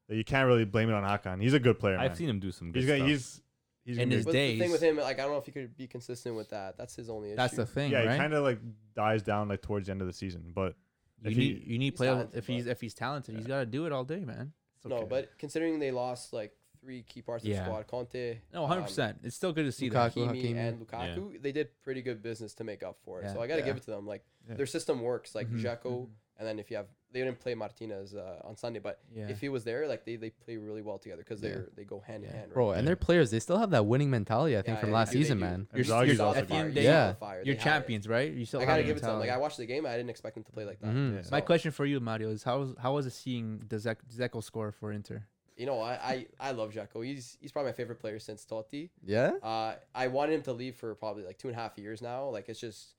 Speaker 2: Like, you can't really blame it on Hakan. He's a good player.
Speaker 5: I've
Speaker 2: man.
Speaker 5: seen him do some good
Speaker 2: He's gonna,
Speaker 5: stuff.
Speaker 2: he's he's
Speaker 1: In
Speaker 2: gonna be
Speaker 1: his
Speaker 2: a-
Speaker 3: But the thing
Speaker 1: days.
Speaker 3: with him, like I don't know if he could be consistent with that. That's his only issue.
Speaker 1: That's the thing,
Speaker 2: yeah, he
Speaker 1: right?
Speaker 2: kind of like dies down like towards the end of the season. But
Speaker 1: you
Speaker 2: if
Speaker 1: need
Speaker 2: he-
Speaker 1: you need
Speaker 3: He's
Speaker 1: play
Speaker 3: talented,
Speaker 1: if he's
Speaker 3: but-
Speaker 1: if he's talented, he's got to do it all day, man.
Speaker 2: it's
Speaker 3: no,
Speaker 2: okay.
Speaker 3: but considering they lost like three key parts of
Speaker 1: Yeah.
Speaker 3: the squad, Conte,
Speaker 1: No, 100.
Speaker 3: um,
Speaker 1: percent It's still good to see that.
Speaker 4: Lukaku.
Speaker 3: Hakimi,
Speaker 4: Hakimi.
Speaker 3: and Lukaku, they did pretty good business to make up for it.
Speaker 1: Yeah.
Speaker 3: So I got to
Speaker 4: Yeah.
Speaker 3: give it to them. Like
Speaker 2: Yeah.
Speaker 3: their system works. Like
Speaker 1: Mhm.
Speaker 3: Dzeko, and then if you have, they didn't play Martinez uh, on Sunday, but
Speaker 1: Yeah.
Speaker 3: if he was there, like they, they play really well together because
Speaker 4: Yeah.
Speaker 3: they're they go hand in
Speaker 1: Yeah.
Speaker 3: hand.
Speaker 4: bro. And their players, they still have that winning mentality. I think
Speaker 3: Yeah,
Speaker 4: from
Speaker 3: yeah,
Speaker 4: last
Speaker 3: they do, they
Speaker 4: season,
Speaker 3: do.
Speaker 4: man.
Speaker 2: And
Speaker 1: You're-
Speaker 2: Zaghi's
Speaker 1: you're-
Speaker 2: also
Speaker 1: at the
Speaker 2: good.
Speaker 1: end of the day,
Speaker 4: Yeah.
Speaker 1: You're champions, right? You still
Speaker 3: I
Speaker 1: have
Speaker 3: gotta
Speaker 1: the
Speaker 3: give it to them. Like I
Speaker 1: mentality.
Speaker 3: watched the game, I didn't expect them to play like that.
Speaker 4: Mhm.
Speaker 3: So,
Speaker 1: My question for you, Mario, is how how was it seeing the Zek, Zeko score for Inter?
Speaker 3: you know, I I, I love Jacko. He's he's probably my favorite player since Totti.
Speaker 4: Yeah,
Speaker 3: Uh, I wanted him to leave for probably like two and a half years now. Like it's just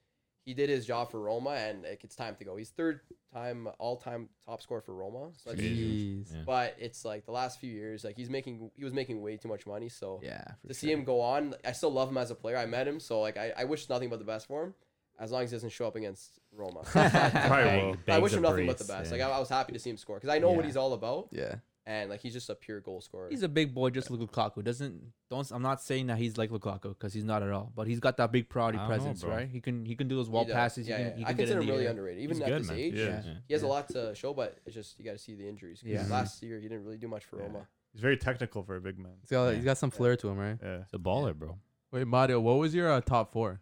Speaker 3: he did his job for Roma, and like it's time to go. He's third time all time top scorer for Roma. So that's huge.
Speaker 4: jeez.
Speaker 5: Yeah.
Speaker 3: But it's like the last few years, like he's making he was making way too much money. So
Speaker 1: Yeah, for sure.
Speaker 3: to see him go on, I still love him as a player. I met him, so like I, I wish nothing but the best for him, as long as he doesn't show up against Roma.
Speaker 2: Probably will.
Speaker 3: I
Speaker 5: Bags
Speaker 3: wish
Speaker 5: of
Speaker 3: him nothing but
Speaker 5: brace,
Speaker 3: the best.
Speaker 5: yeah.
Speaker 3: Like I, I was happy to see him score because I know what
Speaker 1: Yeah.
Speaker 3: he's all about,
Speaker 4: Yeah,
Speaker 3: and like he's just a pure goal scorer.
Speaker 1: He's a big boy, just like Lukaku. Doesn't don't. I'm not saying that he's like Lukaku because he's not at all, but he's got that big priority
Speaker 5: I don't know,
Speaker 1: presence,
Speaker 5: bro.
Speaker 1: right? He can he can do those
Speaker 3: He
Speaker 1: wall
Speaker 3: does.
Speaker 1: passes.
Speaker 3: Yeah,
Speaker 1: he
Speaker 3: yeah.
Speaker 1: can, he
Speaker 3: I
Speaker 1: can get
Speaker 3: consider
Speaker 1: in
Speaker 3: him
Speaker 1: the
Speaker 3: really
Speaker 1: air.
Speaker 3: underrated, even
Speaker 5: He's
Speaker 3: at
Speaker 5: good,
Speaker 3: this
Speaker 5: man.
Speaker 3: age.
Speaker 2: Yeah.
Speaker 3: He has a lot to show, but it's just you got to see the injuries. 'cause
Speaker 1: Yeah.
Speaker 3: last year he didn't really do much for
Speaker 2: Yeah.
Speaker 3: Roma.
Speaker 2: he's very technical for a big man.
Speaker 4: he's got
Speaker 5: Yeah.
Speaker 4: he's got some flair to him, right?
Speaker 2: Yeah.
Speaker 5: It's a baller, bro.
Speaker 7: Wait, Mario, what was your uh, top four?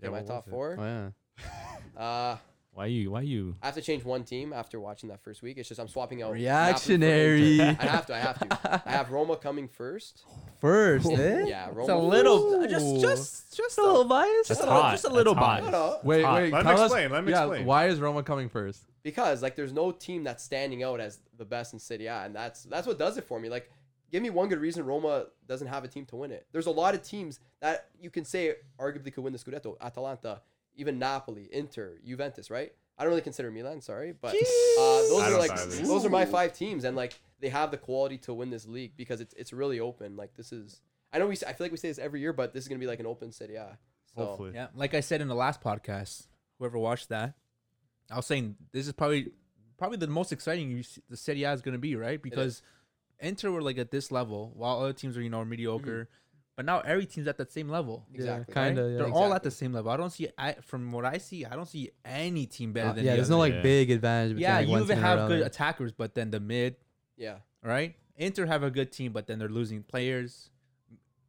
Speaker 3: Yeah, my
Speaker 2: what was
Speaker 3: top
Speaker 2: it?
Speaker 4: Oh
Speaker 3: four.
Speaker 4: yeah.
Speaker 3: Uh,
Speaker 5: Why you? Why you?
Speaker 3: I have to change one team after watching that first week. It's just I'm swapping out Napoli for Inter.
Speaker 4: Reactionary.
Speaker 3: I have to. I have to. I have Roma coming first.
Speaker 4: First, eh?
Speaker 3: Yeah, Roma.
Speaker 1: It's a little, uh, just just just a little bias, just
Speaker 5: That's
Speaker 1: a little,
Speaker 5: hot.
Speaker 1: just a little
Speaker 5: That's hot.
Speaker 1: bias.
Speaker 3: No, no.
Speaker 7: Wait,
Speaker 2: hot.
Speaker 7: wait.
Speaker 2: Let me
Speaker 7: tell us-
Speaker 2: explain, let me
Speaker 7: yeah,
Speaker 2: explain.
Speaker 7: Why is Roma coming first?
Speaker 3: because like there's no team that's standing out as the best in City, and that's that's what does it for me. Like, give me one good reason Roma doesn't have a team to win it. There's a lot of teams that you can say arguably could win the Scudetto: Atalanta, even Napoli, Inter, Juventus. Right? I don't really consider Milan, sorry, but uh, those
Speaker 2: I
Speaker 3: are
Speaker 2: don't
Speaker 3: like
Speaker 2: either.
Speaker 3: those are my five teams, and like they have the quality to win this league because it's it's really open. Like this is, I know we s- I feel like we say this every year, but this is gonna be like an open City. Yeah, so
Speaker 2: Hopefully.
Speaker 1: Yeah, like I said in the last podcast, whoever watched that, I was saying this is probably probably the most exciting you see, the Serie A is going to be, right? Because Inter were like at this level, while other teams are you know mediocre, but now every team's at that same level.
Speaker 3: exactly.
Speaker 4: kind-
Speaker 1: right?
Speaker 4: Mm-hmm. Kinda, yeah.
Speaker 1: They're all at
Speaker 3: Exactly.
Speaker 1: the same level. I don't see, I from what I see, I don't see any team better
Speaker 4: Uh,
Speaker 1: than
Speaker 4: yeah,
Speaker 1: the
Speaker 4: there's
Speaker 1: other.
Speaker 4: no like
Speaker 5: Yeah.
Speaker 4: big advantage. Between,
Speaker 1: yeah,
Speaker 4: like,
Speaker 1: you
Speaker 4: one
Speaker 1: even
Speaker 4: team or
Speaker 1: have good
Speaker 4: another.
Speaker 1: attackers, but then the mid,
Speaker 3: Yeah.
Speaker 1: right? Inter have a good team, but then they're losing players.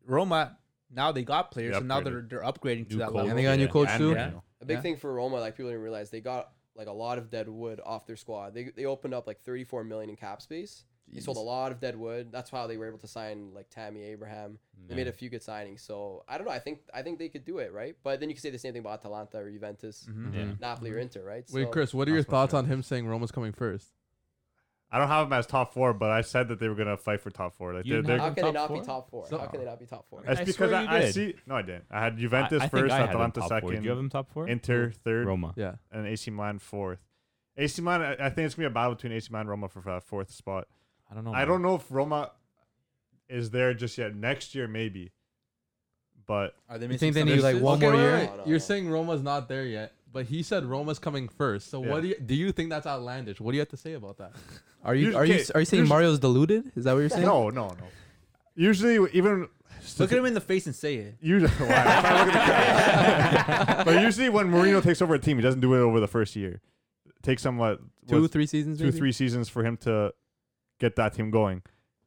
Speaker 1: Roma now they got players,
Speaker 5: They
Speaker 1: so now
Speaker 5: upgraded.
Speaker 1: they're they're upgrading to
Speaker 5: New
Speaker 1: that
Speaker 5: coach.
Speaker 1: level.
Speaker 4: And they got a new
Speaker 5: Yeah.
Speaker 4: coach
Speaker 2: And
Speaker 4: too.
Speaker 1: Yeah.
Speaker 2: Mourinho.
Speaker 3: A big
Speaker 1: Yeah.
Speaker 3: thing for Roma, like people didn't realize, they got like a lot of dead wood off their squad. They, they opened up like 34 million in cap space. They sold a
Speaker 4: Jeez.
Speaker 3: lot of dead wood. That's how they were able to sign like Tammy Abraham. They made a few good signings. So I don't know. I think I think they could do it, right? But then you can say the same thing about Atalanta or Juventus,
Speaker 1: Mhm.
Speaker 5: Yeah.
Speaker 3: Napoli or Inter, right?
Speaker 7: Mm-hmm. Wait,
Speaker 3: So-
Speaker 7: Chris, what are your
Speaker 2: That's my
Speaker 7: thoughts on him saying Roma's coming first?
Speaker 2: I don't have him as top four, but I said that they were gonna fight for top four. Like
Speaker 1: You
Speaker 2: they're,
Speaker 1: didn't
Speaker 2: they're,
Speaker 3: how
Speaker 1: have-
Speaker 3: can they
Speaker 7: Top
Speaker 3: not
Speaker 7: four?
Speaker 3: be top four?
Speaker 7: So-
Speaker 3: How can they not be top four?
Speaker 2: that's
Speaker 5: I
Speaker 2: because
Speaker 5: swear
Speaker 2: I,
Speaker 5: you
Speaker 2: I
Speaker 5: did.
Speaker 2: see. No, I didn't. I had Juventus
Speaker 5: I, I think
Speaker 2: first,
Speaker 5: I had him
Speaker 2: Atalanta
Speaker 5: top Four.
Speaker 2: second,
Speaker 5: Do you have him top four?
Speaker 2: Inter third,
Speaker 5: Roma.
Speaker 7: Yeah.
Speaker 2: and AC Milan fourth. AC Milan, I, I think it's gonna be a battle between AC Milan and Roma for that fourth spot.
Speaker 5: I don't know.
Speaker 2: I
Speaker 5: man.
Speaker 2: don't know if Roma is there just yet. Next year, maybe. But
Speaker 1: Are they
Speaker 4: You think they
Speaker 1: missing
Speaker 4: need like
Speaker 1: something?
Speaker 4: one
Speaker 7: Okay,
Speaker 4: more
Speaker 7: wait,
Speaker 4: year?
Speaker 7: wait,
Speaker 3: No, no,
Speaker 7: You're
Speaker 3: no.
Speaker 7: saying Roma's not there yet, but he said Roma's coming first. So
Speaker 2: Yeah.
Speaker 7: what do you do? You think that's outlandish? What do you have to say about that?
Speaker 4: Are you
Speaker 2: Usually-
Speaker 4: are you
Speaker 2: okay,
Speaker 4: are you saying
Speaker 2: usually-
Speaker 4: Mario's deluded? Is that what you're saying?
Speaker 2: no, no, no. Usually, even
Speaker 1: Look at him in the face and say it.
Speaker 2: Usually, wow, that's why I look at the crowd. but usually when Mourinho takes over a team, he doesn't do it over the first year. It takes him what
Speaker 4: Two,
Speaker 2: what,
Speaker 4: three seasons.
Speaker 2: two,
Speaker 4: maybe?
Speaker 2: three seasons for him to get that team going.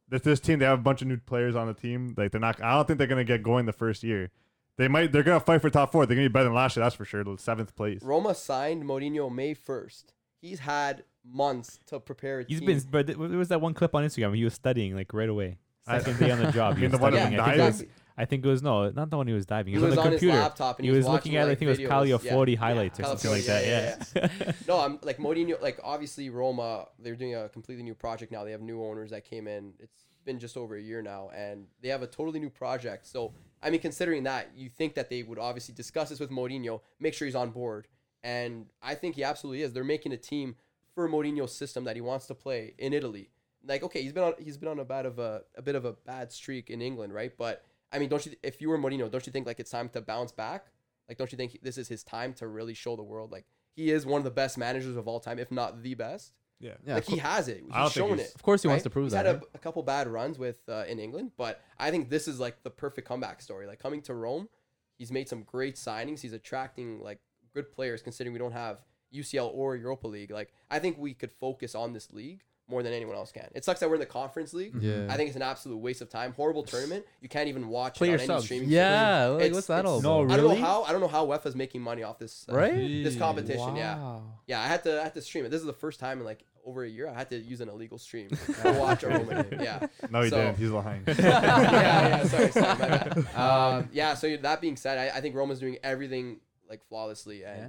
Speaker 2: This this team, they have a bunch of new players on the team. Like they're not. I don't think they're gonna get going the first year. They might. They're gonna fight for top four. They're gonna be better than last year. That's for sure. Seventh place.
Speaker 3: Roma signed Mourinho May 1st. He's had months to prepare a
Speaker 5: He's
Speaker 3: team.
Speaker 5: been, but th- there was that one clip on Instagram. He was studying like right away,
Speaker 2: I-
Speaker 5: second day on the job.
Speaker 2: You
Speaker 5: he
Speaker 2: mean
Speaker 5: was
Speaker 2: the one
Speaker 5: studying.
Speaker 2: who
Speaker 5: I, think
Speaker 2: died?
Speaker 5: it was, I think it was no, not the one he was diving. He,
Speaker 3: He
Speaker 5: was,
Speaker 3: was
Speaker 5: on the
Speaker 3: on his
Speaker 5: computer.
Speaker 3: laptop and
Speaker 5: he,
Speaker 3: he
Speaker 5: was,
Speaker 3: was
Speaker 5: looking
Speaker 3: watching,
Speaker 5: at, I
Speaker 3: like,
Speaker 5: think it was
Speaker 3: videos.
Speaker 5: Calio
Speaker 3: Yeah.
Speaker 5: 40 highlights or
Speaker 3: Calcio,
Speaker 5: something like
Speaker 3: yeah,
Speaker 5: that.
Speaker 3: yeah,
Speaker 5: Yeah.
Speaker 3: No, I'm like Mourinho. Like obviously Roma, they're doing a completely new project now. They have new owners that came in. It's been just over a year now, and they have a totally new project. So I mean, considering that, you think that they would obviously discuss this with Mourinho, make sure he's on board, and I think he absolutely is. They're making a team for Mourinho's system that he wants to play in Italy. Like okay, he's been on he's been on a bad of a a bit of a bad streak in England, right? But I mean, don't you if you were Mourinho, don't you think like it's time to bounce back? Like, don't you think this is his time to really show the world like? he is one of the best managers of all time, if not the best.
Speaker 2: Yeah.
Speaker 4: Yeah,
Speaker 3: like
Speaker 4: of,
Speaker 3: he has it.
Speaker 2: I don't think
Speaker 3: He's shown
Speaker 2: he's-
Speaker 3: it.
Speaker 4: of course he wants
Speaker 3: right?
Speaker 4: to prove
Speaker 3: He's
Speaker 4: that.
Speaker 3: had
Speaker 4: right?
Speaker 3: a, a couple bad runs with uh, in England, but I think this is like the perfect comeback story. Like coming to Rome, he's made some great signings. He's attracting like good players. Considering we don't have UCL or Europa League, like I think we could focus on this league more than anyone else can. It sucks that we're in the Conference League.
Speaker 7: Yeah.
Speaker 3: I think it's an absolute waste of time. Horrible tournament. You can't even watch
Speaker 1: Player
Speaker 3: it on any
Speaker 1: subs.
Speaker 3: streaming. service.
Speaker 4: yeah, like
Speaker 3: It's-
Speaker 4: what's that
Speaker 3: it's-
Speaker 4: all about?
Speaker 5: No,
Speaker 3: I don't know
Speaker 5: really?
Speaker 3: how. I don't know how UEFA's making money off this. uh,
Speaker 4: right?
Speaker 3: This competition, yeah.
Speaker 1: Wow.
Speaker 3: Yeah, I had to I had to stream it. This is the first time in like over a year I had to use an illegal stream to watch a Roman game. Yeah.
Speaker 2: No, he
Speaker 3: So-
Speaker 2: didn't. He's lying.
Speaker 3: yeah, yeah, sorry, sorry, my bad. Um, yeah, so that being said, I, I think Roma's doing everything like flawlessly and
Speaker 1: Yeah.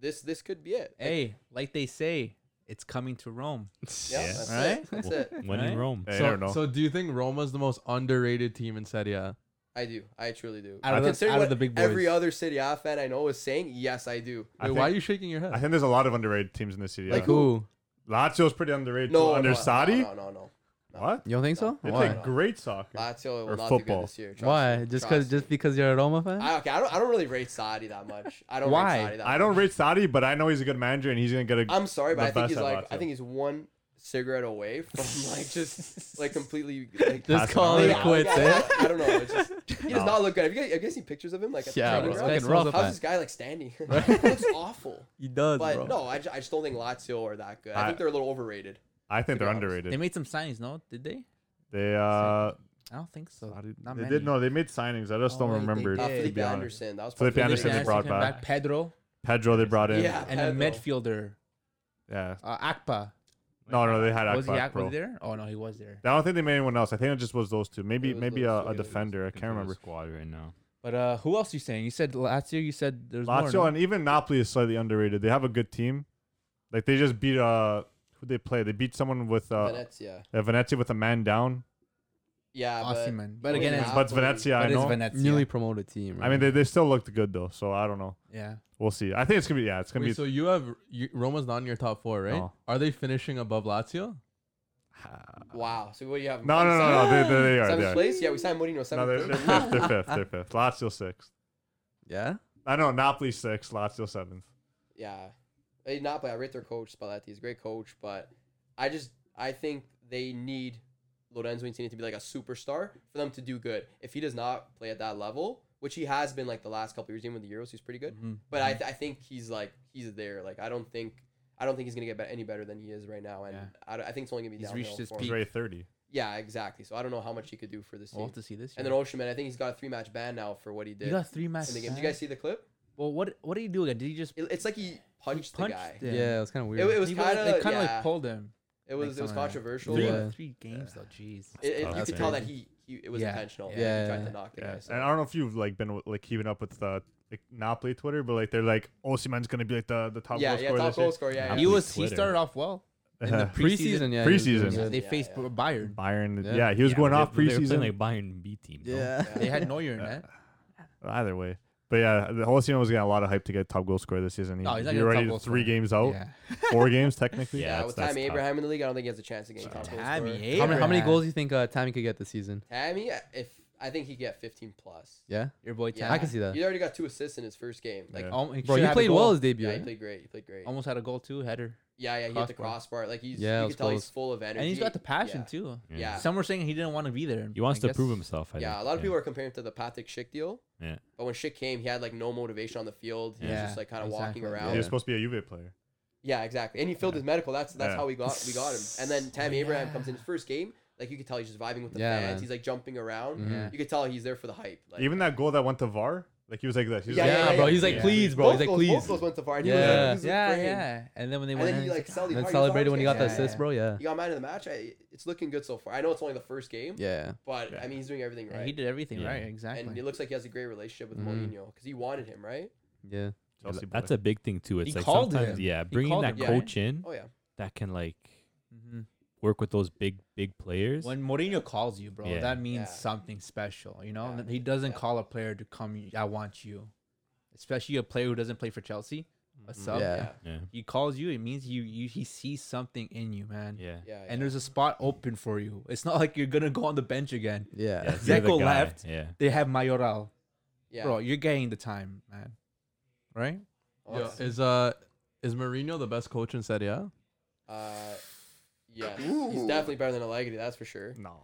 Speaker 3: this this could be it. Like,
Speaker 1: Hey, like they say, it's coming to Rome.
Speaker 3: yeah,
Speaker 5: Yeah.
Speaker 3: that's
Speaker 1: Alright.
Speaker 3: it. That's it.
Speaker 5: When in
Speaker 1: Right?
Speaker 5: Rome.
Speaker 2: Hey, I
Speaker 7: so,
Speaker 2: don't know.
Speaker 7: so do you think Roma's the most underrated team in Serie A?
Speaker 3: I do. I truly do.
Speaker 1: Out of, the,
Speaker 3: Considering
Speaker 1: out
Speaker 3: what
Speaker 1: of the big boys.
Speaker 3: every other City A fan I know is saying, yes, I do.
Speaker 2: I,
Speaker 7: Wait,
Speaker 2: think,
Speaker 7: why are you shaking your
Speaker 2: I
Speaker 7: head?
Speaker 2: think there's a lot of underrated teams in this city.
Speaker 4: Like
Speaker 2: yeah.
Speaker 4: who?
Speaker 2: Lazio's pretty underrated. too.
Speaker 3: No,
Speaker 2: under
Speaker 3: no,
Speaker 2: Sadi.
Speaker 3: No, no, no. no.
Speaker 2: What?
Speaker 4: You don't think so?
Speaker 2: They
Speaker 4: Why?
Speaker 2: play great soccer. Or
Speaker 3: Lazio will not do
Speaker 2: football.
Speaker 3: good this year. Trust
Speaker 4: Why?
Speaker 3: me.
Speaker 4: Just because
Speaker 3: Trust me.
Speaker 4: just because you're a Roma fan?
Speaker 3: I, okay, I don't. I don't really rate Sadi that much. I don't.
Speaker 1: Why?
Speaker 3: Rate Sadi that
Speaker 2: I
Speaker 3: much.
Speaker 2: don't rate Sadi, but I know he's a good manager and he's gonna get a.
Speaker 3: I'm sorry, but
Speaker 2: the
Speaker 3: I think
Speaker 2: best
Speaker 3: he's
Speaker 2: at
Speaker 3: like
Speaker 2: Lazio.
Speaker 3: I think he's one cigarette away from like just like completely like
Speaker 4: Just
Speaker 2: Pass it
Speaker 4: call
Speaker 2: on.
Speaker 4: it
Speaker 2: Yeah.
Speaker 4: quits, eh?
Speaker 3: I, don't know. It's just, he does
Speaker 2: No.
Speaker 3: not look good. Have you guys, have you guys seen pictures of him? Like at the
Speaker 4: Yeah,
Speaker 3: training
Speaker 4: bro.
Speaker 3: ground?
Speaker 4: It's rough,
Speaker 3: How's
Speaker 4: man.
Speaker 3: this guy like standing? he looks awful.
Speaker 4: He does,
Speaker 3: But
Speaker 4: bro.
Speaker 3: no, I, ju- I just don't think Lazio are that good. I,
Speaker 2: I-
Speaker 3: think they're a little overrated. uh,
Speaker 2: I think
Speaker 3: to be
Speaker 2: they're
Speaker 3: honest.
Speaker 1: They
Speaker 2: underrated.
Speaker 1: made some signings, no? Did they?
Speaker 2: They uh,
Speaker 1: I don't think so.
Speaker 2: Sadi-
Speaker 1: Not
Speaker 2: they
Speaker 1: many.
Speaker 2: did no, they made signings. I just
Speaker 1: Oh,
Speaker 2: don't
Speaker 1: they- they
Speaker 2: remember.
Speaker 1: did. Yeah,
Speaker 3: Uh,
Speaker 2: To
Speaker 3: Felipe
Speaker 2: be honest,
Speaker 3: Anderson. That was
Speaker 2: Felipe
Speaker 3: probably the
Speaker 2: Anderson they
Speaker 3: biggest-
Speaker 2: brought
Speaker 1: came
Speaker 2: back.
Speaker 1: Pedro
Speaker 2: Pedro they brought in.
Speaker 3: Yeah,
Speaker 1: and a
Speaker 3: Pedro.
Speaker 1: midfielder,
Speaker 2: Yeah.
Speaker 1: uh, Akpa.
Speaker 2: No, no, they had
Speaker 1: was he
Speaker 2: Akbak,
Speaker 1: Akpa
Speaker 2: bro.
Speaker 1: there? Oh no, he was there.
Speaker 2: I don't think they made anyone else. I think it just was those two. Maybe
Speaker 3: was
Speaker 2: maybe
Speaker 3: those
Speaker 2: a,
Speaker 3: two.
Speaker 2: a
Speaker 3: It was
Speaker 2: defender. I can't remember.
Speaker 5: Squad right now.
Speaker 1: But uh, who else you saying? You said last year. You said there's more.
Speaker 2: Lazio
Speaker 1: no?
Speaker 2: and even Napoli is slightly underrated. They have a good team. Like they just beat uh who they play. They beat someone with uh,
Speaker 3: Venezia.
Speaker 2: uh Venezia with a man down.
Speaker 3: Yeah, but
Speaker 1: Osimhen. But
Speaker 3: he
Speaker 1: again, it's-
Speaker 3: was in
Speaker 2: But it's
Speaker 3: Napoli.
Speaker 2: Venezia,
Speaker 1: But
Speaker 2: I
Speaker 1: it's
Speaker 2: know.
Speaker 1: Venezia.
Speaker 4: Newly promoted team.
Speaker 2: I mean they, they still looked good though, so I don't know.
Speaker 1: yeah.
Speaker 2: We'll see. I think it's gonna be yeah, it's gonna
Speaker 7: Wait,
Speaker 2: be
Speaker 7: so you have you, Roma's not in your top four, right?
Speaker 2: No.
Speaker 7: Are they finishing above Lazio?
Speaker 3: Wow. So what do you have?
Speaker 2: No, no, no, no. They, they, they are. They
Speaker 3: Seventh
Speaker 2: are.
Speaker 3: place? Yeah, we signed Mourinho.
Speaker 2: No, they're,
Speaker 3: Seventh
Speaker 2: they're fifth.
Speaker 3: place.
Speaker 2: They're fifth. They're fifth. Lazio sixth.
Speaker 4: yeah.
Speaker 2: I know Napoli sixth. Lazio seventh.
Speaker 3: yeah, they did not play. I rate their coach Spalletti. He's a great coach, but I just I think they need Lorenzo Insigne to be like a superstar for them to do good. If he does not play at that level, which he has been like the last couple years, even with the Euros, he's pretty good.
Speaker 1: Mhm.
Speaker 3: But I, I think he's like he's there. Like I don't think I don't think he's gonna get be- any better than he is right now, and
Speaker 1: Yeah.
Speaker 3: I, don't- I think it's only gonna be
Speaker 1: He's
Speaker 3: downhill
Speaker 1: reached his
Speaker 3: for him.
Speaker 2: He's
Speaker 1: peak.
Speaker 2: already thirty.
Speaker 3: Yeah, exactly. So I don't know how much he could do for this
Speaker 1: We'll
Speaker 3: team.
Speaker 1: have to see this.
Speaker 3: And then Oshiman, I think he's got a three match ban now for what he
Speaker 1: you
Speaker 3: did
Speaker 1: got three
Speaker 3: in
Speaker 1: matches.
Speaker 3: the game. Did you guys see the clip?
Speaker 1: Well, what what did he do again? Did he just
Speaker 3: It, it's like he punched,
Speaker 1: punch
Speaker 3: the guy.
Speaker 1: them?
Speaker 4: Yeah, it was kind of
Speaker 3: It,
Speaker 4: weird.
Speaker 3: it was
Speaker 1: He
Speaker 3: kind
Speaker 1: they
Speaker 3: of
Speaker 1: kind of
Speaker 3: yeah.
Speaker 1: like pulled him.
Speaker 3: It
Speaker 1: Like
Speaker 3: was it was
Speaker 1: something like that.
Speaker 3: controversial.
Speaker 1: Three,
Speaker 3: but
Speaker 4: Yeah.
Speaker 1: three games though. Jeez.
Speaker 3: It, it- you
Speaker 5: That's
Speaker 3: could tell that
Speaker 5: crazy.
Speaker 3: he, he it was
Speaker 1: Yeah.
Speaker 3: intentional.
Speaker 1: Yeah.
Speaker 3: he tried to knock the
Speaker 2: Yeah.
Speaker 3: guy. So.
Speaker 2: And I don't know if you've like been like keeping up with the like Napoli Twitter, but like they're like Osimhen's gonna be like the the top
Speaker 3: yeah,
Speaker 2: goal
Speaker 3: yeah,
Speaker 2: scorer
Speaker 3: top
Speaker 2: this year.
Speaker 3: goal scorer. Yeah,
Speaker 5: He
Speaker 1: He
Speaker 3: yeah.
Speaker 5: Athlete
Speaker 1: was. He
Speaker 5: Twitter.
Speaker 1: started off well in the preseason.
Speaker 4: preseason, yeah. he was doing
Speaker 2: Preseason.
Speaker 1: Yeah,
Speaker 4: good.
Speaker 1: they
Speaker 3: Yeah,
Speaker 1: faced
Speaker 3: yeah.
Speaker 1: Bayern.
Speaker 2: Bayern.
Speaker 4: Yeah.
Speaker 2: Yeah, he was
Speaker 1: Yeah,
Speaker 2: going
Speaker 5: They-
Speaker 2: off
Speaker 5: they were
Speaker 2: preseason.
Speaker 5: playing like Bayern B team. though.
Speaker 4: Yeah.
Speaker 1: They had Neuer, man.
Speaker 2: Either way. But yeah, the whole was getting a lot of hype to get top goal scorer this season. He,
Speaker 1: No, he's not
Speaker 2: he
Speaker 1: gonna
Speaker 2: already
Speaker 1: top goal
Speaker 2: three
Speaker 1: scorer.
Speaker 2: games
Speaker 5: Oh.
Speaker 2: out,
Speaker 1: Yeah.
Speaker 2: four games technically.
Speaker 5: Yeah,
Speaker 3: Yeah,
Speaker 5: that's-
Speaker 3: with
Speaker 5: that's
Speaker 3: Tammy
Speaker 5: tough.
Speaker 3: Abraham in the league, I don't think he has a chance to get top goal scorer.
Speaker 1: Tammy.
Speaker 4: How many, how many
Speaker 1: Abraham.
Speaker 4: goals do you think uh, Tammy could get this season?
Speaker 3: Tammy, if I think he get 15 plus.
Speaker 4: Yeah.
Speaker 1: Your boy
Speaker 3: Yeah.
Speaker 1: Tammy.
Speaker 4: I can see that.
Speaker 3: He already got two assists in his first game. Like,
Speaker 2: Yeah.
Speaker 1: Oh, he
Speaker 4: Bro,
Speaker 1: should
Speaker 4: he
Speaker 1: have a
Speaker 4: played
Speaker 1: goal.
Speaker 4: well his debut.
Speaker 3: yeah, he
Speaker 4: eh?
Speaker 3: played great. He played great.
Speaker 1: Almost had a goal too. Header.
Speaker 3: Yeah, yeah, he hit the crossbar. Like he's,
Speaker 4: Yeah, it
Speaker 3: you
Speaker 4: was
Speaker 3: can tell he's
Speaker 4: close.
Speaker 3: full of energy.
Speaker 1: and he's got the passion
Speaker 3: yeah.
Speaker 1: too.
Speaker 5: Yeah.
Speaker 3: Yeah.
Speaker 1: Some were saying he didn't want to be there.
Speaker 5: He wants
Speaker 1: I
Speaker 5: to prove
Speaker 1: guess-
Speaker 5: himself. I
Speaker 3: Yeah,
Speaker 5: think.
Speaker 3: a lot of people are comparing him to the Patrick Schick deal.
Speaker 5: Yeah.
Speaker 3: But when Schick came, he had like no motivation on the field. He
Speaker 1: Yeah,
Speaker 3: was just like kind of walking
Speaker 1: exactly.
Speaker 2: He
Speaker 3: around.
Speaker 2: was
Speaker 3: Yeah.
Speaker 2: supposed to be a Juve player.
Speaker 3: exactly. And he filled his medical. That's that's
Speaker 2: Yeah.
Speaker 3: how we got we got him. And then Tammy Abraham comes in his first game. Like you could tell he's just vibing with the
Speaker 4: Yeah,
Speaker 3: fans.
Speaker 4: man.
Speaker 3: He's like jumping around.
Speaker 4: Mhm.
Speaker 3: You could tell he's there for the hype. Like,
Speaker 2: Even that goal that went to VAR, like he was like this. He was
Speaker 3: Yeah,
Speaker 2: like,
Speaker 3: yeah, yeah,
Speaker 4: bro.
Speaker 3: yeah.
Speaker 4: He's like,
Speaker 1: Yeah.
Speaker 4: please, bro.
Speaker 3: both
Speaker 4: He's like,
Speaker 3: goals,
Speaker 4: please.
Speaker 3: Both those went to far. And he
Speaker 4: Yeah.
Speaker 3: yeah. Was, like, he was
Speaker 1: Yeah,
Speaker 3: praying.
Speaker 1: yeah. And then when they
Speaker 3: And
Speaker 1: went,
Speaker 3: then
Speaker 1: in,
Speaker 3: he
Speaker 1: he's
Speaker 3: like
Speaker 1: "Ah."
Speaker 3: celebrated.
Speaker 4: And
Speaker 3: hard. He was
Speaker 4: celebrated when he got
Speaker 3: hard.
Speaker 4: the
Speaker 3: Yeah,
Speaker 4: assist,
Speaker 3: yeah.
Speaker 4: bro. Yeah.
Speaker 3: You got man of the match. I, it's looking good so far. I know it's only the first game,
Speaker 4: Yeah.
Speaker 3: but
Speaker 2: Yeah.
Speaker 3: I mean he's doing everything
Speaker 1: Yeah,
Speaker 3: right.
Speaker 1: He did everything
Speaker 5: Yeah.
Speaker 1: right,
Speaker 3: and it
Speaker 1: exactly.
Speaker 3: looks like he has a great relationship with
Speaker 4: Mhm.
Speaker 3: Mourinho because he wanted him, right?
Speaker 4: Yeah.
Speaker 5: Yeah,
Speaker 2: Chelsea
Speaker 5: that's
Speaker 2: boy.
Speaker 5: a big thing too. It's
Speaker 1: He
Speaker 5: like
Speaker 1: called
Speaker 5: sometimes,
Speaker 1: him.
Speaker 5: yeah,
Speaker 1: He
Speaker 5: bringing
Speaker 1: called
Speaker 5: that
Speaker 1: him,
Speaker 3: right?
Speaker 5: coach in
Speaker 3: Oh yeah.
Speaker 5: that can like
Speaker 1: hmm
Speaker 5: work with those big, big players.
Speaker 1: When Mourinho calls you, bro,
Speaker 5: Yeah.
Speaker 1: that means
Speaker 3: Yeah.
Speaker 1: something special. You know,
Speaker 3: Yeah.
Speaker 1: he doesn't
Speaker 3: Yeah.
Speaker 1: call a player to come. I want you, especially a player who doesn't play for Chelsea. A sub.
Speaker 4: Yeah.
Speaker 5: yeah,
Speaker 1: He calls you. It means you. You. He sees something in you, man.
Speaker 5: yeah,
Speaker 3: Yeah. yeah.
Speaker 1: And there's a spot open for you. It's not like you're gonna go on the bench again.
Speaker 4: Yeah.
Speaker 5: Yeah, you're the
Speaker 1: Zeko
Speaker 5: guy.
Speaker 1: left.
Speaker 5: Yeah,
Speaker 1: They have Mayoral,
Speaker 3: yeah.
Speaker 1: bro. You're getting the time, man. Right?
Speaker 3: Oh,
Speaker 6: Yo,
Speaker 3: that's-
Speaker 6: is uh is Mourinho the best coach in Serie A?
Speaker 3: Uh, yes, he's definitely better than Allegri, that's for sure.
Speaker 2: no.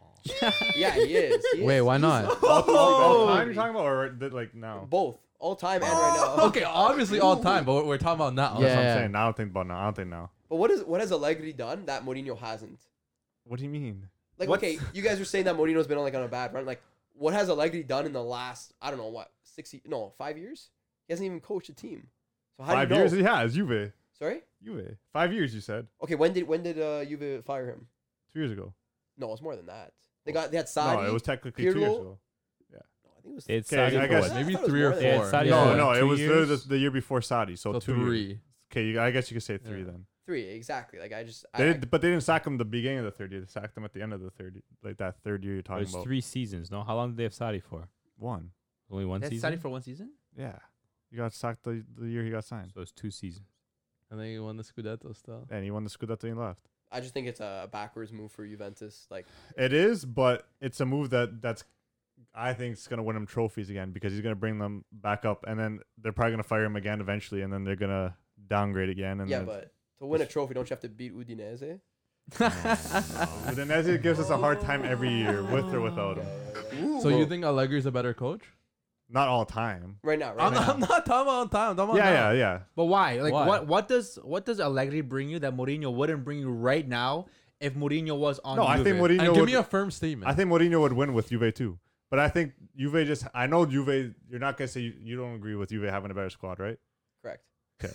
Speaker 3: Yeah, he is. He
Speaker 4: Wait,
Speaker 3: is.
Speaker 4: why not?
Speaker 2: All, all
Speaker 3: Oh.
Speaker 2: time you're talking about, or did, like now?
Speaker 3: Both, all time and right now.
Speaker 6: Okay, obviously all time, but we're, we're talking about now.
Speaker 2: That's what
Speaker 4: Yeah.
Speaker 2: I'm saying. I don't think about now. I don't think now.
Speaker 3: But what is what has Allegri done that Mourinho hasn't?
Speaker 2: What do you mean?
Speaker 3: Like,
Speaker 1: What's-
Speaker 3: okay, you guys are saying that Mourinho's been on like on a bad run. Like, what has Allegri done in the last I don't know what six ye- no five years? He hasn't even coached a team. So how
Speaker 2: Five
Speaker 3: do you know?
Speaker 2: years? Yeah, it's Juve.
Speaker 3: Sorry.
Speaker 2: Juve. Five years, you said.
Speaker 3: Okay, when did when did uh Juve fire him?
Speaker 2: Two years ago.
Speaker 3: No, it was more than that. They got they had Sadi.
Speaker 2: no, it was technically two years
Speaker 3: Pirlo,
Speaker 2: ago.
Speaker 3: No, I think it was.
Speaker 5: They had
Speaker 2: Okay,
Speaker 5: Saudi
Speaker 2: I
Speaker 5: for
Speaker 2: guess-
Speaker 5: what?
Speaker 3: I
Speaker 6: Maybe
Speaker 3: thought it was
Speaker 6: three or
Speaker 3: more than that.
Speaker 5: They had Saudi
Speaker 6: Yeah.
Speaker 5: for
Speaker 2: No,
Speaker 5: what,
Speaker 2: no, it
Speaker 5: two
Speaker 2: was
Speaker 5: years?
Speaker 2: literally the, the year before Saudi, so,
Speaker 6: So
Speaker 2: two years.
Speaker 6: three.
Speaker 2: Okay, you, I guess you could say three then.
Speaker 3: Three exactly. Like I just. I,
Speaker 2: They did, but they didn't sack him the beginning of the third year. They sacked him at the end of the third, year, like that third year you're
Speaker 5: It
Speaker 2: talking
Speaker 5: was
Speaker 2: about.
Speaker 5: three seasons. No, how long did they have Saudi for?
Speaker 2: One.
Speaker 5: Only one
Speaker 1: They
Speaker 5: season.
Speaker 1: studied for one season.
Speaker 2: Yeah, you got sacked the, the year he got signed,
Speaker 5: so it's two seasons.
Speaker 6: And then he won the Scudetto still.
Speaker 2: and he won the Scudetto and he left.
Speaker 3: I just think it's a backwards move for Juventus. Like
Speaker 2: It is, but it's a move that that's I think it's gonna win him trophies again because he's gonna bring them back up, and then they're probably gonna fire him again eventually, and then they're gonna downgrade again. And
Speaker 3: yeah,
Speaker 2: then-
Speaker 3: but to win a trophy, don't you have to beat Udinese?
Speaker 2: Udinese gives us a hard time every year, with or without him.
Speaker 6: So you think Allegri's a better coach?
Speaker 2: Not all time.
Speaker 3: Right now, right
Speaker 6: I'm
Speaker 3: now.
Speaker 6: not, I'm not talking about on time. I'm talking about now.
Speaker 2: Yeah, yeah, yeah.
Speaker 1: But why? Like
Speaker 6: Why?
Speaker 1: what? What does what does Allegri bring you that Mourinho wouldn't bring you right now if Mourinho was on?
Speaker 2: No, I
Speaker 1: Juve?
Speaker 2: think
Speaker 6: And
Speaker 2: Mourinho.
Speaker 6: give
Speaker 2: Would,
Speaker 6: me a firm statement.
Speaker 2: I think Mourinho would win with Juve too. But I think Juve just. I know Juve. You're not gonna say you, you don't agree with Juve having a better squad, right?
Speaker 3: Correct.
Speaker 2: Okay.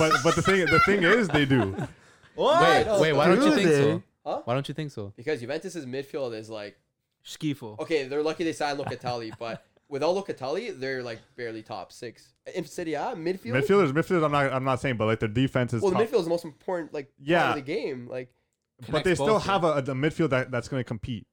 Speaker 2: but but the thing the thing is they do.
Speaker 4: Wait,
Speaker 3: What?
Speaker 4: wait. Why don't you think so?
Speaker 3: Huh?
Speaker 4: Why don't you think so?
Speaker 3: Because Juventus's midfield is like
Speaker 1: Schifo.
Speaker 3: okay, they're lucky they signed Locatelli, but without Locatelli, they're like barely top six in Serie A midfield.
Speaker 2: Midfielders, midfielders. I'm not. I'm not saying, but like their defense is.
Speaker 3: Well, the
Speaker 2: top.
Speaker 3: midfield is the most important like
Speaker 2: Yeah.
Speaker 3: part of the game. Like
Speaker 2: but they still have a, the midfield that, that's going to compete.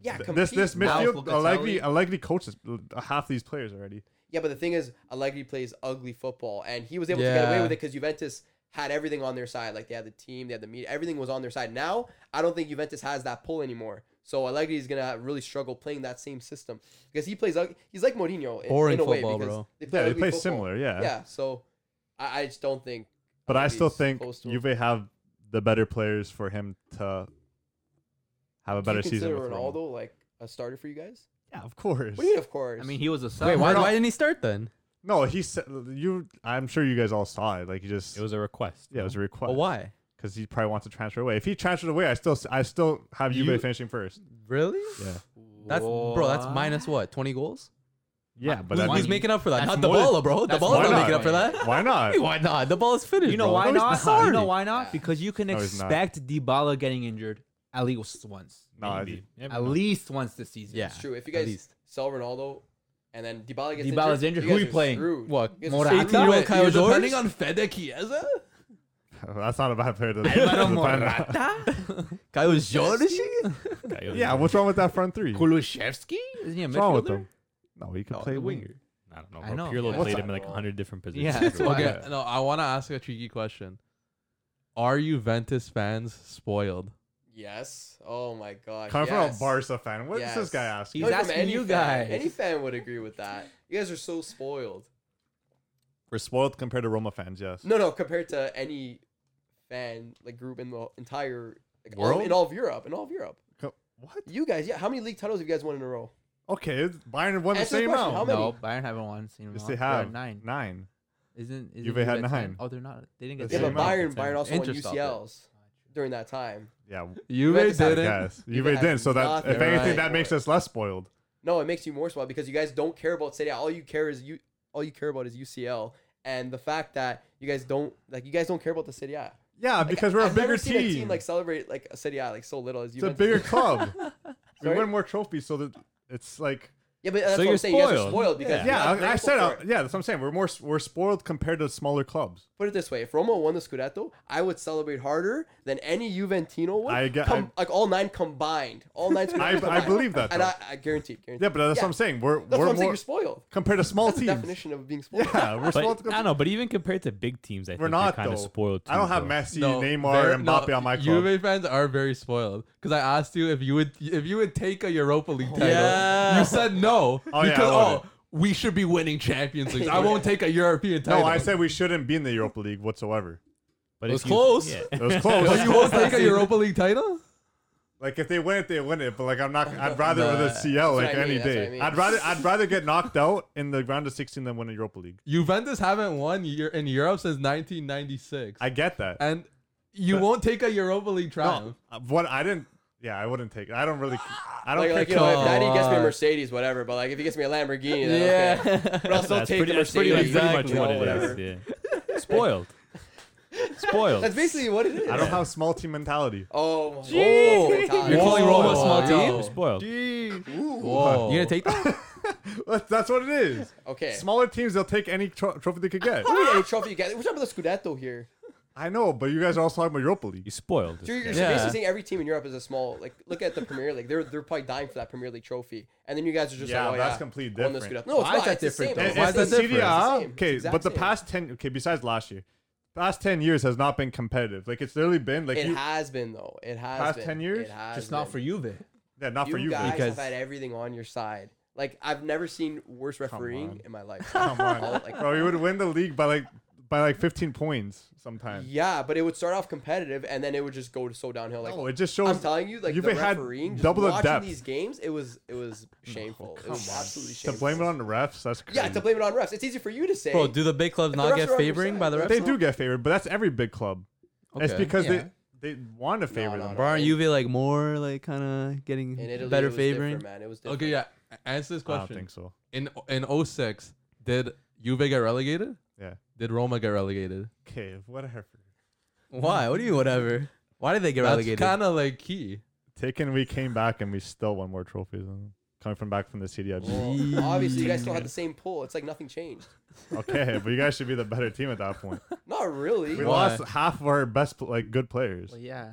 Speaker 3: yeah,
Speaker 2: Th-
Speaker 3: compete.
Speaker 2: This this
Speaker 1: Now with
Speaker 2: midfield,
Speaker 1: Locatelli.
Speaker 2: Allegri Allegri coaches half these players already.
Speaker 3: Yeah, but the thing is, Allegri plays ugly football, and he was able to get away
Speaker 4: Yeah.
Speaker 3: with it because Juventus had everything on their side. Like they had the team, they had the media, everything was on their side. Now, I don't think Juventus has that pull anymore. So Allegri is gonna really struggle playing that same system because he plays. ug- He's like Mourinho in,
Speaker 4: Boring
Speaker 3: in a way
Speaker 4: football,
Speaker 3: because
Speaker 4: bro.
Speaker 3: they play,
Speaker 2: Yeah, they
Speaker 3: ugly
Speaker 2: play
Speaker 3: football.
Speaker 2: similar. Yeah,
Speaker 3: Yeah, so I, I just don't think.
Speaker 2: but I
Speaker 3: Allegri's
Speaker 2: still think
Speaker 3: close to him.
Speaker 2: Juve have the better players for him to have a
Speaker 3: Do
Speaker 2: better
Speaker 3: you
Speaker 2: season.
Speaker 3: consider
Speaker 2: With Roma.
Speaker 3: Ronaldo like a starter for you guys?
Speaker 2: yeah, of course.
Speaker 3: What do you mean? Of course.
Speaker 1: I mean, he was a sub.
Speaker 4: Wait, why,
Speaker 2: Why not?
Speaker 4: why didn't he start then?
Speaker 2: No, he said you. I'm sure you guys all saw it. Like he just.
Speaker 5: It was a request.
Speaker 2: yeah, it was a
Speaker 4: But
Speaker 2: request
Speaker 4: why?
Speaker 2: because he probably wants to transfer away. If he transferred away, I still s- I still have
Speaker 4: You-
Speaker 2: Juve finishing first.
Speaker 4: Really?
Speaker 2: Yeah,
Speaker 4: That's bro. That's minus what? Twenty goals?
Speaker 2: yeah, but
Speaker 4: Who's,
Speaker 2: that
Speaker 4: who's
Speaker 1: means-
Speaker 4: making up for that?
Speaker 1: that's
Speaker 4: Not the
Speaker 1: more than-
Speaker 4: baller, bro. The
Speaker 1: that's
Speaker 4: baller's
Speaker 2: more
Speaker 4: not,
Speaker 2: than
Speaker 4: making up for that.
Speaker 2: why not?
Speaker 4: Why not? The ball is finished.
Speaker 1: You know
Speaker 4: bro.
Speaker 1: why
Speaker 4: No, he's
Speaker 1: not?
Speaker 4: not?
Speaker 1: You know why not?
Speaker 3: Yeah.
Speaker 1: Because you can
Speaker 2: No, he's not.
Speaker 1: expect Dybala getting injured at least once,
Speaker 2: No, I
Speaker 5: Maybe.
Speaker 2: think-
Speaker 5: Never
Speaker 1: at
Speaker 5: know.
Speaker 1: least once this season.
Speaker 4: Yeah.
Speaker 3: it's true. If you
Speaker 4: at
Speaker 3: guys
Speaker 4: least.
Speaker 3: sell Ronaldo, and then Dybala gets
Speaker 1: Dybala's injured,
Speaker 3: injured,
Speaker 1: who
Speaker 3: guys
Speaker 1: you
Speaker 3: are
Speaker 1: playing?
Speaker 3: Screwed.
Speaker 4: What?
Speaker 3: You guys are
Speaker 1: Morata?
Speaker 3: screwed.
Speaker 4: 18-year-old Kyle
Speaker 6: You're
Speaker 4: George.
Speaker 6: depending on Fede Chiesa?
Speaker 2: That's not a bad player. To
Speaker 1: Alvaro
Speaker 2: to plan out.
Speaker 1: Morata,
Speaker 4: Kyle George?
Speaker 5: Guy
Speaker 2: Yeah,
Speaker 5: was-
Speaker 2: what's wrong with that front three?
Speaker 1: Kulishevsky? Isn't he a midfielder?
Speaker 2: What's wrong with them? No,
Speaker 3: Oh,
Speaker 2: he can play winger.
Speaker 5: I don't know.
Speaker 1: I
Speaker 5: bro.
Speaker 1: know.
Speaker 5: Pirlo
Speaker 3: What's
Speaker 5: played
Speaker 3: that,
Speaker 5: him in like
Speaker 3: bro?
Speaker 5: hundred different positions.
Speaker 1: Yeah, that's
Speaker 5: bro.
Speaker 1: why.
Speaker 6: Okay, no, I want to ask a tricky question. Are Juventus fans spoiled?
Speaker 3: Yes. Oh my god.
Speaker 2: Coming from
Speaker 3: yes.
Speaker 2: a Barca fan, what is
Speaker 3: Yes.
Speaker 2: this guy asking?
Speaker 1: He's
Speaker 3: Coming from
Speaker 1: asking
Speaker 3: any
Speaker 1: you
Speaker 3: fan.
Speaker 1: guys.
Speaker 3: Any fan would agree with that. You guys are so spoiled.
Speaker 2: We're spoiled compared to Roma fans, yes.
Speaker 3: No, no. Compared to any fan like group in the entire like, all-
Speaker 2: World?
Speaker 3: in all of Europe, in all of Europe.
Speaker 2: Co- What?
Speaker 3: You guys, yeah. How many league titles have you guys won in a row?
Speaker 2: Okay, it's Bayern won the
Speaker 3: Answer the
Speaker 2: same
Speaker 3: question, how
Speaker 2: round.
Speaker 3: many?
Speaker 1: No, Bayern haven't won. Seen them
Speaker 2: Yes,
Speaker 1: all.
Speaker 2: they
Speaker 1: They're at
Speaker 2: have
Speaker 1: nine.
Speaker 2: nine.
Speaker 1: Isn't, isn't
Speaker 2: Juve had
Speaker 1: at 10?
Speaker 2: nine.
Speaker 1: Oh, they're not. They didn't get.
Speaker 2: The
Speaker 3: Yeah,
Speaker 1: the
Speaker 3: but
Speaker 2: same
Speaker 1: same amount.
Speaker 3: Bayern, Bayern also won
Speaker 1: Inter stopped it.
Speaker 3: UCLs during that time.
Speaker 2: Yeah,
Speaker 7: You
Speaker 3: Juventus has-
Speaker 7: did it.
Speaker 2: yes, you
Speaker 3: Juve
Speaker 2: really
Speaker 3: has
Speaker 2: didn't. So that, if
Speaker 3: nothing
Speaker 2: anything,
Speaker 3: right
Speaker 2: that
Speaker 3: for
Speaker 2: makes
Speaker 3: it.
Speaker 2: us less spoiled.
Speaker 3: No, it makes you more spoiled because you guys don't care about Serie A. All you care is you. All you care about is UCL and the fact that you guys don't like. You guys don't care about the Serie A.
Speaker 2: Yeah,
Speaker 3: Like,
Speaker 2: because we're
Speaker 3: I've
Speaker 2: a bigger
Speaker 3: never seen a team like
Speaker 2: It's
Speaker 3: celebrate like a Serie A like so little as you.
Speaker 2: a bigger club. we
Speaker 3: Sorry?
Speaker 2: win more trophies, so that it's like
Speaker 3: Yeah, but that's what I'm
Speaker 5: you're
Speaker 3: saying. You guys are
Speaker 5: spoiled.
Speaker 3: spoiled because
Speaker 5: Yeah.
Speaker 3: you're
Speaker 2: yeah.
Speaker 3: not
Speaker 2: I, I
Speaker 3: grateful
Speaker 2: said
Speaker 3: for
Speaker 2: uh,
Speaker 3: it.
Speaker 2: yeah. That's what I'm saying. We're more s- we're spoiled compared to smaller clubs.
Speaker 3: Put it this way: if Roma won the Scudetto, I would celebrate harder than any Juventino would.
Speaker 2: I get-
Speaker 3: com- like all nine combined, all nine. Scudettos
Speaker 2: I, I
Speaker 3: combined.
Speaker 2: believe that.
Speaker 3: and
Speaker 2: though.
Speaker 3: I, I guarantee, guarantee.
Speaker 2: yeah, but that's what I'm saying. We're
Speaker 3: That's
Speaker 2: we're
Speaker 3: what I'm saying.
Speaker 2: more
Speaker 3: You're spoiled.
Speaker 2: compared to small
Speaker 3: That's the
Speaker 2: teams.
Speaker 3: definition of being spoiled.
Speaker 2: Yeah, we're small.
Speaker 5: But, I don't know, but even compared to big teams, I
Speaker 2: We're
Speaker 5: think
Speaker 2: not
Speaker 5: kind
Speaker 2: though.
Speaker 5: of spoiled.
Speaker 2: I don't
Speaker 5: too,
Speaker 2: have
Speaker 5: though.
Speaker 2: Messi,
Speaker 7: No,
Speaker 2: Neymar, and Mbappe
Speaker 7: no,
Speaker 2: on my club.
Speaker 7: Juve fans are very spoiled because I asked you if you would if you would take a Europa League title.
Speaker 4: yeah.
Speaker 7: You said no
Speaker 2: Oh, yeah, I
Speaker 7: because oh
Speaker 2: wouldn't.
Speaker 7: we should be winning Champions League. I won't take a European title.
Speaker 2: No, I said we shouldn't be in the Europa League whatsoever.
Speaker 4: It
Speaker 5: But if
Speaker 4: was
Speaker 5: you-
Speaker 4: close.
Speaker 5: yeah.
Speaker 2: It was
Speaker 7: But Oh, you
Speaker 2: close.
Speaker 7: won't take a Europa League title.
Speaker 2: like if they win it, they win it. But like I'm not. I'd rather
Speaker 7: Nah.
Speaker 2: with a CL
Speaker 3: That's
Speaker 2: like
Speaker 3: what I
Speaker 2: any
Speaker 3: mean, that's
Speaker 2: day.
Speaker 3: what I mean.
Speaker 2: I'd rather I'd rather get knocked out in the round of 16 than win a Europa League.
Speaker 7: Juventus haven't won year in Europe since 1996,
Speaker 2: I get that.
Speaker 7: and you
Speaker 2: But-
Speaker 7: won't take a Europa League triumph.
Speaker 2: No, uh, what I didn't. Yeah, I wouldn't take. I don't really. I don't
Speaker 3: Like,
Speaker 2: care.
Speaker 3: like you know, if
Speaker 4: Oh,
Speaker 3: Daddy gets me a
Speaker 4: uh,
Speaker 3: Mercedes, whatever. But like, if he gets me a Lamborghini, then yeah. okay.
Speaker 4: Yeah.
Speaker 3: But I'll still
Speaker 5: That's
Speaker 3: take
Speaker 5: pretty,
Speaker 3: the
Speaker 5: that's pretty,
Speaker 3: Mercedes.
Speaker 5: that's
Speaker 3: you
Speaker 5: pretty
Speaker 3: know,
Speaker 5: much what
Speaker 3: whatever.
Speaker 5: it is. Yeah. Spoiled. Spoiled.
Speaker 3: That's basically what it is.
Speaker 2: I don't have small team mentality.
Speaker 3: Oh, my
Speaker 4: You're
Speaker 3: God. Oh.
Speaker 4: You're calling Roma a
Speaker 3: Whoa.
Speaker 4: small team?
Speaker 5: We're spoiled.
Speaker 7: Whoa.
Speaker 4: You gonna take that?
Speaker 2: That's, that's what it is.
Speaker 3: Okay.
Speaker 2: Smaller teams, they'll take any tro- trophy they could get.
Speaker 3: Don't read any trophy you get. We're talking about the Scudetto here.
Speaker 2: I know, but you guys are also talking about Europa League.
Speaker 5: You spoiled.
Speaker 3: So you're, you're
Speaker 4: Yeah.
Speaker 3: basically saying every team in Europe is a small. Like, look at the Premier League. They're they're probably dying for that Premier League trophy, and then you guys are just
Speaker 2: Yeah,
Speaker 3: like, oh
Speaker 2: that's
Speaker 3: yeah,
Speaker 2: completely
Speaker 3: won the
Speaker 2: different.
Speaker 3: Scudetto. No, it's
Speaker 1: Why is
Speaker 3: not.
Speaker 1: that
Speaker 3: It's the
Speaker 1: different,
Speaker 3: same.
Speaker 1: though?
Speaker 3: It's
Speaker 2: And,
Speaker 3: the
Speaker 2: and,
Speaker 3: same.
Speaker 2: and
Speaker 3: It's
Speaker 2: Serie
Speaker 3: the
Speaker 2: A,
Speaker 3: same. It's
Speaker 2: okay,
Speaker 3: exact
Speaker 2: but the
Speaker 3: same.
Speaker 2: past ten, okay, besides last year, past ten years has not been competitive. Like it's literally been like
Speaker 3: It
Speaker 2: you,
Speaker 3: has been though. It has
Speaker 2: Past
Speaker 3: been.
Speaker 2: 10 years?
Speaker 3: It has
Speaker 1: Just not
Speaker 3: been.
Speaker 1: for Juve.
Speaker 2: yeah, not
Speaker 3: you
Speaker 2: for you
Speaker 3: guys
Speaker 2: because
Speaker 3: have had everything on your side. Like I've never seen worse refereeing
Speaker 2: on.
Speaker 3: in my life.
Speaker 2: come
Speaker 3: All-
Speaker 2: on,
Speaker 3: like-
Speaker 2: bro, you would win the league by like by like fifteen points sometimes.
Speaker 3: yeah, but it would start off competitive and then it would just go to so downhill. Like
Speaker 2: no, it just shows.
Speaker 3: I'm telling you, like
Speaker 2: Juve
Speaker 3: the
Speaker 2: had
Speaker 3: refereeing, just
Speaker 2: double the
Speaker 3: watching
Speaker 2: depth.
Speaker 3: these games, it was it was shameful. it was absolutely
Speaker 2: to
Speaker 3: shameful.
Speaker 2: blame it on the refs, that's crazy.
Speaker 3: yeah, to blame it on refs. It's easy for you to say.
Speaker 4: Bro, do the big clubs
Speaker 3: If the
Speaker 4: not
Speaker 3: refs
Speaker 4: get
Speaker 3: are on your
Speaker 4: favoring
Speaker 3: side,
Speaker 4: by the
Speaker 3: bro.
Speaker 4: refs?
Speaker 2: they do get favored, but that's every big club. It's because
Speaker 1: Yeah.
Speaker 2: they they want to favor
Speaker 3: no,
Speaker 2: them.
Speaker 3: no.
Speaker 4: Or aren't Juve like more like kind of getting
Speaker 3: in Italy,
Speaker 4: better
Speaker 3: it was
Speaker 4: favoring?
Speaker 3: different, man. It was different.
Speaker 7: Okay, yeah. Answer this
Speaker 2: I don't
Speaker 7: question.
Speaker 2: think so.
Speaker 7: in in 06, did Juve get relegated?
Speaker 2: Yeah.
Speaker 7: Did Roma get relegated?
Speaker 2: Okay, whatever.
Speaker 4: Why? What do you mean, whatever? Why did they get relegated?
Speaker 7: That's kind of like key.
Speaker 2: Taken, we came back and we still won more trophies. than- Coming from back from the CDIB.
Speaker 3: Well, obviously, you guys still had the same pool. It's like nothing changed.
Speaker 2: okay, but you guys should be the better team at that point.
Speaker 3: Not really.
Speaker 2: We
Speaker 3: Nah,
Speaker 2: lost half of our best, pl- like, good players.
Speaker 1: Well, yeah.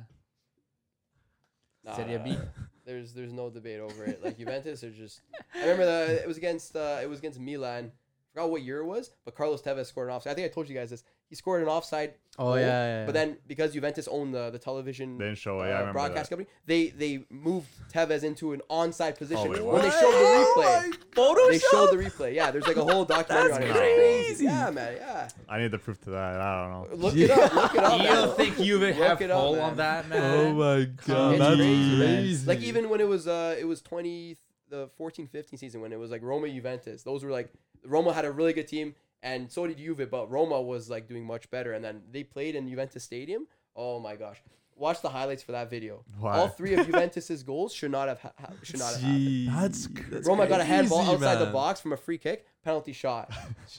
Speaker 3: nah,
Speaker 1: Serie
Speaker 3: nah,
Speaker 1: B.
Speaker 3: nah. There's there's no debate over it. Like Juventus are just. I remember the it was against uh, it was against Milan. Forgot what year it was, but Carlos Tevez scored an offside. I think I told you guys this. He scored an offside.
Speaker 4: oh
Speaker 3: goal,
Speaker 4: yeah, yeah, yeah.
Speaker 3: But then because Juventus owned the the television
Speaker 2: They didn't show it.
Speaker 3: uh,
Speaker 2: Oh, Yeah, I remember
Speaker 3: broadcast
Speaker 2: that.
Speaker 3: company, they they moved Tevez into an onside position
Speaker 2: wait,
Speaker 3: when they
Speaker 4: what?
Speaker 3: showed
Speaker 4: Oh
Speaker 3: the replay.
Speaker 4: my- Photoshop.
Speaker 3: They showed the replay. Yeah, there's like a whole documentary
Speaker 4: That's
Speaker 3: on it.
Speaker 4: crazy.
Speaker 3: Yeah, man. Yeah.
Speaker 2: I need the proof to that. I don't know.
Speaker 3: Look it up. Look it up.
Speaker 1: You
Speaker 3: man.
Speaker 1: don't think Juve
Speaker 3: Look
Speaker 1: have
Speaker 3: it up,
Speaker 1: hold
Speaker 3: man.
Speaker 1: on that,
Speaker 7: Oh
Speaker 1: man?
Speaker 7: my god,
Speaker 1: It's
Speaker 7: that's
Speaker 1: crazy,
Speaker 7: crazy.
Speaker 1: man.
Speaker 3: Like even when it was uh it was 20 the 14 15 season when it was like Roma Juventus. Those were like Roma had a really good team and so did Juve, but Roma was like doing much better and then they played in Juventus Stadium. Oh my gosh. Watch the highlights for that video.
Speaker 2: Why?
Speaker 3: All three of Juventus's goals should not have ha- ha- should not have happened.
Speaker 7: that's crazy.
Speaker 3: Roma got a handball
Speaker 7: crazy,
Speaker 3: outside the
Speaker 7: man.
Speaker 3: box from a free kick, penalty shot.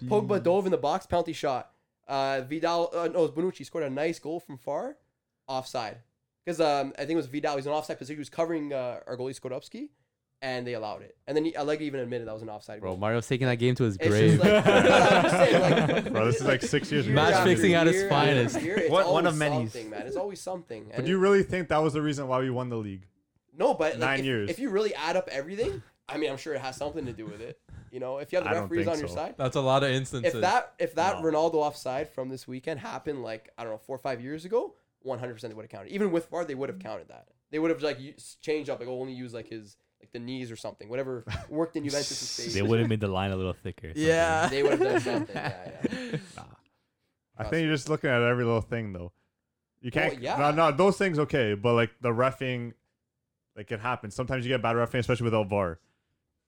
Speaker 3: Pogba dove in the box, penalty shot. Uh, Vidal, uh, no, it was Bonucci scored a nice goal from far, offside. Because um, I think it was Vidal. He's an offside position. He was covering uh, our goalie Skodowski, and they allowed it. And then he, Allegri even admitted that was an offside
Speaker 4: Bro,
Speaker 3: goal.
Speaker 4: Mario's taking that game to his
Speaker 3: It's
Speaker 4: grave.
Speaker 3: just like, no, no, I'm just saying, like-
Speaker 2: Bro, this is like six years
Speaker 3: year
Speaker 2: ago.
Speaker 4: Match
Speaker 3: after
Speaker 4: fixing at its
Speaker 3: year after
Speaker 4: finest.
Speaker 3: year, it's
Speaker 1: One- one
Speaker 3: always
Speaker 1: of many.
Speaker 3: Something, man. It's always something.
Speaker 2: But
Speaker 3: And
Speaker 2: do you really think that was the reason why we won the league?
Speaker 3: no, but like,
Speaker 2: Nine
Speaker 3: if,
Speaker 2: years.
Speaker 3: If you really add up everything, I mean, I'm sure it has something to do with it. You know, if you have
Speaker 2: I
Speaker 3: the
Speaker 2: don't
Speaker 3: referees
Speaker 2: think
Speaker 3: on your
Speaker 2: so.
Speaker 3: side,
Speaker 7: That's a lot of instances.
Speaker 3: if that if that
Speaker 2: No.
Speaker 3: Ronaldo offside from this weekend happened like I don't know four or five years ago, one hundred percent they would have counted. Even with VAR, they would have
Speaker 2: Mm.
Speaker 3: counted that. They would have like u- changed up like oh, only use like his like the knees or something, whatever worked in Juventus' face.
Speaker 5: They would have made the line a little thicker. or something.
Speaker 4: yeah.
Speaker 3: They would have done something. Yeah, yeah.
Speaker 2: I think you're just looking at every little thing, though. You can't.
Speaker 3: yeah.
Speaker 2: No, no, those things okay, but like the refing, like it happens. Sometimes you get bad refing, especially without VAR.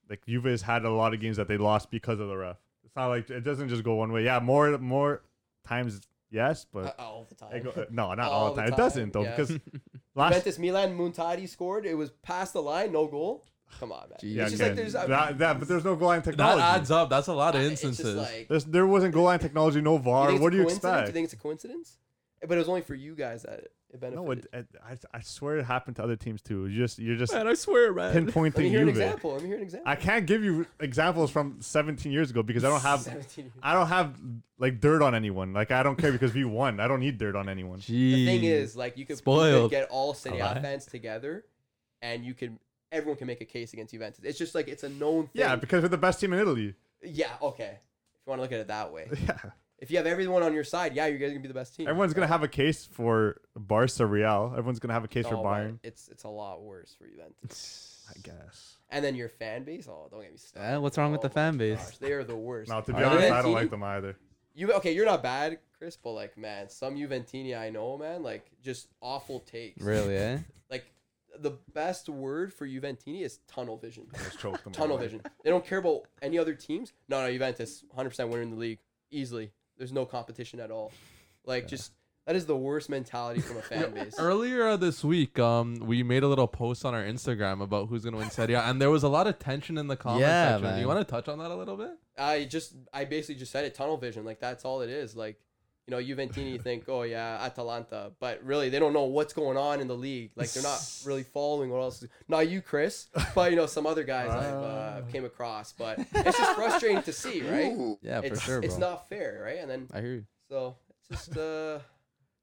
Speaker 2: Like Juve has had a lot of games that they lost because of the ref. It's not like it doesn't just go one way. Yeah, more more times, yes, but
Speaker 3: all the time.
Speaker 2: it go- no, not Uh, all, the time. It doesn't though,
Speaker 3: yeah.
Speaker 2: because last
Speaker 3: Juventus Milan Muntari scored. It was past the line, no goal. Come on, man.
Speaker 2: yeah,
Speaker 3: it's just
Speaker 2: okay.
Speaker 3: like there's
Speaker 2: that, that, but there's no goal line
Speaker 7: That
Speaker 2: technology.
Speaker 7: adds up. That's a lot of
Speaker 3: it's just
Speaker 7: instances.
Speaker 3: like-
Speaker 2: There's, there wasn't goal line technology, no
Speaker 3: You
Speaker 2: VAR.
Speaker 3: think it's
Speaker 2: What
Speaker 3: a
Speaker 2: do you
Speaker 3: coincidence?
Speaker 2: expect?
Speaker 3: Do you think it's a coincidence? Eh, But it was only for you guys that it, it benefited.
Speaker 2: no, it, it, I, I swear it happened to other teams too. You just you're just
Speaker 4: Man, I swear, man.
Speaker 2: pinpointing
Speaker 3: uh, Let me hear an
Speaker 2: Juve.
Speaker 3: example. Let me hear an example.
Speaker 2: I can't give you examples from 17 years ago because I don't have
Speaker 3: 17 years.
Speaker 2: I don't have like dirt on anyone. Like I don't care because we won. I don't need dirt on anyone.
Speaker 3: The thing is, like, you could, you could
Speaker 4: Spoiled.
Speaker 3: get all City
Speaker 4: Alright.
Speaker 3: fans together, and you can everyone can make a case against Juventus. It's just like it's a known thing.
Speaker 2: Yeah, because we're the best team in Italy.
Speaker 3: yeah. Okay, if you want to look at it that way,
Speaker 2: Yeah,
Speaker 3: if you have everyone on your side, yeah, you guys are gonna be the best team.
Speaker 2: everyone's gonna have a case for Barca, Real. Everyone's gonna have a case
Speaker 3: No,
Speaker 2: for
Speaker 3: but
Speaker 2: Bayern.
Speaker 3: It's it's a lot worse for Juventus.
Speaker 2: I guess.
Speaker 3: And then your fan base. Oh, don't get me started.
Speaker 4: Eh, what's wrong with the
Speaker 3: Oh my
Speaker 4: fan base?
Speaker 3: gosh, they are the worst.
Speaker 2: No, to be
Speaker 3: Are
Speaker 2: honest,
Speaker 3: they
Speaker 2: I don't
Speaker 3: Argentini?
Speaker 2: like them either.
Speaker 3: You okay? You're not bad, Chris, but like, man, some Juventini I know, man, like just awful takes.
Speaker 4: Really, eh?
Speaker 3: Like the best word for Juventini is tunnel vision.
Speaker 2: I just choked them.
Speaker 3: Tunnel
Speaker 2: away.
Speaker 3: vision. They don't care about any other teams. No, no, Juventus, 100 percent winner in the league easily. There's no competition at all. Like, just that is the worst mentality from a fan base.
Speaker 7: Earlier this week, um, we made a little post on our Instagram about who's gonna win Serie A, and there was a lot of tension in the comment
Speaker 4: Yeah,
Speaker 7: section. Do
Speaker 4: man.
Speaker 7: you want to touch on that a little bit?
Speaker 3: I just, I basically just said it. Tunnel vision. Like that's all it is. Like. You know, Juventini think, oh yeah, Atalanta, but really they don't know what's going on in the league. Like they're not really following what else. Is... Not you, Chris, but you know some other guys I've uh, came across. But it's just frustrating to see, right?
Speaker 4: Yeah, for
Speaker 3: it's,
Speaker 4: sure, bro.
Speaker 3: It's not fair, right? And then
Speaker 4: I hear you.
Speaker 3: So it's just uh,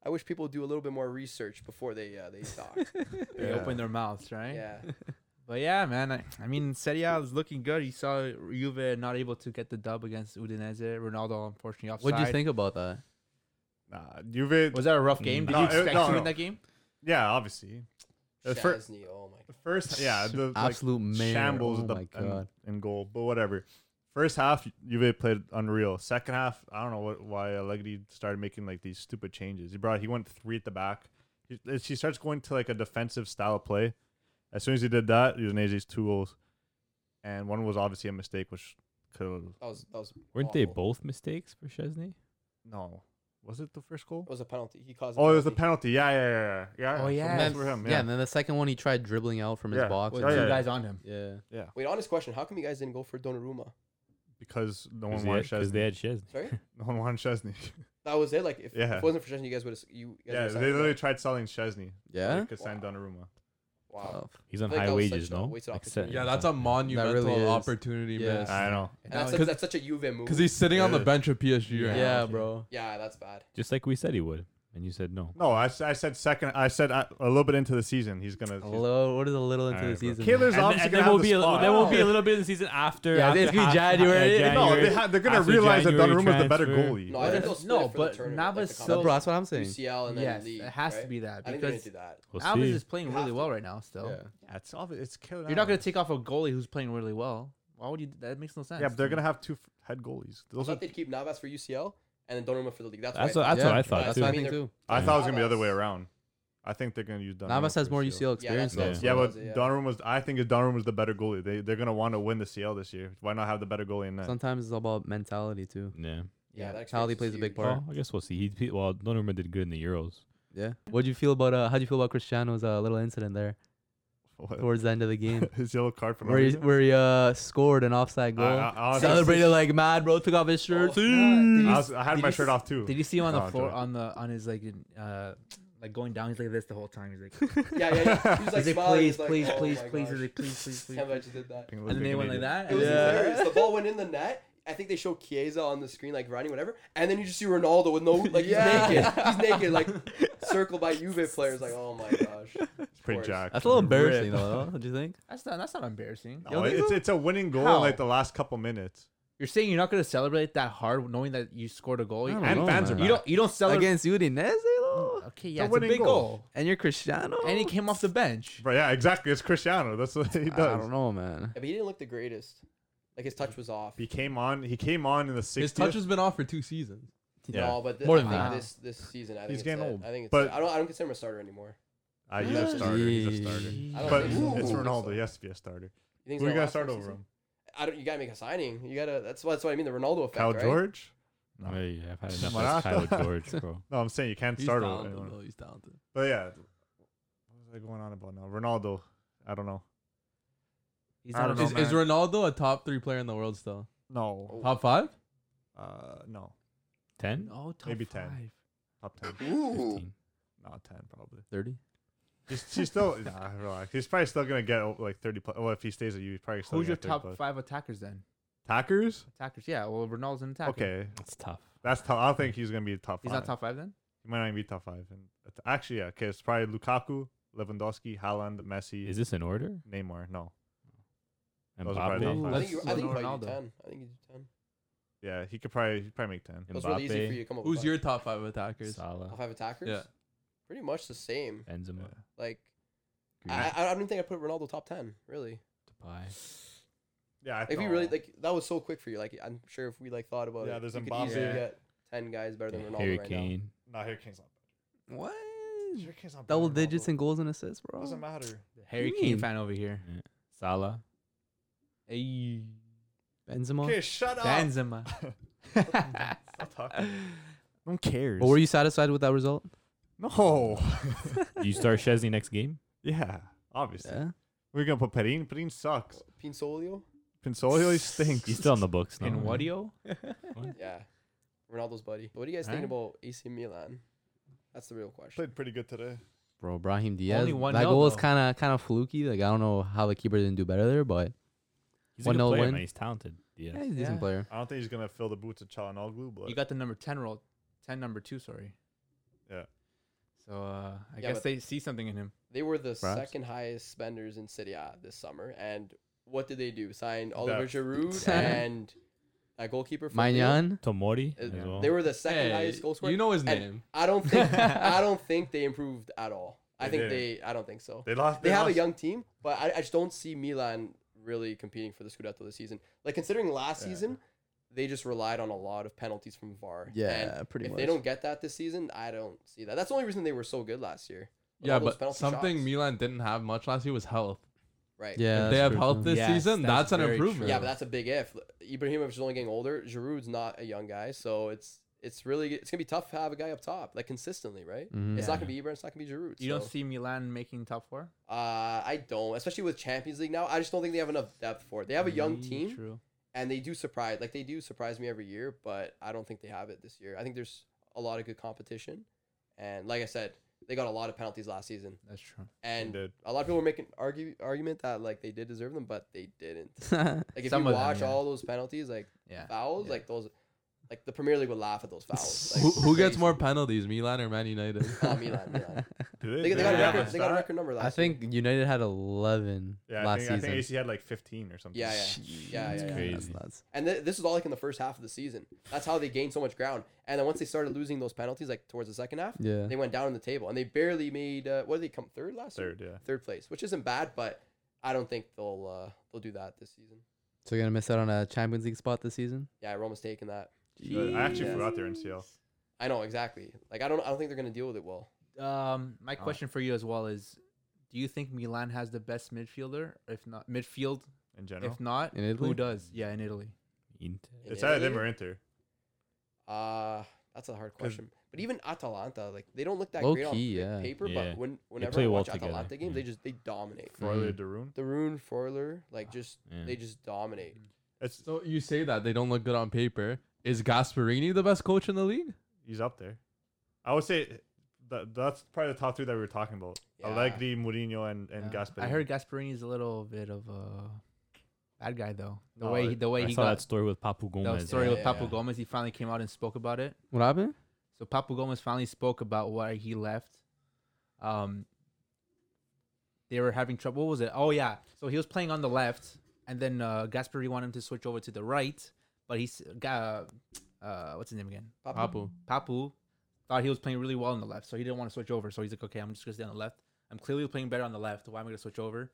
Speaker 3: I wish people would do a little bit more research before they uh, they talk.
Speaker 1: They
Speaker 2: Yeah.
Speaker 1: open their mouths, right?
Speaker 3: yeah,
Speaker 1: But yeah, man. I, I mean, Serie A is looking good. You saw Juve not able to get the dub against Udinese. Ronaldo unfortunately offside.
Speaker 4: What do you think about that?
Speaker 2: Nah, Juve.
Speaker 1: Was that a rough game? Did
Speaker 2: No,
Speaker 1: you
Speaker 2: it-
Speaker 1: expect
Speaker 2: no,
Speaker 1: to
Speaker 2: no.
Speaker 1: win that game?
Speaker 2: Yeah, obviously. The fir-
Speaker 3: Chesney, oh my god,
Speaker 2: the first, yeah, the like,
Speaker 4: Absolute man.
Speaker 2: shambles
Speaker 4: Oh
Speaker 2: at the,
Speaker 4: my
Speaker 2: and-
Speaker 4: god.
Speaker 2: and goal, but whatever. First half, Juve played unreal. Second half, I don't know what, why Allegri started making like these stupid changes. He brought he went three at the back. He, she starts going to like a defensive style of play. As soon as he did that, Udinese's two goals, and one was obviously a mistake, which could
Speaker 3: that was that was.
Speaker 5: Weren't they
Speaker 3: awful.
Speaker 5: both mistakes for Chesney?
Speaker 2: no, was it the first goal?
Speaker 3: It was a penalty. He caused.
Speaker 2: Oh, it was the penalty. Yeah, yeah, yeah, yeah. yeah.
Speaker 1: Oh,
Speaker 2: so
Speaker 1: yeah.
Speaker 2: that's
Speaker 1: Then-
Speaker 2: for him.
Speaker 4: Yeah.
Speaker 2: Yeah,
Speaker 4: and then the second one he tried dribbling out from his
Speaker 2: Yeah.
Speaker 4: box.
Speaker 1: With
Speaker 2: Oh,
Speaker 1: two
Speaker 2: yeah, yeah.
Speaker 1: guys on him.
Speaker 4: Yeah.
Speaker 3: Wait, honest question. How come you guys didn't go for Donnarumma?
Speaker 2: because no one wanted
Speaker 5: Because
Speaker 2: Chesney.
Speaker 5: they had Chesney.
Speaker 3: Sorry,
Speaker 2: no one wanted Chesney.
Speaker 3: that was it. Like if,
Speaker 2: Yeah.
Speaker 3: if it wasn't for Chesney, you guys would have. You guys
Speaker 2: yeah,
Speaker 3: would've
Speaker 2: they
Speaker 3: signed him.
Speaker 2: literally tried selling Chesney.
Speaker 4: Yeah.
Speaker 2: Because signed Donnarumma.
Speaker 4: Oh,
Speaker 3: Wow.
Speaker 5: He's on
Speaker 3: Like, that
Speaker 5: high
Speaker 3: was
Speaker 5: wages,
Speaker 3: such a
Speaker 5: no?
Speaker 3: wasted
Speaker 5: Like, se-
Speaker 3: opportunity.
Speaker 7: Yeah, that's a monumental
Speaker 4: is.
Speaker 7: opportunity
Speaker 4: Yeah.
Speaker 7: miss.
Speaker 2: I know.
Speaker 3: And that's,
Speaker 7: Cause-
Speaker 3: such, that's such a Juve move.
Speaker 7: Because he's sitting on the
Speaker 2: Yeah.
Speaker 7: bench of PSG
Speaker 4: Yeah,
Speaker 7: right now.
Speaker 4: bro.
Speaker 3: yeah, that's bad.
Speaker 5: Just like we said he would. And you said no.
Speaker 2: No, I, s- I said second. I said uh, a little bit into the season, he's gonna.
Speaker 4: A
Speaker 2: He's,
Speaker 4: little, what is a little into the
Speaker 5: Alright, bro.
Speaker 4: season?
Speaker 2: Kaler's
Speaker 5: And,
Speaker 2: obviously gonna
Speaker 5: and there
Speaker 2: have
Speaker 5: will
Speaker 2: the
Speaker 5: be a,
Speaker 2: spot.
Speaker 5: there will be a little bit of the season after.
Speaker 4: Yeah,
Speaker 5: after
Speaker 4: it's gonna be
Speaker 5: half-
Speaker 4: January.
Speaker 5: yeah,
Speaker 2: No,
Speaker 5: January.
Speaker 2: they ha- they're gonna
Speaker 5: After
Speaker 2: realize that
Speaker 5: January
Speaker 2: Donnarumma's the better
Speaker 5: transfer.
Speaker 2: goalie.
Speaker 3: No, I think they'll
Speaker 1: No,
Speaker 3: split it for
Speaker 1: but
Speaker 3: the tournament. Like
Speaker 1: Navas
Speaker 3: the
Speaker 1: so-
Speaker 4: Bro,
Speaker 1: Bro,
Speaker 3: conference,
Speaker 4: that's what I'm saying.
Speaker 3: UCL and then
Speaker 1: yes,
Speaker 3: league.
Speaker 1: it has to
Speaker 3: right?
Speaker 1: be that
Speaker 3: I think they're gonna
Speaker 1: because
Speaker 3: do that.
Speaker 5: We'll
Speaker 1: Alves
Speaker 5: see.
Speaker 1: is playing
Speaker 3: You
Speaker 1: really
Speaker 3: have
Speaker 1: well
Speaker 3: to.
Speaker 1: right now. Still,
Speaker 4: Yeah.
Speaker 2: Yeah, it's obvious. It's killing.
Speaker 1: you're not gonna take off a goalie who's playing really well. Why would you? That makes no sense.
Speaker 2: Yeah, but they're
Speaker 1: to me.
Speaker 2: gonna have two f- head goalies.
Speaker 3: I
Speaker 2: Those are,
Speaker 3: thought they'd keep Navas for UCL and then Donnarumma for the league. That's,
Speaker 5: That's
Speaker 3: why
Speaker 5: what, that's what
Speaker 4: Yeah,
Speaker 5: I thought
Speaker 4: That's
Speaker 5: too.
Speaker 4: what I
Speaker 3: mean,
Speaker 4: think
Speaker 3: they're-
Speaker 4: too.
Speaker 2: I thought it was gonna be the other
Speaker 3: Navas.
Speaker 2: way around. I think they're gonna use Donnarumma.
Speaker 4: Navas has
Speaker 2: for
Speaker 4: more
Speaker 2: the
Speaker 4: UCL
Speaker 3: Yeah, that's
Speaker 4: experience
Speaker 5: what
Speaker 4: though.
Speaker 5: I was-
Speaker 2: Yeah, but
Speaker 3: Yeah.
Speaker 2: Donnarumma's. I think Donnarumma's the better goalie. They they're gonna want to win the CL this year. Why not have the better goalie in that?
Speaker 4: Sometimes it's all about mentality too.
Speaker 5: Yeah.
Speaker 3: Yeah, that
Speaker 4: Mentality
Speaker 3: experience is
Speaker 4: plays a big
Speaker 3: huge.
Speaker 4: part.
Speaker 5: Well, I guess we'll see. He- He, well, Donnarumma did good in the Euros.
Speaker 4: Yeah. What do you feel about uh? How do you feel about Cristiano's uh, little incident there
Speaker 2: What?
Speaker 4: towards the end of the game,
Speaker 2: His yellow card Uh, for no
Speaker 4: where he
Speaker 2: reason?
Speaker 4: where he uh scored an offside
Speaker 2: I-
Speaker 4: goal,
Speaker 2: I- I was-
Speaker 4: celebrated like mad, bro. Took off his shirt.
Speaker 3: Oh,
Speaker 1: Did you
Speaker 2: I
Speaker 1: s-
Speaker 2: was- I had
Speaker 1: did
Speaker 2: my
Speaker 1: you
Speaker 2: shirt
Speaker 1: s-
Speaker 2: off too.
Speaker 1: Did you see him on
Speaker 2: No,
Speaker 1: the
Speaker 2: I'm
Speaker 1: floor
Speaker 2: joking.
Speaker 1: on the on his like in, uh like going down? He's like this the whole time. He's like,
Speaker 3: Yeah, yeah. yeah. He was like,
Speaker 1: he's like
Speaker 3: smiling.
Speaker 1: please,
Speaker 3: He's like,
Speaker 1: please,
Speaker 3: oh
Speaker 1: please,
Speaker 3: my
Speaker 1: please,
Speaker 3: gosh.
Speaker 1: he's like, please, please, please.
Speaker 3: Can't believe I just did that.
Speaker 2: Fucking
Speaker 1: And then they went like
Speaker 2: idiot.
Speaker 1: that.
Speaker 3: It was
Speaker 4: Yeah.
Speaker 3: hilarious. The ball went in the net. I think they showed Chiesa on the screen, like running, whatever. And then you just see Ronaldo with no, like, he's naked. He's naked, like, circled by Juve players. Like, oh my gosh.
Speaker 2: It's pretty
Speaker 3: course.
Speaker 2: jacked.
Speaker 4: That's a little
Speaker 1: Rip.
Speaker 4: embarrassing though. What do you think?
Speaker 1: That's not that's not embarrassing.
Speaker 2: No, it's it's a winning goal in
Speaker 1: How?
Speaker 2: like the last couple minutes.
Speaker 1: You're saying you're not gonna celebrate that hard knowing that you scored a goal.
Speaker 4: I
Speaker 1: You
Speaker 4: don't
Speaker 2: And
Speaker 4: know,
Speaker 2: fans
Speaker 4: man.
Speaker 2: are
Speaker 1: you don't you don't celebrate.
Speaker 4: against Udinese though,
Speaker 1: Okay, yeah,
Speaker 2: a
Speaker 1: it's a
Speaker 2: winning
Speaker 1: big
Speaker 2: goal.
Speaker 1: goal.
Speaker 4: and you're Cristiano.
Speaker 1: And he came off the bench.
Speaker 2: But yeah, exactly. It's Cristiano. That's what he
Speaker 4: I
Speaker 2: does.
Speaker 4: don't know, man.
Speaker 3: Yeah, but he didn't look the greatest. Like, his touch was off.
Speaker 2: He came on. He came on in the 60th.
Speaker 7: His touch has been off for two seasons.
Speaker 2: Yeah.
Speaker 3: No, but th-
Speaker 6: More
Speaker 3: I
Speaker 6: than
Speaker 3: think
Speaker 6: that.
Speaker 3: this this season, I think
Speaker 2: He's
Speaker 3: it's
Speaker 2: getting
Speaker 3: it.
Speaker 2: old.
Speaker 3: I think it's
Speaker 2: But-
Speaker 3: it. I don't I don't consider him a starter anymore.
Speaker 2: Ah, he's a starter. He's a starter.
Speaker 3: I don't
Speaker 2: But
Speaker 3: think so.
Speaker 2: it's
Speaker 3: I don't think
Speaker 2: Ronaldo.
Speaker 3: so.
Speaker 2: He has to be a starter.
Speaker 3: You think
Speaker 2: Who
Speaker 3: he's
Speaker 2: you
Speaker 3: gonna
Speaker 2: got
Speaker 3: last
Speaker 2: start
Speaker 3: next
Speaker 2: over
Speaker 3: season?
Speaker 2: him?
Speaker 3: I don't. You gotta make a signing. You gotta. That's what. That's what I mean. The Ronaldo effect.
Speaker 2: Kyle
Speaker 3: right?
Speaker 2: George? No.
Speaker 5: Hey, I've had enough
Speaker 2: Morata.
Speaker 5: of Kyle George, bro.
Speaker 2: No, I'm saying you can't
Speaker 6: He's
Speaker 2: start over.
Speaker 6: talented,
Speaker 2: anyone.
Speaker 6: though. He's talented.
Speaker 2: But yeah, what was I going on about now? Ronaldo. I don't know.
Speaker 1: He's
Speaker 2: I
Speaker 1: not
Speaker 2: don't
Speaker 1: a
Speaker 2: know,
Speaker 6: Is, is Ronaldo a top three player in the world still?
Speaker 2: No.
Speaker 6: Top five?
Speaker 2: Uh, no.
Speaker 5: Ten?
Speaker 1: Oh, top
Speaker 2: Maybe 10.
Speaker 1: five.
Speaker 2: Top ten.
Speaker 5: Fifteen.
Speaker 2: Not ten, probably.
Speaker 6: 30?
Speaker 2: He's, he's still nah, relax. He's probably still gonna get oh, like thirty. Plus. Well, if he stays at you, he's probably still.
Speaker 1: Who's your
Speaker 2: gonna
Speaker 1: top
Speaker 2: get 30 plus.
Speaker 1: five attackers then?
Speaker 2: attackers?
Speaker 1: Attackers, yeah. Well, Ronaldo's an attacker.
Speaker 2: Okay,
Speaker 5: That's tough.
Speaker 2: that's top. I don't think he's gonna be top.
Speaker 1: He's
Speaker 2: five.
Speaker 1: not top five then.
Speaker 2: He might not even be top five. And it's- actually, yeah. Okay, it's probably Lukaku, Lewandowski, Haaland, Messi,
Speaker 5: Is this in order?
Speaker 2: Neymar. No.
Speaker 5: And
Speaker 2: Those are probably top
Speaker 5: Mbappe.
Speaker 2: five.
Speaker 3: I think
Speaker 1: Let's
Speaker 3: you. I
Speaker 1: go
Speaker 3: think you
Speaker 1: to Ronaldo.
Speaker 3: probably do ten. I think you do ten.
Speaker 2: Yeah, he could probably he'd probably make ten.
Speaker 3: That's really easy for you to come up.
Speaker 6: Who's
Speaker 3: with
Speaker 6: your top five attackers?
Speaker 5: Salah,
Speaker 3: top five attackers?
Speaker 6: Yeah.
Speaker 3: Pretty much the same.
Speaker 5: Benzema,
Speaker 3: Like I,
Speaker 5: Grealish,
Speaker 3: I don't think I put Ronaldo top ten. Really.
Speaker 5: Depay.
Speaker 2: Yeah, I
Speaker 3: If you
Speaker 2: thought-
Speaker 3: really like, that was so quick for you. Like I'm sure if we like thought about
Speaker 2: Yeah,
Speaker 3: it,
Speaker 2: there's
Speaker 3: you could
Speaker 2: Mbappe.
Speaker 3: easily
Speaker 2: Yeah.
Speaker 3: get ten guys better than Ronaldo
Speaker 5: Harry
Speaker 3: right now.
Speaker 5: Kane.
Speaker 2: Nah, Harry Kane's not.
Speaker 4: What?
Speaker 2: Harry Kane's not better
Speaker 4: Double
Speaker 2: than
Speaker 4: digits
Speaker 2: Ronaldo.
Speaker 4: in goals and assists, bro.
Speaker 2: Doesn't matter.
Speaker 1: Harry
Speaker 4: do you
Speaker 1: Kane
Speaker 4: mean?
Speaker 1: fan over here.
Speaker 5: Yeah. Salah.
Speaker 1: Hey,
Speaker 4: Benzema.
Speaker 2: Okay, shut up.
Speaker 1: Benzema.
Speaker 2: Stop talking. No one cares.
Speaker 4: But were you satisfied with that result?
Speaker 2: no.
Speaker 5: you start Chesney next game?
Speaker 2: yeah, obviously.
Speaker 4: Yeah.
Speaker 2: We're gonna put Perin. Perin sucks.
Speaker 3: Pinsolio.
Speaker 2: Pinsolio he stinks.
Speaker 5: He's still in the books. No?
Speaker 1: In Wadio?
Speaker 3: Yeah. Ronaldo's buddy. What do you guys think about AC Milan? That's the real question.
Speaker 2: played pretty good today.
Speaker 4: Bro, Brahim Diaz.
Speaker 1: Only 1-0
Speaker 4: that goal was
Speaker 1: though.
Speaker 4: kind of kind of fluky. Like I don't know how the keeper didn't do better there, but
Speaker 5: He's a good
Speaker 4: 1-0
Speaker 5: player,
Speaker 4: win.
Speaker 5: man. He's talented. Yeah.
Speaker 4: yeah, he's a decent
Speaker 1: Yeah.
Speaker 4: player.
Speaker 2: I don't think he's gonna fill the boots of Chalanoglu, but
Speaker 1: You got the number ten role, ten number two. Sorry.
Speaker 2: Yeah.
Speaker 1: So uh, I
Speaker 3: Yeah,
Speaker 1: guess
Speaker 3: but-
Speaker 1: they see something in him.
Speaker 3: They were the
Speaker 2: Perhaps.
Speaker 3: second highest spenders in Serie A this summer. And what did they do? Sign Oliver
Speaker 2: Depth.
Speaker 3: Giroud and a goalkeeper for Lille?
Speaker 4: Maignan.
Speaker 5: Tomori
Speaker 3: Uh,
Speaker 5: as well.
Speaker 3: They were the second
Speaker 6: Hey,
Speaker 3: highest goal scorer.
Speaker 6: You know his
Speaker 3: And-
Speaker 6: name.
Speaker 3: I don't think I don't think they improved at all. I
Speaker 2: They
Speaker 3: think
Speaker 2: didn't.
Speaker 3: they I don't think so.
Speaker 2: they lost.
Speaker 3: They have a
Speaker 2: lost-
Speaker 3: young team, but I, I just don't see Milan really competing for the Scudetto this season. Like considering last
Speaker 2: Yeah.
Speaker 3: season, they just relied on a lot of penalties from VAR. And
Speaker 4: Yeah, pretty
Speaker 3: if
Speaker 4: much.
Speaker 3: they don't get that this season, I don't see that. That's the only reason they were so good last year. With
Speaker 6: Yeah,
Speaker 3: all those
Speaker 6: but
Speaker 3: penalty
Speaker 6: something
Speaker 3: shots.
Speaker 6: Milan didn't have much last year was health.
Speaker 3: right. Yeah.
Speaker 4: yeah,
Speaker 6: if they
Speaker 4: that's
Speaker 6: have
Speaker 4: true,
Speaker 6: health
Speaker 4: too.
Speaker 6: this
Speaker 1: Yes,
Speaker 6: season,
Speaker 1: that's
Speaker 6: that's, an
Speaker 1: very true.
Speaker 6: improvement.
Speaker 1: Yeah.
Speaker 3: but that's a big if. Ibrahimovic is only getting older. Giroud's not a young guy, so it's it's really it's gonna be tough to have a guy up top like consistently, right?
Speaker 4: Mhm.
Speaker 3: It's not
Speaker 1: Yeah.
Speaker 3: gonna be Ibra. It's not gonna be Giroud.
Speaker 1: You
Speaker 3: so-
Speaker 1: don't see Milan making top four.
Speaker 3: Uh, I don't, especially with Champions League now. I just don't think they have enough depth for it. They have a young
Speaker 1: Mm,
Speaker 3: team,
Speaker 1: True.
Speaker 3: and they do surprise like they do surprise me every year but i don't think they have it this year i think there's a lot of good competition and like i said they got a lot of penalties last season
Speaker 1: That's true.
Speaker 3: and
Speaker 2: did.
Speaker 3: a lot of people were making argue argument that like they did deserve them but they didn't like if
Speaker 1: Some
Speaker 3: you
Speaker 1: of them,
Speaker 3: watch
Speaker 1: yeah.
Speaker 3: all those penalties like
Speaker 1: Yeah.
Speaker 3: fouls
Speaker 1: yeah.
Speaker 3: like those like the premier league would laugh at those fouls like,
Speaker 6: Who, who gets
Speaker 3: crazy.
Speaker 6: more penalties, Milan or Man United?
Speaker 3: oh, Milan, Milan.
Speaker 2: Do they,
Speaker 3: They, they
Speaker 2: do
Speaker 3: got a
Speaker 2: have
Speaker 3: record, they got
Speaker 2: stat?
Speaker 3: a record number
Speaker 4: I
Speaker 3: last year.
Speaker 4: think United had 11
Speaker 2: Yeah, I
Speaker 4: last
Speaker 2: think, I
Speaker 4: season.
Speaker 2: think AC had like 15 or something.
Speaker 3: yeah yeah yeah, yeah, yeah.
Speaker 4: That's
Speaker 5: Crazy.
Speaker 4: nuts.
Speaker 3: And th- this is all like in the first half of the season. That's how they gained so much ground. And then once they started losing those penalties, like towards the second half,
Speaker 4: Yeah.
Speaker 3: they went down in the table and they barely made. Uh, what did they come third last year?
Speaker 2: Third, yeah.
Speaker 3: Third place, which isn't bad, but I don't think they'll uh, they'll do that this season.
Speaker 4: So you're gonna miss out on a Champions League spot this season.
Speaker 3: Yeah, Roma's taking that.
Speaker 2: But I actually
Speaker 3: Yeah.
Speaker 2: forgot they're in CL.
Speaker 3: I know exactly. Like I don't I don't think they're gonna deal with it well.
Speaker 1: Um, my
Speaker 2: Oh.
Speaker 1: question for you as well is, do you think Milan has the best midfielder? If not midfield,
Speaker 2: in general.
Speaker 1: if not,
Speaker 4: In Italy?
Speaker 1: who does? Yeah, in Italy.
Speaker 5: Inter.
Speaker 3: In
Speaker 2: it's either
Speaker 3: Italy,
Speaker 2: them or Inter.
Speaker 3: Uh that's a hard
Speaker 2: 'Cause-
Speaker 3: question. But even Atalanta, like they don't look that
Speaker 4: Low
Speaker 3: great
Speaker 4: key,
Speaker 3: on
Speaker 4: yeah.
Speaker 3: paper,
Speaker 5: Yeah.
Speaker 3: but when whenever
Speaker 5: play
Speaker 3: I
Speaker 5: well
Speaker 3: watch
Speaker 5: together, Mm.
Speaker 3: Atalanta games,
Speaker 5: yeah.
Speaker 3: they just they dominate.
Speaker 2: Froyle,
Speaker 4: Mhm.
Speaker 2: Darun.
Speaker 3: The Rune, Forler, like just
Speaker 5: Yeah.
Speaker 3: they just dominate.
Speaker 2: It's
Speaker 6: so you say that they don't look good on paper. Is Gasparini the best coach in the league?
Speaker 2: he's up there. I would say that that's probably the top three that we were talking about:
Speaker 3: Yeah.
Speaker 2: Allegri, Mourinho, and and
Speaker 1: Yeah.
Speaker 2: Gasperini.
Speaker 1: I heard Gasperini's a little bit of a bad guy though. The
Speaker 2: No,
Speaker 1: way
Speaker 2: Oh, I-
Speaker 1: he, the way
Speaker 5: I
Speaker 1: he
Speaker 5: saw
Speaker 1: got
Speaker 5: that story with Papu
Speaker 1: the
Speaker 5: Gomez.
Speaker 1: story
Speaker 3: Yeah,
Speaker 1: with
Speaker 3: yeah,
Speaker 1: Papu
Speaker 3: yeah.
Speaker 1: Gomez, he finally came out and spoke about it.
Speaker 4: What happened?
Speaker 1: So Papu Gomez finally spoke about why he left. Um, they were having trouble. What was it? Oh yeah. So he was playing on the left, and then uh, Gasperi wanted him to switch over to the right, but he's uh, uh, what's his name again?
Speaker 6: Papu.
Speaker 1: Papu thought he was playing really well on the left, so he didn't want to switch over. So he's like, okay, I'm just gonna stay on the left. I'm clearly playing better on the left. Why am I gonna switch over?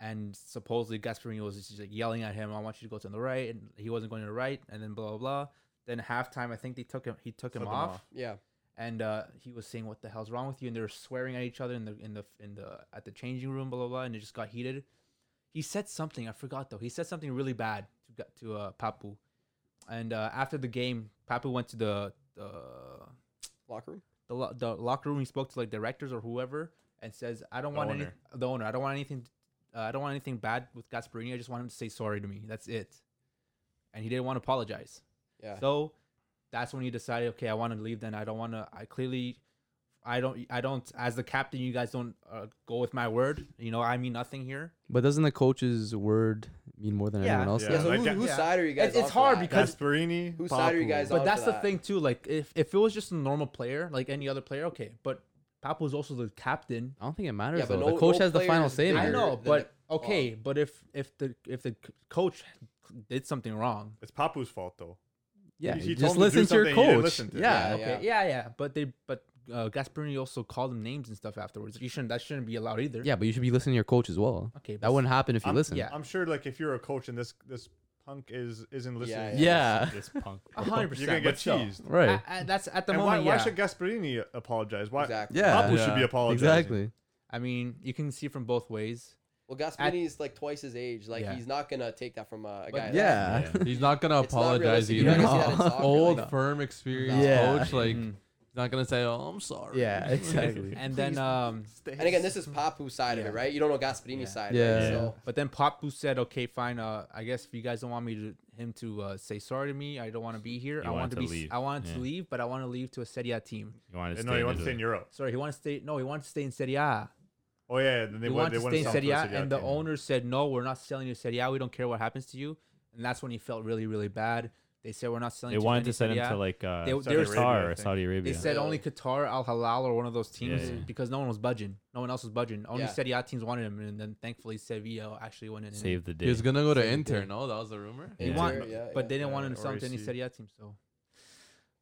Speaker 1: And supposedly Gasparini was just like yelling at him, I want you to go to the right, and he wasn't going to the right, and then blah blah blah. Then halftime, I think they took him. He took him
Speaker 2: Took him
Speaker 1: off,
Speaker 2: off.
Speaker 3: Yeah.
Speaker 1: and uh, he was saying, "What the hell's wrong with you?" And they were swearing at each other in the in the in the at the changing room, blah blah blah. And it just got heated. He said something I forgot though. He said something really bad to got- to uh, Papu, and uh, after the game, Papu went to the the
Speaker 3: Locker room.
Speaker 1: the, lo- the locker room. He spoke to like directors or whoever, and says, "I don't
Speaker 2: The
Speaker 1: want
Speaker 2: owner.
Speaker 1: any the owner. I don't want anything. Uh, I don't want anything bad with Gasparini. I just want him to say sorry to me. That's it." And he didn't want to apologize.
Speaker 3: Yeah.
Speaker 1: So that's when he decided, okay, I want to leave. Then I don't want to. I clearly, I don't. I don't. As the captain, you guys don't uh, go with my word. You know, I mean nothing here.
Speaker 4: But doesn't the coach's word mean more than
Speaker 1: Yeah.
Speaker 4: anyone else?
Speaker 2: Yeah.
Speaker 3: yeah, so
Speaker 2: like
Speaker 3: who,
Speaker 2: that-
Speaker 3: whose
Speaker 1: yeah.
Speaker 3: side are you guys?
Speaker 1: It's- it's
Speaker 3: on for
Speaker 1: hard
Speaker 3: that?
Speaker 1: because-
Speaker 2: Gasparini.
Speaker 3: Whose side are you
Speaker 2: Papu.
Speaker 3: guys on?
Speaker 1: But that's
Speaker 3: for
Speaker 1: the
Speaker 3: that.
Speaker 1: thing too. Like if if it was just a normal player, like any other player, okay. But Papu was also the captain.
Speaker 4: I don't think it matters
Speaker 3: Yeah, but
Speaker 4: though.
Speaker 3: no-
Speaker 4: the coach
Speaker 3: no
Speaker 4: has the
Speaker 3: player
Speaker 4: final
Speaker 3: is
Speaker 4: say.
Speaker 3: bigger.
Speaker 1: I
Speaker 4: man.
Speaker 1: know,
Speaker 3: than
Speaker 1: but
Speaker 3: the-
Speaker 1: okay. But if if the if the c- coach did something wrong,
Speaker 2: It's Papu's fault though.
Speaker 4: Yeah,
Speaker 2: He- he told him
Speaker 4: just
Speaker 2: to do
Speaker 4: listen to your
Speaker 2: something he didn't
Speaker 4: coach.
Speaker 2: listen to.
Speaker 4: Yeah,
Speaker 1: yeah,
Speaker 3: Yeah,
Speaker 1: okay, yeah, yeah. But they but uh, Gasparini also called him names and stuff afterwards. You shouldn't. That shouldn't be allowed either.
Speaker 4: yeah, but you should be listening to your coach as well.
Speaker 1: Okay.
Speaker 4: That wouldn't happen if you
Speaker 2: I'm-
Speaker 4: listen.
Speaker 1: yeah.
Speaker 2: I'm sure like if you're a coach and this this punk is isn't listening,
Speaker 3: Yeah.
Speaker 4: yeah.
Speaker 5: This punk.
Speaker 1: A hundred
Speaker 2: you're
Speaker 1: percent.
Speaker 2: gonna get
Speaker 1: but still.
Speaker 2: cheesed.
Speaker 4: right.
Speaker 1: I- I- that's at the
Speaker 2: and why,
Speaker 1: moment.
Speaker 2: why
Speaker 1: yeah.
Speaker 2: should Gasparini apologize? Why
Speaker 3: Exactly.
Speaker 4: Yeah.
Speaker 2: Papu should be apologizing?
Speaker 4: exactly.
Speaker 1: I mean, you can see from both ways.
Speaker 3: Well, Gasparini's like twice his age. Like
Speaker 1: Yeah.
Speaker 3: he's not gonna take that from uh, a
Speaker 1: But
Speaker 3: guy.
Speaker 4: Yeah.
Speaker 5: Yeah.
Speaker 7: He's not gonna
Speaker 3: It's not
Speaker 7: apologize
Speaker 3: realistic. You're
Speaker 7: either.
Speaker 3: not gonna see that in soccer,
Speaker 7: Old
Speaker 3: like,
Speaker 7: firm experience
Speaker 4: Yeah.
Speaker 7: coach, like
Speaker 1: Mhm.
Speaker 7: he's not gonna say, "Oh, I'm sorry."
Speaker 4: Yeah, exactly.
Speaker 1: and then, um,
Speaker 3: And again, this is Papu's side of
Speaker 1: Yeah.
Speaker 3: it, right? You don't know Gasparini's
Speaker 1: Yeah.
Speaker 3: side.
Speaker 4: Yeah.
Speaker 3: Right? So
Speaker 1: but then Papu said, "Okay, fine. Uh, I guess if you guys don't want me to him to uh, say sorry to me, I don't want to be here.
Speaker 5: You
Speaker 1: I
Speaker 5: want
Speaker 1: want to
Speaker 5: to
Speaker 1: be.
Speaker 5: leave.
Speaker 1: I wanted
Speaker 5: Yeah.
Speaker 1: to leave, but I want to leave to a Serie A team.
Speaker 5: You want to
Speaker 2: no,
Speaker 5: stay
Speaker 2: he wants to stay in
Speaker 5: Italy.
Speaker 2: Europe.
Speaker 1: Sorry, he wanted to stay. No, he wanted to stay in Serie A.
Speaker 2: Oh yeah, then they
Speaker 1: he
Speaker 2: went.
Speaker 1: wanted
Speaker 2: They
Speaker 1: to stay
Speaker 2: went
Speaker 1: in
Speaker 2: south
Speaker 1: Serie
Speaker 2: to
Speaker 1: A,
Speaker 2: Serie A
Speaker 1: and the
Speaker 2: team.
Speaker 1: owner said, "No, we're not selling you to Serie A. We don't care what happens to you." And that's when he felt really, really bad. They said, "We're not selling."
Speaker 5: They
Speaker 1: you to
Speaker 5: wanted to
Speaker 1: any
Speaker 5: send
Speaker 1: Serie
Speaker 5: him
Speaker 1: A."
Speaker 5: to like uh,
Speaker 1: They- they
Speaker 5: Saudi
Speaker 1: were-
Speaker 5: Arabia or
Speaker 2: I think.
Speaker 5: Said
Speaker 1: They
Speaker 5: Arabia.
Speaker 1: said
Speaker 3: Yeah.
Speaker 1: only Qatar, Al Halal, or one of those teams
Speaker 5: Yeah, yeah.
Speaker 1: because no one was budging. No one else was budging. Only
Speaker 3: Yeah.
Speaker 1: Serie A teams wanted him, and then thankfully Sevilla actually went in. and-
Speaker 5: Save the
Speaker 7: He
Speaker 5: day.
Speaker 7: was gonna go to
Speaker 1: Same
Speaker 7: Inter.
Speaker 1: thing.
Speaker 7: No, that was the rumor.
Speaker 1: They
Speaker 5: Yeah.
Speaker 1: want,
Speaker 3: Inter, yeah,
Speaker 1: but
Speaker 3: yeah.
Speaker 1: they
Speaker 4: Uh,
Speaker 1: didn't want
Speaker 2: Yeah,
Speaker 1: him to sell him to any
Speaker 2: RC.
Speaker 1: Serie A team. So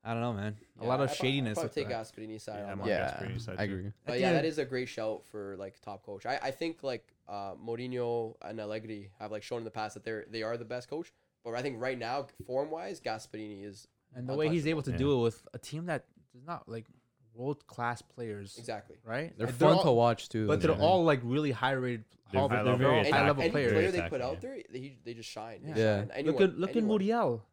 Speaker 1: I don't know, man. a
Speaker 3: yeah,
Speaker 1: lot
Speaker 3: I
Speaker 1: of
Speaker 3: prob-
Speaker 1: shadiness.
Speaker 3: I
Speaker 1: with
Speaker 3: probably take
Speaker 1: that.
Speaker 3: Gasparini's side.
Speaker 2: Yeah,
Speaker 3: on
Speaker 7: Oh
Speaker 2: I'm
Speaker 3: that.
Speaker 2: on
Speaker 4: Yeah,
Speaker 2: Gasparini's side
Speaker 4: I
Speaker 2: too.
Speaker 4: agree.
Speaker 1: At
Speaker 3: But
Speaker 1: the
Speaker 3: yeah,
Speaker 1: end-
Speaker 3: that is a great shout for like top coach. I, I think like uh, Mourinho and Allegri have like shown in the past that they're they are the best coach. But I think right now, form wise, Gasparini is
Speaker 1: and the way he's able to
Speaker 5: Yeah.
Speaker 1: do it with a team that is not like world class players,
Speaker 3: exactly.
Speaker 1: right?
Speaker 4: They're
Speaker 1: Like,
Speaker 4: fun
Speaker 1: all-
Speaker 4: to watch too.
Speaker 1: but
Speaker 4: though,
Speaker 1: they're
Speaker 4: man.
Speaker 1: all like really high rated.
Speaker 5: They're
Speaker 1: all-
Speaker 5: very-
Speaker 1: They're
Speaker 5: they're
Speaker 1: very
Speaker 5: very
Speaker 1: high
Speaker 3: any,
Speaker 1: level
Speaker 3: any
Speaker 1: players.
Speaker 3: player they
Speaker 5: attacking,
Speaker 3: put out
Speaker 5: yeah.
Speaker 3: there, they, he- they just shine. They
Speaker 4: Yeah.
Speaker 3: shine. Anyone,
Speaker 1: Look at look at
Speaker 3: anyone.
Speaker 1: Muriel.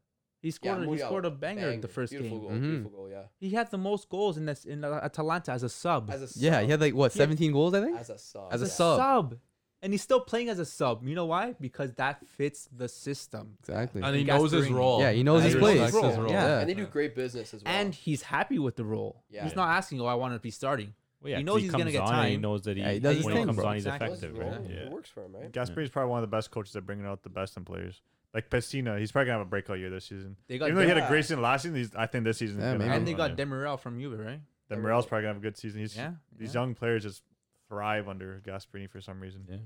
Speaker 1: He
Speaker 3: Yeah,
Speaker 1: scored a, he
Speaker 3: Muriel,
Speaker 1: scored a banger, the first
Speaker 3: beautiful
Speaker 1: game.
Speaker 3: Goal,
Speaker 4: Mhm.
Speaker 3: Beautiful goal, yeah.
Speaker 1: He had the most goals in this in uh, Atalanta as a sub.
Speaker 3: As a sub,
Speaker 4: yeah, he had like what
Speaker 1: Yeah.
Speaker 4: 17 goals, I think.
Speaker 3: as a sub.
Speaker 4: as a
Speaker 3: yeah.
Speaker 4: sub.
Speaker 1: And he's still playing as a sub. You know why? Because that fits the system.
Speaker 4: Exactly.
Speaker 7: And he knows his
Speaker 1: Gasparini.
Speaker 7: role.
Speaker 4: Yeah, he knows
Speaker 7: And
Speaker 1: his
Speaker 7: he
Speaker 1: place.
Speaker 7: respects
Speaker 1: Role.
Speaker 7: his role.
Speaker 4: Yeah.
Speaker 3: and they do great business as well.
Speaker 1: And he's happy with the role.
Speaker 3: Yeah.
Speaker 1: He's not asking, oh, I want to be starting.
Speaker 5: Well, yeah,
Speaker 1: He
Speaker 5: 'cause
Speaker 1: knows he's
Speaker 5: comes
Speaker 1: gonna get
Speaker 5: on and He
Speaker 1: time.
Speaker 5: knows that he,
Speaker 4: Yeah, he does
Speaker 5: when
Speaker 4: his
Speaker 5: he
Speaker 4: thing,
Speaker 5: comes
Speaker 4: bro.
Speaker 5: on, he's
Speaker 1: Exactly.
Speaker 3: That's his
Speaker 5: effective, right?
Speaker 3: role.
Speaker 2: Yeah.
Speaker 3: It works for him, right?
Speaker 2: Gasparini's probably one of the best coaches at bringing out the best in players. Like Pessina, he's probably gonna have a breakout year this season.
Speaker 1: They got
Speaker 2: Even though he had a
Speaker 3: Yeah.
Speaker 2: great season last season, he's, I think this season.
Speaker 4: Yeah, maybe.
Speaker 1: And they got Demerel from Juve, right?
Speaker 2: Then Morel's probably gonna have a good season. He's,
Speaker 1: Yeah.
Speaker 2: These young players just thrive under Gasparini for some reason.
Speaker 5: Yeah.
Speaker 2: Not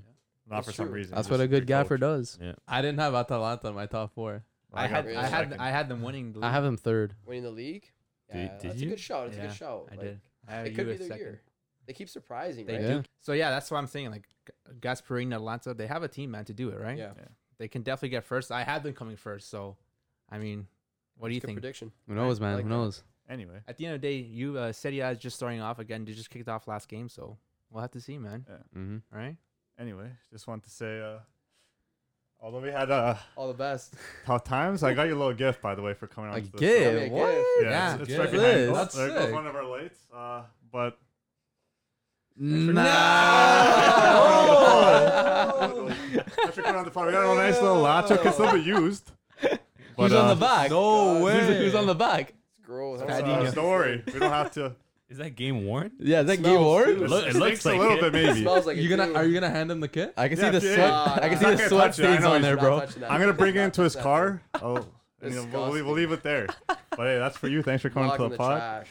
Speaker 3: That's
Speaker 2: for some
Speaker 3: true.
Speaker 2: reason.
Speaker 4: That's
Speaker 2: just
Speaker 4: what a good
Speaker 2: coach.
Speaker 4: gaffer does.
Speaker 7: I didn't have Atalanta in my top four.
Speaker 1: I had
Speaker 3: got
Speaker 1: I had
Speaker 2: second.
Speaker 1: I had them winning. The
Speaker 4: I have him third.
Speaker 3: Winning the league.
Speaker 5: Did-
Speaker 3: Yeah,
Speaker 5: did
Speaker 3: that's
Speaker 5: you?
Speaker 3: a good shout. It's a
Speaker 1: Yeah,
Speaker 3: good shout.
Speaker 1: I
Speaker 3: Like,
Speaker 1: did. I had
Speaker 3: It could
Speaker 1: uh, Juve
Speaker 3: be their
Speaker 1: second.
Speaker 3: year. They keep surprising,
Speaker 1: They
Speaker 3: right?
Speaker 4: Yeah.
Speaker 1: do. So yeah, that's what I'm saying. Like G- Gasparini, Atlanta, they have a team, man, to do it, right?
Speaker 3: Yeah.
Speaker 1: They can definitely get first. I had them coming first, so I mean, what do you
Speaker 3: Good
Speaker 1: think?
Speaker 3: prediction.
Speaker 4: Who knows, man?
Speaker 3: like
Speaker 4: Who
Speaker 3: that.
Speaker 4: knows?
Speaker 2: Anyway,
Speaker 1: At the end of the day, you uh, Serie A is just starting off again. They just kicked off last game, so we'll have to see, man.
Speaker 4: Mm-hmm.
Speaker 1: Right?
Speaker 2: anyway, just want to say, uh, although we had uh,
Speaker 3: All the best.
Speaker 2: tough times, I got you a little gift by the way for coming on.
Speaker 4: A
Speaker 2: to the
Speaker 4: gift?
Speaker 2: show.
Speaker 3: Maybe a
Speaker 4: what?
Speaker 3: gift.
Speaker 2: Yeah,
Speaker 1: Yeah,
Speaker 2: it's, it's
Speaker 7: good.
Speaker 2: right
Speaker 4: This.
Speaker 2: behind us.
Speaker 7: That's
Speaker 2: there goes
Speaker 7: sick.
Speaker 2: one of our lights. Uh, but
Speaker 4: No.
Speaker 2: Thanks for coming on the pod. We got a nice little latte. It's a little bit used. But,
Speaker 4: Who's on
Speaker 2: uh,
Speaker 4: the back?
Speaker 7: No
Speaker 4: Who's-
Speaker 7: way.
Speaker 4: Who's on the back?
Speaker 3: It's gross.
Speaker 2: uh, don't worry, we don't have to.
Speaker 5: Is that game worn?
Speaker 4: Yeah, is that Gabe
Speaker 5: It,
Speaker 4: Ward?
Speaker 5: loo- it looks
Speaker 2: stinks a
Speaker 5: like
Speaker 2: little bit,
Speaker 5: it.
Speaker 2: maybe.
Speaker 3: smells like
Speaker 7: You
Speaker 3: a
Speaker 7: gonna
Speaker 3: dude.
Speaker 7: are you gonna hand him the kit?
Speaker 4: I can see
Speaker 2: Yeah,
Speaker 4: the
Speaker 2: dude.
Speaker 4: sweat.
Speaker 3: Nah,
Speaker 4: I can see
Speaker 3: nah.
Speaker 2: I'm
Speaker 4: the
Speaker 2: not gonna
Speaker 4: sweat
Speaker 2: touch it. I
Speaker 4: stains
Speaker 2: know
Speaker 4: on
Speaker 2: he's
Speaker 4: there,
Speaker 3: Not
Speaker 4: bro.
Speaker 3: touching that.
Speaker 2: I'm gonna bring it into his
Speaker 3: That's
Speaker 2: car. Oh, and you know, we'll,
Speaker 3: Disgusting.
Speaker 2: leave, we'll leave it there. But hey, that's for you. Thanks for coming
Speaker 3: Lock
Speaker 2: to
Speaker 3: in
Speaker 2: the
Speaker 3: the
Speaker 2: pod.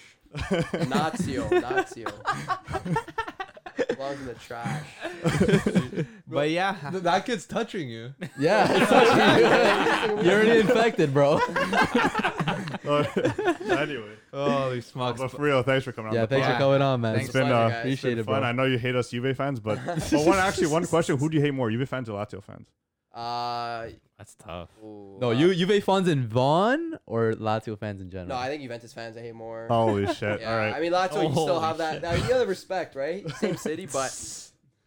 Speaker 3: trash. Nazio. Nazio. Logs in the trash.
Speaker 1: But yeah,
Speaker 7: Th- That kid's touching you.
Speaker 4: Yeah, it's touching you. you're already infected, bro.
Speaker 2: anyway,
Speaker 7: Holy smokes!
Speaker 2: but for real, thanks for coming
Speaker 4: Yeah,
Speaker 2: on the pod.
Speaker 4: thanks
Speaker 1: Yeah.
Speaker 4: for coming on, man.
Speaker 3: Thanks
Speaker 2: It's been,
Speaker 3: for
Speaker 2: uh,
Speaker 3: having me, guys. It's
Speaker 4: Appreciate
Speaker 2: been
Speaker 4: it, bro.
Speaker 2: fun. I know you hate us Juve fans, but but one actually one question: Who do you hate more, Juve fans or Lazio fans?
Speaker 3: Uh,
Speaker 5: That's tough.
Speaker 3: ooh,
Speaker 4: No,
Speaker 3: uh,
Speaker 4: you Juve fans in Vaughn or Lazio fans in general?
Speaker 3: No, I think Juventus fans I hate more.
Speaker 2: Holy shit!
Speaker 3: yeah,
Speaker 2: Oh, All right.
Speaker 3: I mean Lazio, you still
Speaker 5: Holy
Speaker 3: have that. Now you have respect, right? Same city, but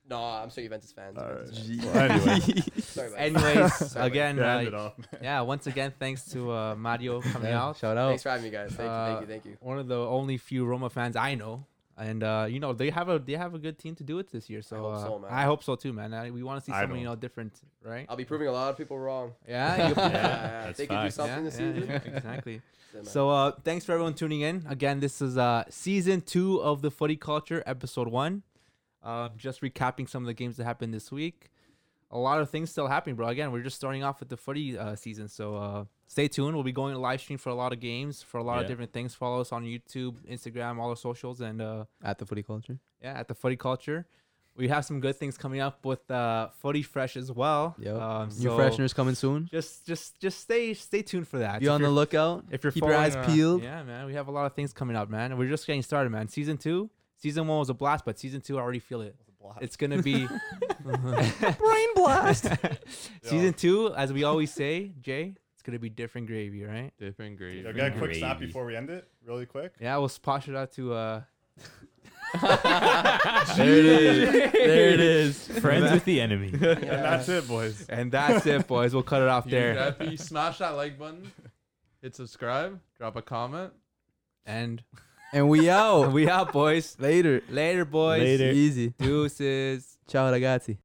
Speaker 3: no, I'm still Juventus fans.
Speaker 2: All
Speaker 3: Juventus
Speaker 2: right.
Speaker 3: fans.
Speaker 2: Well, anyway,
Speaker 3: Sorry about that.
Speaker 1: Anyways,
Speaker 3: Sorry about
Speaker 1: again,
Speaker 2: yeah,
Speaker 1: uh,
Speaker 2: end it off.
Speaker 1: yeah, once again, thanks to uh, Mario coming
Speaker 4: Yeah,
Speaker 1: out.
Speaker 4: Shout out.
Speaker 3: Thanks for having me, guys. Thank you, thank
Speaker 1: Uh,
Speaker 3: you, thank you.
Speaker 1: One of the only few Roma fans I know, and uh, you know they have a they have a good team to do it this year. So I
Speaker 3: hope
Speaker 1: hope, uh,
Speaker 3: so, man.
Speaker 1: I hope so too, man. I, we want to see
Speaker 2: I
Speaker 1: someone you
Speaker 2: don't.
Speaker 1: know different, right?
Speaker 3: I'll be proving a lot of people wrong.
Speaker 1: Yeah, you-
Speaker 3: Yeah,
Speaker 1: yeah,
Speaker 3: yeah,
Speaker 5: that's
Speaker 3: they could do
Speaker 5: facts.
Speaker 3: something this
Speaker 1: yeah,
Speaker 3: season.
Speaker 1: yeah, exactly.
Speaker 3: Yeah, man.
Speaker 1: So uh, thanks for everyone tuning in. Again, this is uh, season two of the Footy Culture, episode one. Um, just recapping some of the games that happened this week. A lot of things still happening, bro. Again, we're just starting off with the footy uh, season, so uh, stay tuned. We'll be going live stream for a lot of games, for a lot of
Speaker 5: Yeah.
Speaker 1: different things. Follow us on YouTube, Instagram, all our socials, and uh,
Speaker 4: At the footy culture.
Speaker 1: yeah, at the Footy Culture. We have some good things coming up with uh, Footy Fresh as well.
Speaker 4: Yep.
Speaker 1: Um,
Speaker 4: New
Speaker 1: so
Speaker 4: fresheners coming soon.
Speaker 1: Just, just, just stay, stay tuned for that.
Speaker 4: Be
Speaker 1: If
Speaker 4: on the
Speaker 1: you're-
Speaker 4: lookout.
Speaker 1: if you're
Speaker 4: keep your eyes
Speaker 1: following, uh,
Speaker 4: peeled.
Speaker 1: yeah, man, we have a lot of things coming up, man. We're just getting started, man. Season two, season one was a blast, but season two, I already feel it. It's gonna be brain blast. season two, as we always say, Jay, it's gonna be different gravy, right?
Speaker 7: Different grade.
Speaker 2: Yo, get a quick snap
Speaker 5: Gravy.
Speaker 2: before we end it, really quick.
Speaker 1: Yeah, we'll spot it out to uh,
Speaker 4: there it is. There it is.
Speaker 5: Friends with the enemy.
Speaker 2: And that's it, boys.
Speaker 1: and that's it, boys. We'll cut it off
Speaker 7: You
Speaker 1: there.
Speaker 7: happy? Smash that like button. Hit subscribe. Drop a comment.
Speaker 1: And
Speaker 4: And we out.
Speaker 1: we out, boys.
Speaker 4: Later.
Speaker 1: Later, boys.
Speaker 5: Later.
Speaker 4: Easy.
Speaker 1: Deuces.
Speaker 4: Ciao, ragazzi.